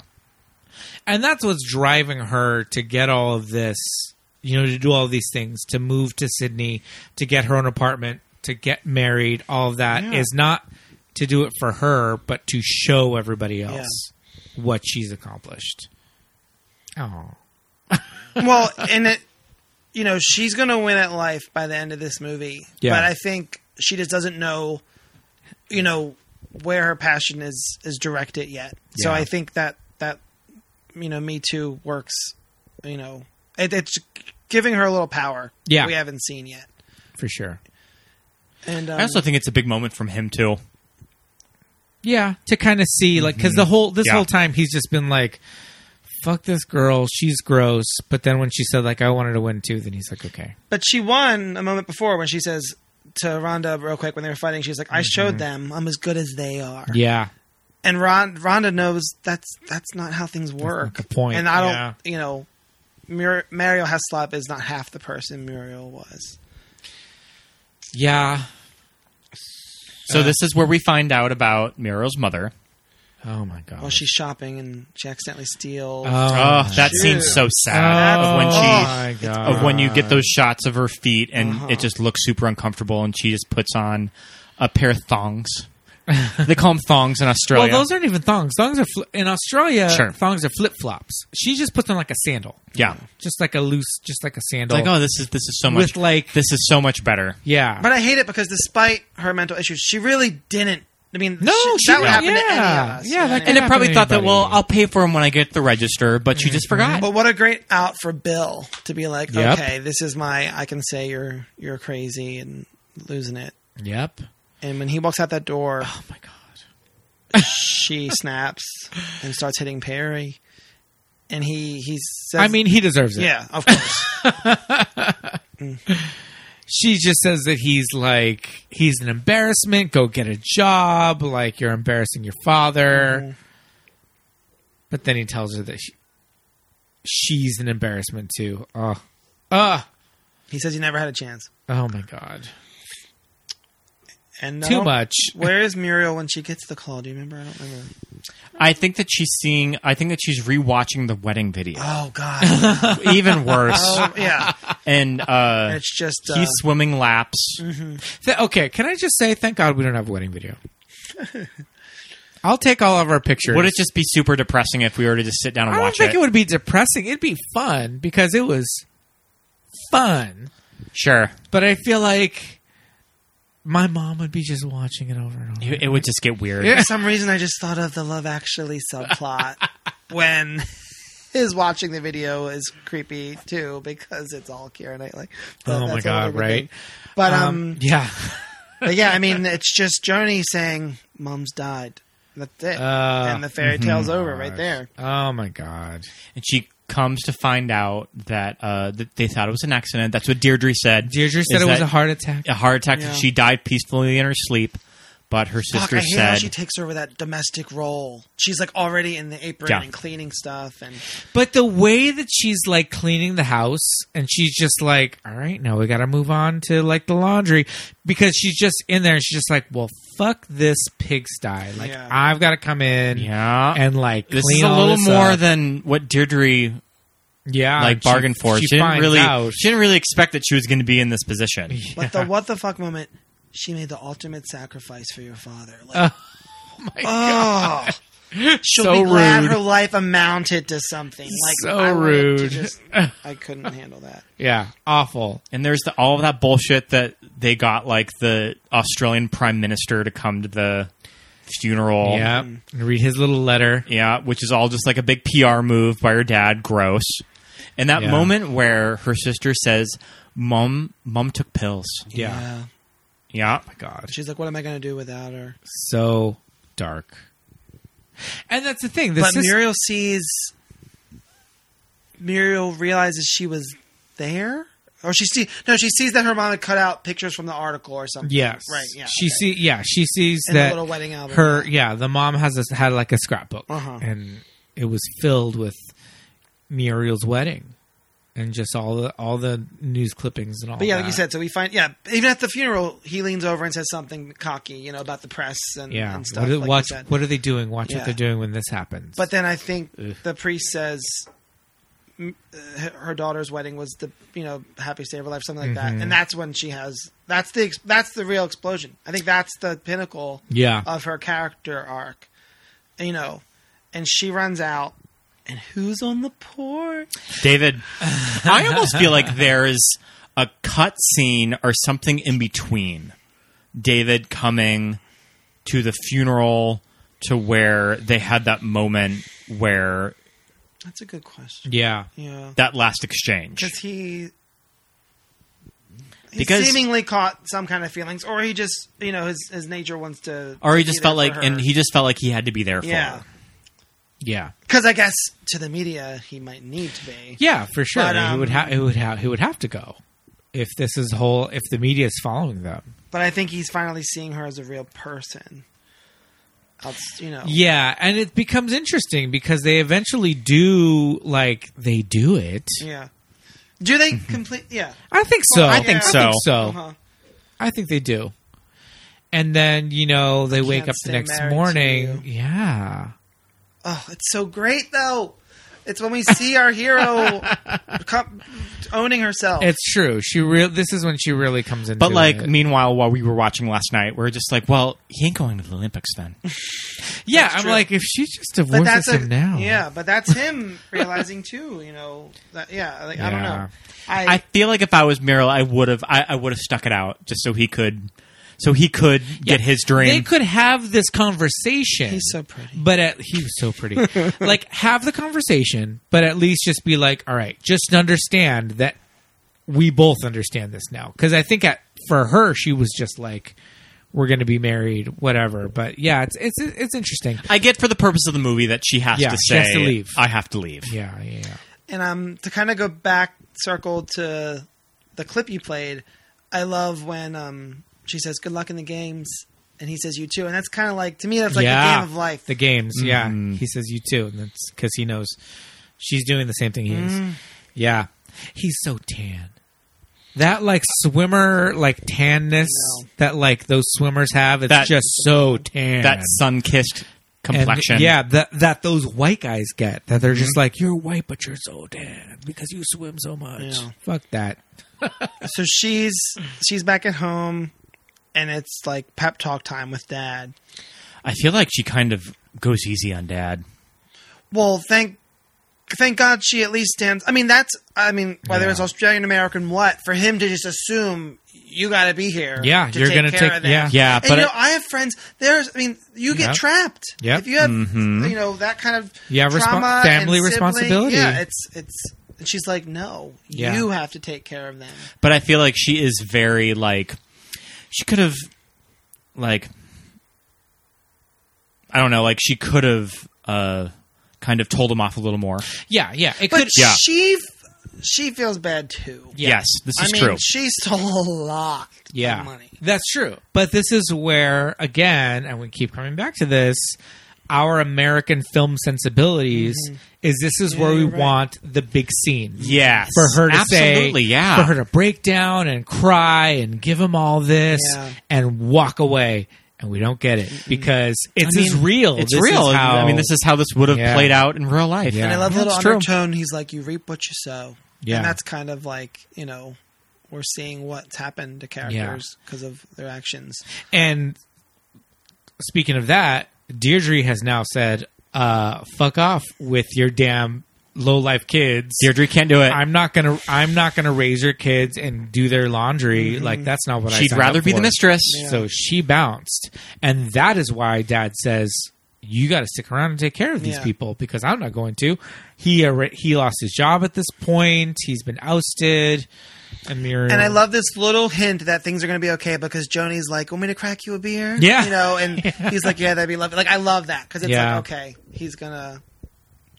S7: And that's what's driving her to get all of this, you know, to do all these things, to move to Sydney, to get her own apartment, to get married. All of that is
S9: Yeah.
S7: not to do it for her, but to show everybody else what she's accomplished. Oh,
S9: well, and it, you know, she's gonna win at life by the end of this movie.
S7: Yeah.
S9: But I think she just doesn't know, you know, where her passion is is directed yet. So
S7: Yeah.
S9: I think that that you know, Me Too works. You know, it, it's giving her a little power.
S7: Yeah.
S9: we haven't seen yet.
S7: for sure.
S9: And um,
S8: I also think it's a big moment from him too.
S7: Yeah, to kind of see like because the whole this
S8: Yeah.
S7: whole time he's just been like, "Fuck this girl, she's gross." But then when she said like, "I wanted to win too," then he's like, "Okay."
S9: But she won a moment before when she says to Rhonda real quick when they were fighting, she's like, I showed
S7: Mm-hmm.
S9: them I'm as good as they are.
S7: Yeah,
S9: And Ron, Rhonda knows that's that's not how things work.
S7: the point,
S9: And I don't,
S7: yeah.
S9: you know, Mur- Mario Heslop is not half the person Muriel was.
S7: yeah.
S8: So this is where we find out about Muriel's mother.
S7: Oh my god.
S9: While she's shopping and she accidentally steals.
S7: Uh,
S8: Oh, that scene's so sad.
S7: Oh,
S8: of when
S7: my
S8: she,
S7: God.
S8: of when you get those shots of her feet, and it just looks super uncomfortable, and she just puts on a pair of thongs. (laughs) they call them thongs in
S7: Well,
S8: Australia.
S7: those aren't even thongs. Thongs are fli in Australia.
S8: Sure.
S7: Thongs are flip flops. She just puts on like a sandal.
S8: yeah,
S7: just like a loose, just like a sandal.
S8: like oh, this is this is so much
S7: With, like-
S8: this is so much better.
S7: yeah.
S9: But I hate it because despite her mental issues, she really didn't. I mean,
S7: No, she
S9: that
S7: didn't.
S9: would happen to any
S7: Yeah.
S9: of us.
S7: Yeah, that
S9: I
S7: could
S8: And
S9: mean?
S8: it probably
S7: to
S8: thought that well,
S7: anybody.
S8: I'll pay for them when I get to the register, but
S7: Mm-hmm.
S8: she just forgot.
S9: But what a great out for Bill to be like,
S7: Yep.
S9: okay, this is my. I can say you're you're crazy and losing it.
S7: yep.
S9: And when he walks out that door,
S7: Oh my god. (laughs)
S9: she snaps and starts hitting Perry. And he he says,
S7: I mean, he deserves it.
S9: yeah, of
S7: (laughs)
S9: course.
S7: she just says that he's like he's an embarrassment go get a job like you're embarrassing your father
S8: Mm-hmm.
S7: but then he tells her that she, she's an embarrassment too oh oh,
S9: he says you never had a chance.
S7: oh my god
S9: And I
S7: too
S9: don't-
S7: much
S9: Where is Muriel when she gets the call? Do you remember? I don't remember.
S8: I think that she's seeing. I think that she's rewatching the wedding video. (laughs)
S9: Oh God.
S8: Even worse,
S9: (laughs) oh,
S7: (laughs)
S9: yeah.
S8: and uh,
S9: It's just uh,
S8: he's swimming laps.
S7: Mm-hmm. Th- okay can i just say thank god we don't have a wedding video i'll take all of our pictures
S8: Would it just be super depressing if we were to just sit down and
S7: i don't
S8: watch
S7: think
S8: it?
S7: it would be depressing it'd be fun because it was fun
S8: Sure.
S7: but I feel like my mom would be just watching it over and over.
S8: It it would just get weird.
S7: Yeah.
S9: For some reason, I just thought of the Love Actually
S7: (laughs)
S9: subplot when (laughs) his watching the video is creepy too because it's all Keira Knightley. But
S7: Oh my
S9: that's a whole
S7: God,
S9: other
S7: right?
S9: thing. But um,
S7: yeah.
S9: but yeah, I mean, it's just Joni saying, "Mom's died." That's it,
S7: Uh,
S9: and the fairy tale's over right there.
S7: Oh my god.
S8: And she comes to find out that uh, that they thought it was an accident. That's what Deirdre said.
S7: Deirdre said
S8: Is
S7: it was
S8: that
S7: a heart attack.
S8: a heart attack.
S9: Yeah.
S8: She died peacefully in her sleep, but her
S9: Fuck,
S8: sister
S9: I hate how
S8: said.
S9: she takes over that domestic role. She's like already in the apron
S8: Yeah.
S9: and cleaning
S7: (laughs)
S9: stuff, and
S7: But the way that she's like cleaning the house and she's just like, all right, now we got to move on to like the laundry because she's just in there and she's just like, well, fuck this pigsty. Like,
S9: Yeah.
S7: I've got to come in
S8: yeah.
S7: and like
S8: this
S7: clean
S8: is a
S7: all
S8: little
S7: this
S8: more
S7: up.
S8: than what Deirdre
S7: yeah,
S8: like
S7: she-
S8: bargained for. Ah, She, didn't
S7: finds
S8: really.
S7: out.
S8: She didn't really expect that she was going to be in this position.
S9: but the what the fuck moment, she made the ultimate sacrifice for your father. Like,
S7: (laughs) Oh my
S9: oh. She'll
S7: So
S9: be glad
S7: rude.
S9: her life amounted to something. Like
S7: So
S9: I wanted to
S7: rude. (laughs)
S9: just- I couldn't handle that.
S7: yeah, awful.
S8: And there's the, all of that bullshit that they got like the Australian prime minister to come to the funeral.
S7: Yeah, and read his little letter.
S8: Yeah, which is all just like a big PR move by her dad, gross. And that
S7: Yeah.
S8: moment where her sister says, "Mom, mom took pills."
S7: Yeah.
S8: Yeah.
S7: God.
S9: She's like, "What am I going to do without her?"
S7: Oh So dark. And that's the thing. This
S9: but
S7: is
S9: Muriel sees. Muriel realizes she was there, or she see no, she sees that her mom had cut out pictures from the article or something.
S7: yes,
S9: right. Yeah,
S7: She see,
S9: okay.
S7: yeah, she sees
S9: In the
S7: that
S9: little wedding album,
S7: Her, yeah, the mom has a, had like a scrapbook,
S9: Uh-huh.
S7: and it was filled with Muriel's wedding, and just all the all the news clippings and all.
S9: But yeah, like
S7: that.
S9: you said, so we find yeah, even at the funeral, he leans over and says something cocky, you know, about the press and,
S7: yeah.
S9: and stuff.
S7: What, are-
S9: like you
S7: watch,
S9: said.
S7: what are they doing? Watch
S9: Yeah.
S7: what they're doing when this happens.
S9: But then I think the priest says m- uh, her daughter's wedding was the you know happiest day of her life, something like
S7: Mm-hmm.
S9: that, and that's when she has that's the ex- that's the real explosion. I think that's the pinnacle
S7: yeah,
S9: of her character arc, you know, and she runs out. And who's on the porch?
S8: David, (laughs) I almost feel like there's a cut scene or something in between David coming to the funeral to where they had that moment where
S9: That's a good question.
S7: yeah,
S9: Yeah,
S8: that last exchange.
S9: because he. He
S8: Because-
S9: seemingly caught some kind of feelings, or he just, you know, his his nature wants to.
S8: or he
S9: be
S8: just
S9: there
S8: felt like,
S9: for her.
S8: and he just felt like he had to be there for.
S9: Yeah.
S8: her.
S7: Yeah.
S9: Because I guess to the media, he might need to be.
S7: Yeah, for sure.
S9: But,
S7: he
S9: um,
S7: would ha- he would ha- he would have to go if this is whole if the media is following them.
S9: But I think he's finally seeing her as a real person. Outs- you know.
S7: Yeah, and it becomes interesting because they eventually do like they do it.
S9: Yeah. Do they complete? Yeah.
S7: I think so.
S9: I
S8: think so.
S7: so.
S9: Uh-huh.
S7: I think they do. And then, you know, they wake
S9: Can't
S7: up the
S9: stay
S7: next
S9: married to
S7: morning. Yeah.
S9: Oh, it's so great though. It's when we see our hero
S7: (laughs)
S9: co- owning herself.
S7: It's true. She real this is when she really comes in.
S8: But like,
S7: it.
S8: meanwhile, while we were watching last night, we are just like, well, he ain't going to the Olympics then.
S7: yeah,
S9: that's
S7: I'm
S9: true.
S7: like, if she just
S9: but
S7: divorces
S9: that's a,
S7: him now,
S9: yeah. But that's
S7: (laughs)
S9: him realizing too. You know. That, yeah. Like I don't
S7: Yeah.
S9: know. I,
S8: I feel like if I was Meryl, I would have, I, I would have stuck it out just so he could, so he could get his dream.
S7: they could have this conversation.
S9: He's so pretty.
S7: but at, he was so pretty. like, have the conversation, but at least just be like, all right, just understand that we both understand this now. Because I think at for her, she was just like, we're going to be married, whatever. But yeah, it's it's it's interesting.
S8: I get for the purpose of the movie that she has
S7: Yeah,
S8: to
S7: she
S8: say,
S7: has to leave.
S8: I have to leave.
S7: Yeah, yeah, yeah.
S9: and um to kind of go back circle to the clip you played i love when um she says good luck in the games and he says you too and that's kind of like to me that's like
S7: yeah.
S9: the game of life
S7: The games,
S8: Mm-hmm.
S7: yeah. He says you too, and that's because he knows she's doing the same thing he
S9: Mm.
S7: is. Yeah, he's so tan. That like swimmer like tanness
S9: I know.
S7: that like those swimmers have. It's
S8: That-
S7: just so tan.
S8: That sun-kissed
S7: And,
S8: complexion. Mm-hmm.
S7: yeah, that that those white guys get that they're just like you're white but you're so tan because you swim so much.
S9: Yeah.
S7: Fuck that.
S9: so she's she's back at home and it's like pep talk time with dad
S8: I feel like she kind of goes easy on dad.
S9: well thank thank god she at least stands i mean that's i mean whether it's australian american what for him to just assume you got to be here
S7: Yeah,
S9: to
S7: you're
S9: take
S7: gonna
S9: care
S7: take-
S9: of them.
S7: yeah.
S8: Yeah,
S9: And,
S8: but
S9: you know,
S8: I-
S9: I have friends. There's, I mean, you get
S7: Yep.
S9: trapped.
S7: Yep.
S9: If you have, you know, that kind of
S7: You have respo-
S9: trauma and
S7: family
S9: sibling-
S7: responsibility.
S9: Yeah, it's it's. And she's like, no,
S7: Yeah.
S9: you have to take care of them.
S8: but I feel like she is very like she could have like I don't know, like she could have uh kind of told him off a little more.
S7: Yeah, yeah. It
S9: But
S7: could.
S8: Yeah.
S9: she she feels bad too.
S7: Yeah.
S8: Yes, this
S9: I
S8: is
S9: mean,
S8: true.
S9: she stole a lot
S7: yeah,
S9: of money.
S7: That's true. But this is where, again, and we keep coming back to this, our American film sensibilities is this is where we
S9: you're right.
S7: want the big scene.
S8: Mm-hmm. Yes.
S7: For her to say,
S8: Absolutely, yeah.
S7: For her to break down and cry and give him all this
S9: Yeah.
S7: and walk away. And we don't get it because it's
S8: I mean,
S7: as real.
S8: It's
S7: This is
S8: real.
S7: how-
S8: I mean, this is how this would have
S7: Yeah.
S8: played out in real life.
S7: Yeah.
S9: And I love
S8: That's
S9: little
S8: true.
S9: undertone. He's like, you reap what you sow.
S7: Yeah.
S9: and that's kind of like you know. We're seeing what's happened to characters because of their actions.
S7: And speaking of that, Deirdre has now said, uh, "Fuck off with your damn low life kids."
S8: Deirdre can't do it.
S7: I'm not gonna I'm not gonna raise your kids and do their laundry.
S9: Mm-hmm.
S7: Like that's not what I.
S8: She'd
S7: signed
S8: rather
S7: up
S8: be the
S7: for.
S8: mistress.
S7: So she bounced, and that is why Dad says you got to stick around and take care of these
S9: Yeah.
S7: people because I'm not going to. He alre- he lost his job at this point. He's been ousted. Amir
S9: And I love this little hint that things are going to be okay because Joni's like, "Want me to crack you a beer?"
S7: (laughs) Yeah.
S9: you know, and he's like, "Yeah, that'd be lovely." Like I love that because it's
S7: Yeah.
S9: like, okay, he's gonna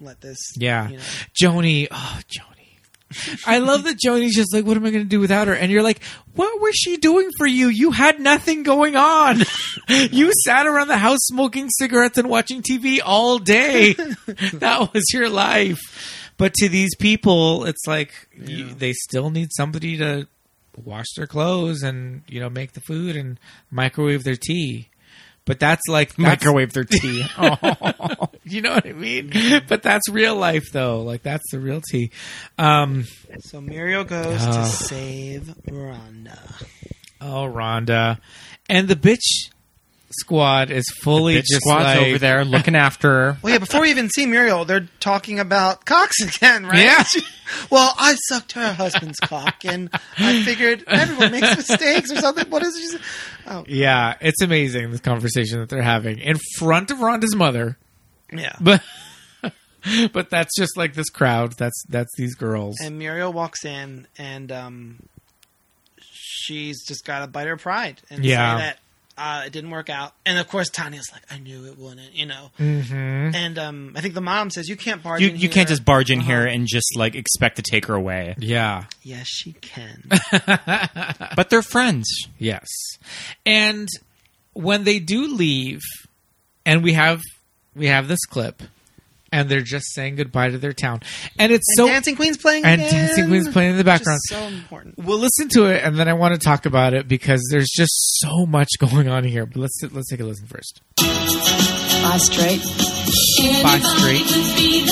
S9: let this.
S7: Yeah.
S9: you know.
S7: Joni. Oh, Joni. I love that Joni's just like, what am I going to do without her? And you're like, what was she doing for you? You had nothing going on. (laughs) you sat around the house smoking cigarettes and watching TV all day. that was your life. But to these people, it's like you, they still need somebody to wash their clothes and, you know, make the food and microwave their tea. But that's like that's-
S8: Microwave
S7: (laughs)
S8: their tea. Mm-hmm.
S7: you know what I mean? But that's real life, though. Like that's the real tea. Um,
S9: So Muriel goes
S7: Ah.
S9: to save Miranda.
S7: oh, Rhonda, and the bitch squad is fully
S8: Bitch
S7: just
S8: squad's
S7: like-
S8: over there looking after her.
S9: Well, yeah. Before we even see Muriel, they're talking about cocks (laughs) again, right?
S7: Yeah.
S9: well, I sucked her husband's cock, and I figured everyone
S7: (laughs)
S9: makes mistakes or something. What is she? Oh,
S7: (laughs) Yeah, it's amazing this conversation that they're having in front of Rhonda's mother,
S9: yeah.
S7: but but that's just like this crowd. That's that's these girls.
S9: and Muriel walks in and um, she's just got to bite her pride and
S7: Yeah.
S9: say that uh, it didn't work out. And of course, Tanya's like, I knew it wouldn't, you know.
S7: Mm-hmm.
S8: Mhm.
S9: And um, I think the mom says, You can't barge
S8: You,
S9: in
S8: you can't
S9: here."
S8: just barge
S7: Uh-huh.
S8: in here and just like expect to take her away.
S7: Yeah.
S9: Yes, she can.
S8: But they're friends.
S7: Yes. And when they do leave and we have we have this clip and they're just saying goodbye to their town. And it's (laughs)
S9: And
S7: so
S9: Dancing Queen's playing
S7: and
S9: again,
S7: Dancing Queen's playing in the
S9: which is
S7: background.
S9: so important.
S7: We'll listen to it and then I want to talk about it because there's just so much going on here. But let's let's take a listen first.
S11: Bye, straight.
S7: Bye straight.
S10: Bye,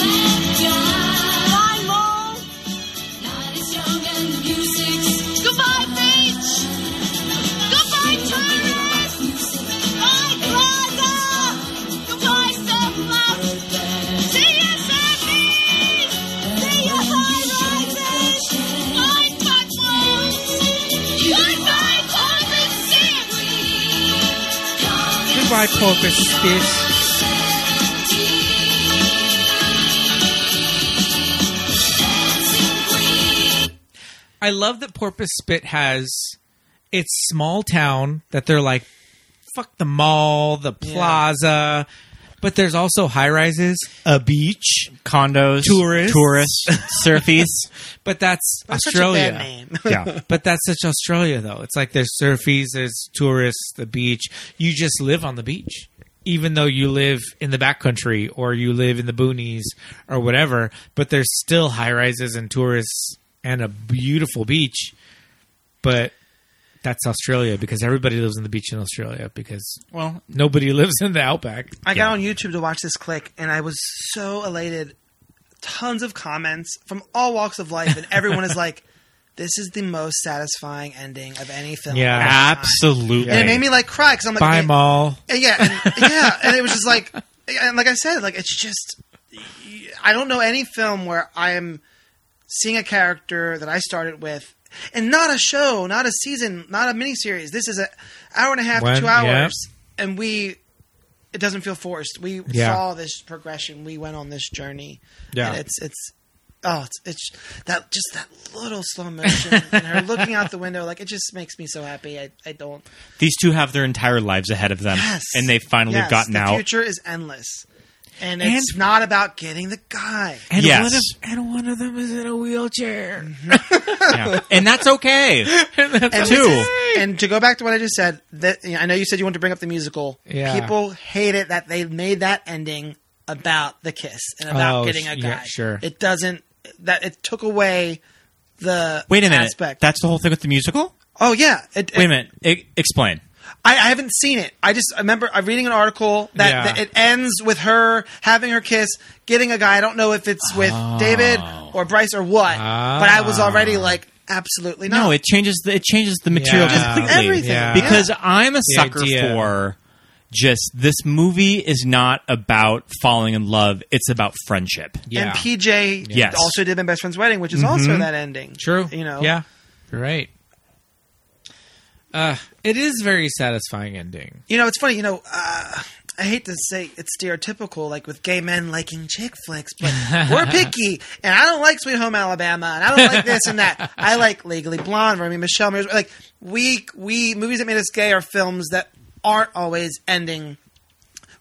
S10: Mom. Goodbye, beach. Goodbye, tourist. Bye, plaza. Goodbye, surplus. See you, Sandy. See you, high rises. Bye, buttons. Goodbye, Portland Sandy.
S7: Goodbye, porpoise fish. I love that Porpoise Spit has its small town that they're like, fuck the mall, the plaza, but there's also high rises, a beach,
S8: Condos,
S7: Tourists. (laughs)
S8: tourists, surfies.
S7: but that's
S9: That's such a
S7: Australia.
S9: bad name.
S8: yeah,
S7: (laughs) But that's such Australia, though. It's like there's surfies, there's tourists, the beach. You just live on the beach, even though you live in the backcountry or you live in the boonies or whatever. But there's still high rises and tourists and a beautiful beach. But that's Australia because everybody lives on the beach in Australia because
S8: Well,
S7: nobody (laughs) lives in the outback.
S9: I got on YouTube to watch this click, and I was so elated. Tons of comments from all walks of life, and
S7: (laughs)
S9: everyone is like, "This is the most satisfying ending of any film."
S7: Yeah.
S9: of all time."
S8: absolutely.
S9: And it made me like cry because I'm like,
S7: Bye,
S9: okay,
S7: mall.
S9: and yeah, and, yeah, and it was just like, and like I said, like it's just, I don't know any film where I am seeing a character that I started with, and not a show, not a season, not a miniseries. This is an hour and a half,
S7: One-
S9: to two
S7: yeah.
S9: hours, and we, it doesn't feel forced. We
S7: Yeah.
S9: saw this progression. We went on this journey.
S7: Yeah.
S9: and it's it's. Oh, it's, it's that just that little slow motion and her looking out the window. Like it just makes me so happy. I, I don't
S8: These two have their entire lives ahead of them,
S9: Yes.
S8: and they've finally
S9: Yes,
S8: gotten
S9: the
S8: out.
S9: future is endless. And it's not about getting the guy.
S7: And
S8: Yes.
S7: one of and one of them is in a wheelchair.
S8: Yeah. and that's okay.
S9: (laughs) And
S8: Two.
S9: this is- and to go back to what I just said, that you know, I know you said you wanted to bring up the musical.
S7: Yeah.
S9: People hate it that they made that ending about the kiss and about
S7: Oh,
S9: getting a
S7: sh-
S9: guy.
S7: yeah, sure.
S9: It doesn't that it took away the
S8: Wait a minute.
S9: aspect.
S8: That's the whole thing with the musical.
S9: oh yeah. It,
S8: Wait a
S9: it-
S8: minute. E- explain.
S9: I, I haven't seen it. I just I remember I'm reading an article that,
S7: Yeah.
S9: that it ends with her having her kiss, getting a guy. I don't know if it's with David or Bryce or what, but I was already like, absolutely not.
S8: No, it changes. The, it changes the material
S7: Yeah. Just
S8: completely.
S9: everything. Yeah.
S8: Because I'm a sucker
S7: idea.
S8: for just this movie is not about falling in love. It's about friendship.
S7: Yeah.
S9: And PJ
S8: Yes.
S9: also did my best friend's wedding, which is also that ending.
S7: True.
S9: You know.
S7: Yeah. You're right. Uh, it is very satisfying ending.
S9: You know, it's funny. You know, uh, I hate to say it's stereotypical, like with gay men liking chick flicks,
S7: (laughs)
S9: but we're picky, and I don't like Sweet Home Alabama, and I don't like this and that.
S7: (laughs)
S9: I like Legally Blonde, Remy Michelle, Maris- like we we movies that made us gay are films that aren't always ending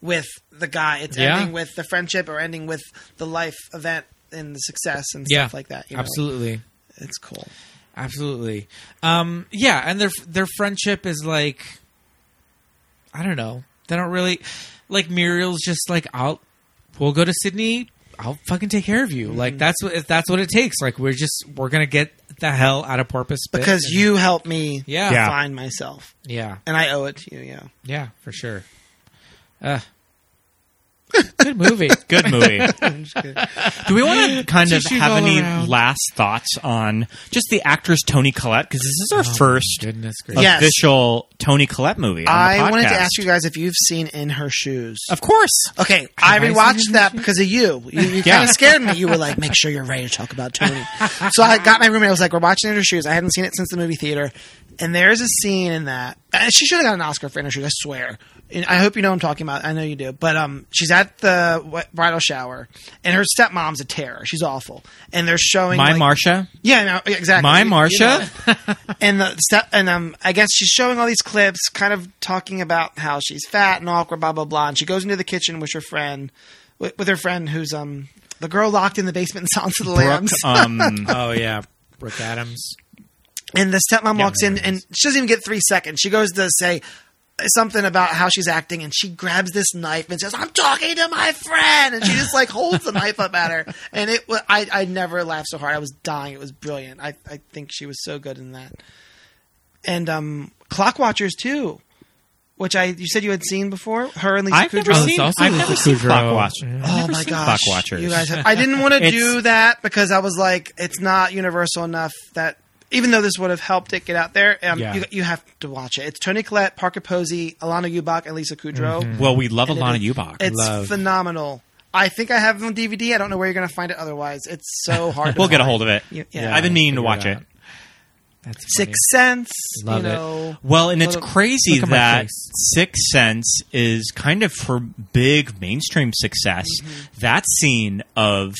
S9: with the guy. It's
S7: Yeah.
S9: ending with the friendship or ending with the life event and the success and
S7: Yeah.
S9: stuff like that. You know?
S7: Absolutely.
S9: it's cool.
S7: Absolutely. Um, yeah, and their their friendship is like I don't know. They don't really like Muriel's just like I'll we'll go to Sydney, I'll fucking take care of you.
S9: Mm-hmm.
S7: Like that's what if that's what it takes. Like we're just we're going to get the hell out of Porpoise Spit.
S9: because you helped me
S7: Yeah. Yeah.
S9: find myself
S7: Yeah.
S9: and i owe it to
S7: (laughs)
S9: you yeah
S7: Yeah, for sure. Uh (laughs) Good movie.
S8: Good (laughs) movie. Do we want to kind of
S7: Tissues
S8: have
S7: all
S8: any
S7: around.
S8: last thoughts on just the actress Tony Collette? Because this is our first
S7: Goodness gracious.
S9: Yes.
S8: official Tony Collette movie. on the
S9: i wanted to
S8: podcast.
S9: ask you guys if you've seen in her shoes
S8: Of course.
S9: okay i
S7: I seen
S9: rewatched
S7: In
S9: that because of you you, you
S8: Yeah.
S9: kind of scared me you were like make sure you're ready to talk about tony so i got my roommate i was like we're watching in her shoes i hadn't seen it since the movie theater And there's a scene in that. And she should have got an Oscar for Inner Shoes, I swear. And I hope you know what I'm talking about. I know you do. But um, she's at the wet- bridal shower, and her stepmom's a terror. She's awful. And they're showing
S8: My
S9: like-
S8: Marcia?
S9: Yeah, no, yeah, exactly.
S8: My
S9: You- you
S8: Marcia?
S9: know it. (laughs) and the step, and um, I guess she's showing all these clips, kind of talking about how she's fat and awkward, blah blah blah. And she goes into the kitchen with her friend, with, with her friend who's um the girl locked in the basement in (laughs) Silence of the Lambs. (laughs)
S8: um,
S7: oh yeah, Brooke Adams.
S9: And the stepmom walks in, and she doesn't even get three seconds. She goes to say something about how she's acting, and she grabs this knife and says, "I'm talking to my friend," and she just like holds the knife up
S8: (laughs)
S9: at her. And it, wa- I, I never laughed so hard. I was dying. It was brilliant. I, I think she was so good in that. And um, Clock Watchers too, which I you said you had seen before. Her and Lisa
S8: I've never
S9: Kudrow.
S8: seen.
S7: also
S8: I've
S7: Lisa
S8: never seen
S7: Kudrow.
S8: Clock Watchers.
S9: Oh my gosh!
S8: Clock Watchers.
S9: You guys, have, I didn't want to
S8: It's-
S9: do that because I was like, it's not universal enough that even though this would have helped it get out there, um,
S7: Yeah.
S9: you, you have to watch it. It's Tony Collette, Parker Posey, Alana Ubach, and Lisa Kudrow.
S7: Mm-hmm.
S8: Well, we love
S9: And it
S8: Alana
S9: is-
S8: Ubach.
S9: It's
S7: Love.
S9: phenomenal. I think I have it on DVD. I don't know where you're going to find it otherwise. It's so hard. to
S8: we'll get a
S9: find.
S8: hold of it.
S9: You- yeah.
S8: I've been meaning to
S7: Figure
S8: watch
S7: it
S8: it.
S7: out. That's funny.
S9: Sixth Sense.
S7: Love it.
S9: you know,
S8: Well, and it's
S9: Look-
S8: crazy
S7: look at my
S8: that
S7: face.
S8: Sixth Sense is kind of her big mainstream success.
S7: Mm-hmm.
S8: That scene of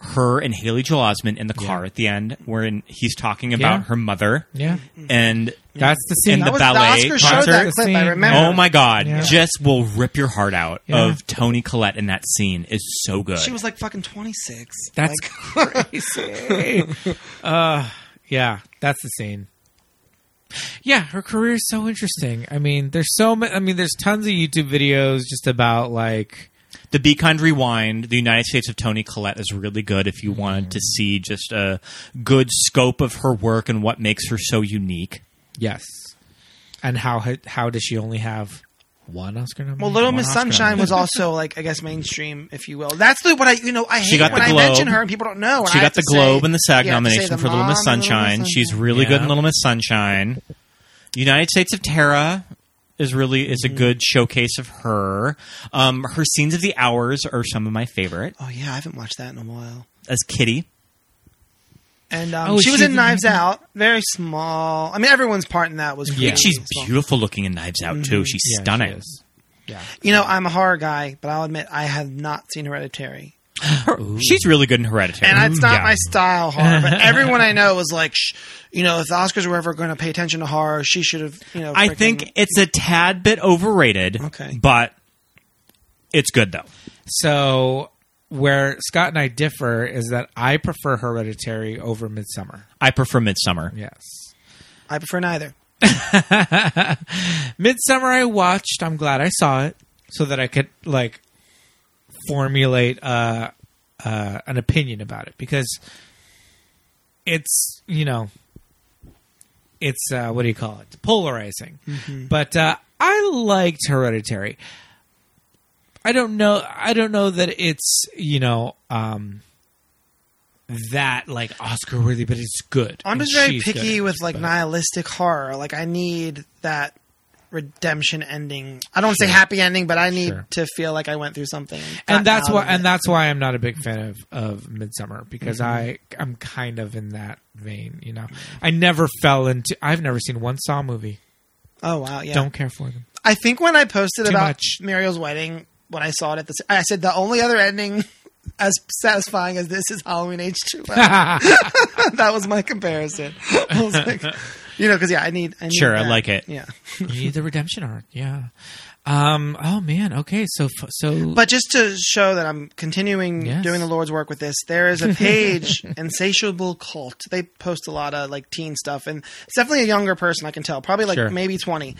S8: her and Haley Joel Osment in the car at the end, where in, he's talking about
S7: Yeah. Mm-hmm.
S8: her mother,
S7: Yeah,
S8: and
S7: that's the scene.
S8: And
S9: That
S8: the
S9: was
S8: ballet
S9: the Oscar showed
S7: concert
S9: that clip. I
S7: scene.
S9: remember.
S8: oh my god,
S7: Yeah.
S8: just will rip your heart out
S7: Yeah.
S8: of Tony Collette in that scene is so good.
S9: She was like fucking 26.
S7: That's
S9: Like,
S8: (laughs)
S7: crazy. (laughs) uh, yeah, that's the scene. Yeah, her career is so interesting. I mean, there's so many. I mean, there's tons of YouTube videos just about like
S8: The Be Kind Rewind, The United States of Tony Collette is really good if you wanted to
S9: Mm-hmm.
S8: see just a good scope of her work and what makes her so unique.
S7: yes, and how how does she only have one Oscar nomination?
S9: Well, Little
S7: One
S9: Miss
S7: Oscar
S9: Sunshine
S7: nomination.
S9: was also like I guess mainstream, if you will. That's the what I you know I hate
S8: got
S9: when
S8: the
S9: I
S8: Globe.
S9: mention her and people don't know. and
S8: She
S9: I have
S8: got
S9: to
S8: the Globe
S9: say-
S8: and the SAG
S9: yeah, I have to say
S8: nomination
S9: the
S8: for Little Miss
S9: mom and
S8: Sunshine. She's
S9: Sunshine.
S8: really good in
S7: Yeah.
S8: Little Miss Sunshine. The United States of Terra is really is a
S9: Mm-hmm.
S8: good showcase of her. Um, her scenes of the hours are some of my favorite.
S9: Oh yeah, I haven't watched that in a while.
S8: As Kitty,
S9: And um,
S7: Oh,
S9: she was
S7: she's
S9: in
S7: in-
S9: Knives Out, very small. I mean, everyone's part in that was
S7: Yeah.
S9: really
S8: and she's
S9: small.
S8: beautiful looking in Knives Out
S9: Mm-hmm.
S8: too. She's
S7: Yeah, she
S8: stunning.
S7: is. Yeah,
S9: You know, I'm a horror guy, but I'll admit I have not seen Hereditary,
S8: Her- she's really good in Hereditary.
S9: and it's not
S8: Yeah.
S9: my style horror.
S8: (laughs)
S9: But everyone I know was like, Shh, you know, if the Oscars were ever going to pay attention to horror, she should have. You know,
S8: I
S9: freaking-
S8: think it's a tad bit overrated.
S9: Okay.
S8: But it's good though.
S7: So where Scott and I differ is that I prefer Hereditary over Midsummer.
S8: I prefer Midsummer.
S7: Yes.
S9: I prefer neither.
S7: Midsummer I watched. I'm glad I saw it so that I could like formulate uh, uh, an opinion about it because it's you know it's uh, what do you call it polarizing.
S9: Mm-hmm.
S7: But uh, I liked Hereditary. I don't know. I don't know that it's you know um, that like Oscar worthy, but it's good.
S9: I'm
S7: And
S9: just very
S7: she's good
S9: picky
S7: in it,
S9: with like
S7: but-
S9: nihilistic horror. Like I need that redemption ending. I don't say happy ending, but I need
S7: Sure.
S9: to feel like I went through something.
S7: and
S9: gotten
S7: that's
S9: out
S7: why
S9: of
S7: and
S9: it.
S7: that's why I'm not a big fan of of Midsummer because I I'm kind of in that vein, you know. I never fell into I've never seen one Saw movie.
S9: oh wow, yeah.
S7: Don't care for (laughs) them.
S9: I think when I posted
S7: Too
S9: about
S7: much.
S9: Muriel's wedding, when I saw it at the, I said the only other ending (laughs) as satisfying as this is Halloween H
S7: (laughs)
S9: two. (laughs) that was my comparison. I was like, you know, because yeah, I need. I need
S8: Sure, I
S9: that.
S8: like it.
S9: Yeah.
S7: you need the redemption arc, yeah. Um. Oh man. Okay. So f- so.
S9: But just to show that I'm continuing
S7: Mm. Yes.
S9: doing the Lord's work with this, there
S7: (laughs)
S9: is a page, Insatiable Cult. They post a lot of like teen stuff, and it's definitely a younger person I can tell, probably like
S7: Sure.
S9: maybe 20.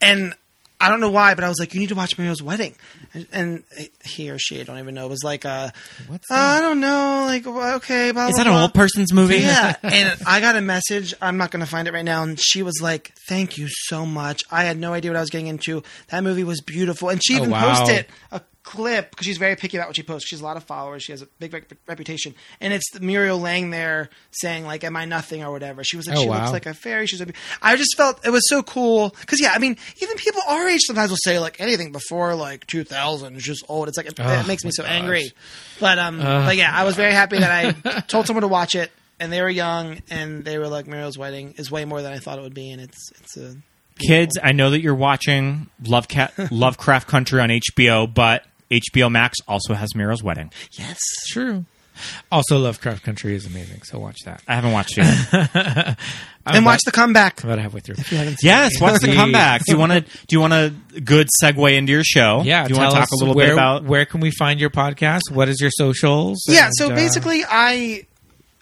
S9: And I don't know why, but I was like, you need to watch Mario's wedding, and, and he or she, I don't even know, was like, uh,
S7: What's
S9: uh, I don't know, like wh- okay, blah,
S8: Is
S9: blah,
S8: that an
S9: blah.
S8: old person's movie?
S7: (laughs)
S9: Yeah, and I got a message. I'm not going to find it right now. And she was like, "Thank you so much. I had no idea what I was getting into. That movie was beautiful." And she
S7: Oh,
S9: even
S7: wow.
S9: posted a clip because she's very picky about what she posts. She's a lot of followers. She has a big rep- reputation, and it's Muriel Lang there saying like, "Am I nothing?" or whatever. She was like,
S7: Oh,
S9: "She
S7: wow.
S9: looks like a fairy." She's. A be- I just felt it was so cool because yeah, I mean, even people our age sometimes will say like anything before like 2000 is just old. It's like it,
S7: Oh,
S9: it makes me
S7: my
S9: so
S7: gosh. (laughs)
S9: angry. But um, but yeah, I was very happy that I told someone to watch it. and they were young, and they were like, "Mariel's wedding is way more than I thought it would be," and it's it's a
S8: Kids, I know that you're watching Love Cat, (laughs) Lovecraft Country on HBO, but HBO Max also has Miro's Wedding.
S9: yes,
S7: True. Also, Lovecraft Country is amazing, so watch that.
S8: I haven't watched it. yet.
S7: I'm
S9: and watch the comeback.
S7: about halfway through.
S8: yes, watch the
S7: Jeez.
S8: comeback. Do you want to? Do you want a good segue into your show?
S7: Yeah,
S8: Do you want
S7: tell
S8: to talk
S7: us
S8: a little
S7: where,
S8: bit about?
S7: where can we find your podcast? What is your socials?
S9: Yeah,
S7: And,
S9: so
S7: uh,
S9: basically, I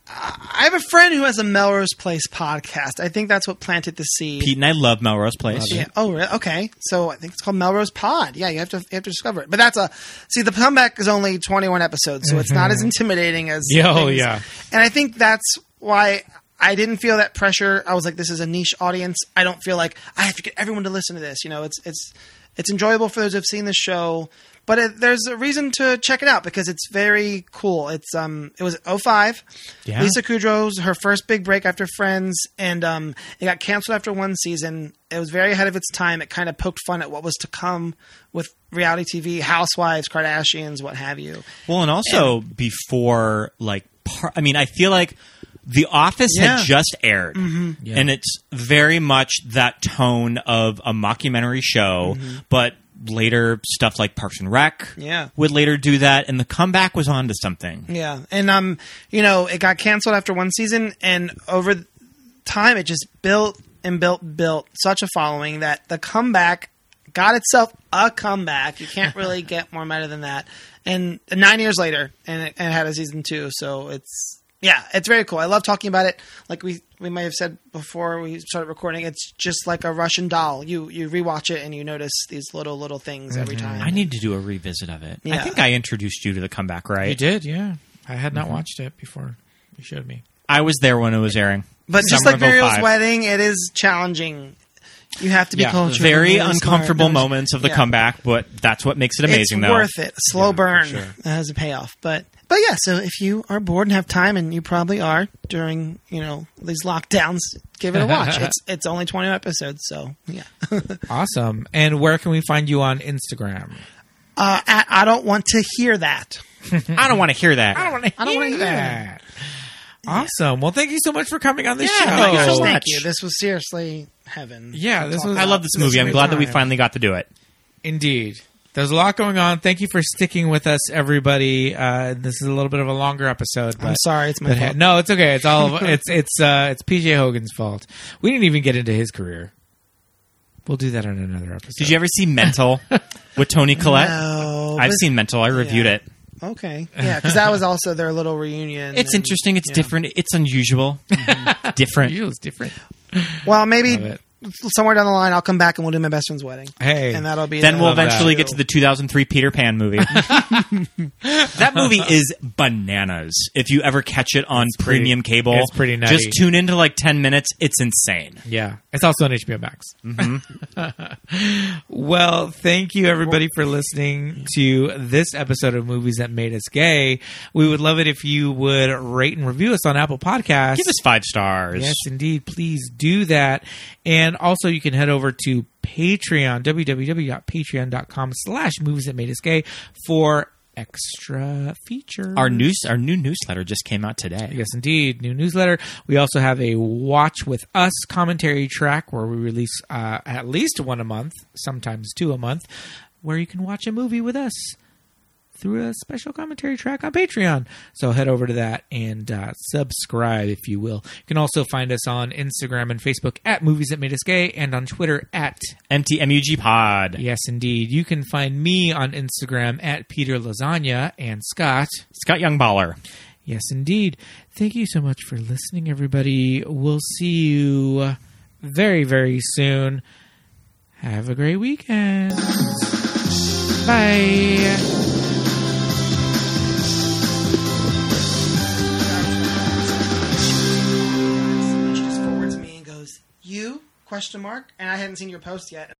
S9: I have a friend who has a Melrose Place podcast. I think that's what planted the seed.
S8: Pete and I love Melrose Place.
S9: Yeah. Oh, really? okay. So I think it's called Melrose Pod. Yeah, you have to you have to discover it. But that's a see. The comeback is only twenty one episodes, so it's not
S7: Mm-hmm.
S9: as intimidating as
S7: Yeah, oh,
S9: things.
S7: yeah.
S9: And I think that's why I didn't feel that pressure. I was like, this is a niche audience. I don't feel like I have to get everyone to listen to this. You know, it's it's it's enjoyable for those who've seen the show. But it, there's a reason to check it out because it's very cool. It's um, it was 05.
S8: Yeah.
S9: Lisa Kudrow's her first big break after Friends, and um, it got canceled after one season. It was very ahead of its time. It kind of poked fun at what was to come with reality TV, Housewives, Kardashians, what have you.
S8: Well, and also before like, par- I mean, I feel like The Office
S9: Yeah. Mm-hmm.
S8: had just aired,
S7: Yeah.
S8: and it's very much that tone of a mockumentary show, but later stuff like Parks and Rec
S9: Mm-hmm. Yeah.
S8: would later do that, and the comeback was onto something.
S9: Yeah, and um, you know, it got canceled after one season, and over th- time, it just built and built, built such a following that the comeback got itself a comeback. You can't really get more meta than that. And nine years later, and it, and it had a season two, so it's yeah, it's very cool. I love talking about it. Like we we might have said before we started recording, it's just like a Russian doll. You you rewatch it and you notice these little little things every time.
S8: I need to do a revisit of it. I
S9: Yeah.
S8: think I introduced you to the comeback, right?
S7: You did, yeah. I had not watched it before you showed me.
S8: I was there when it was airing.
S9: But just
S8: Summer
S9: like
S8: of
S9: Muriel's
S8: 05.
S9: wedding, it is challenging. You have to be
S7: Yeah,
S9: cultured.
S8: very
S9: and really smart.
S8: uncomfortable
S9: No, it's-
S8: moments of the
S9: yeah.
S8: comeback, but that's what makes it amazing,
S9: it's
S8: though.
S9: worth it. A slow burn
S7: sure.
S9: that has a payoff, but but yeah. So if you are bored and have time, and you probably are during you know these lockdowns, give it
S8: (laughs)
S9: a watch. it's it's only twenty episodes, so yeah.
S7: Awesome. And where can we find you on Instagram?
S9: Uh, I, I don't want to hear that.
S8: I don't want to hear that.
S9: I don't want to hear that.
S7: that. Awesome. Well, thank you so much for coming on the
S8: Yeah,
S7: show.
S8: thank you so
S9: Thank
S8: much.
S9: you. This was seriously heaven.
S7: Yeah,
S9: to
S7: this
S9: talk
S7: was-
S9: about.
S8: I love this movie. I'm glad that we finally got to do it.
S7: Indeed. There's a lot going on. Thank you for sticking with us, everybody. Uh, this is a little bit of a longer episode. But
S9: I'm sorry, it's my
S7: but- (laughs)
S9: fault.
S7: No, it's okay. It's all of, it's it's uh, it's PJ Hogan's fault. We didn't even get into his career. We'll do that on another episode.
S8: Did you ever see
S7: (laughs)
S8: Mental with Tony Collette?
S9: No,
S8: I've
S9: but-
S8: seen Mental. I reviewed
S9: Yeah.
S8: it. (laughs)
S9: Okay, yeah, because that was also their little reunion.
S8: It's
S9: and-
S8: interesting. It's
S9: yeah.
S8: different. It's unusual.
S7: Mm-hmm.
S8: different.
S7: It was different.
S9: Well,
S7: Love
S9: maybe
S7: it.
S9: somewhere down the line, I'll come back and we'll do my best friend's wedding.
S7: Hey.
S9: and that'll be
S8: Then
S9: the-
S8: we'll
S7: Love that.
S8: eventually get to the 2003 Peter
S7: (laughs)
S8: Pan movie. that movie is bananas. If you ever catch it on
S7: pretty-
S8: premium cable,
S7: it's pretty nutty.
S8: Just tune into like 10 minutes. It's insane.
S7: Yeah, it's also on HBO Max. (laughs) well, thank you everybody for listening to this episode of Movies That Made Us Gay. We would love it if you would rate and review us on Apple Podcasts.
S8: Give us five stars.
S7: Yes, indeed. Please do that. And also you can head over to Patreon, www.patreon.com slash movies that made us gay for extra features.
S8: Our news, our new newsletter just came out today.
S7: Yes, indeed. New newsletter. We also have a Watch With Us commentary track where we release uh, at least one a month, sometimes two a month, where you can watch a movie with us through a special commentary track on Patreon. So head over to that and uh, subscribe, if you will. You can also find us on Instagram and Facebook at Movies That Made Us Gay and on Twitter at
S8: MTMUG Pod.
S7: Yes, indeed. You can find me on Instagram at Peter Lasagna and Scott.
S8: Scott Youngballer.
S7: Yes, indeed. Thank you so much for listening, everybody. We'll see you very, very soon. Have a great weekend. Bye.
S9: She just forwards me and goes, "You?" Question mark. And I hadn't seen your post yet.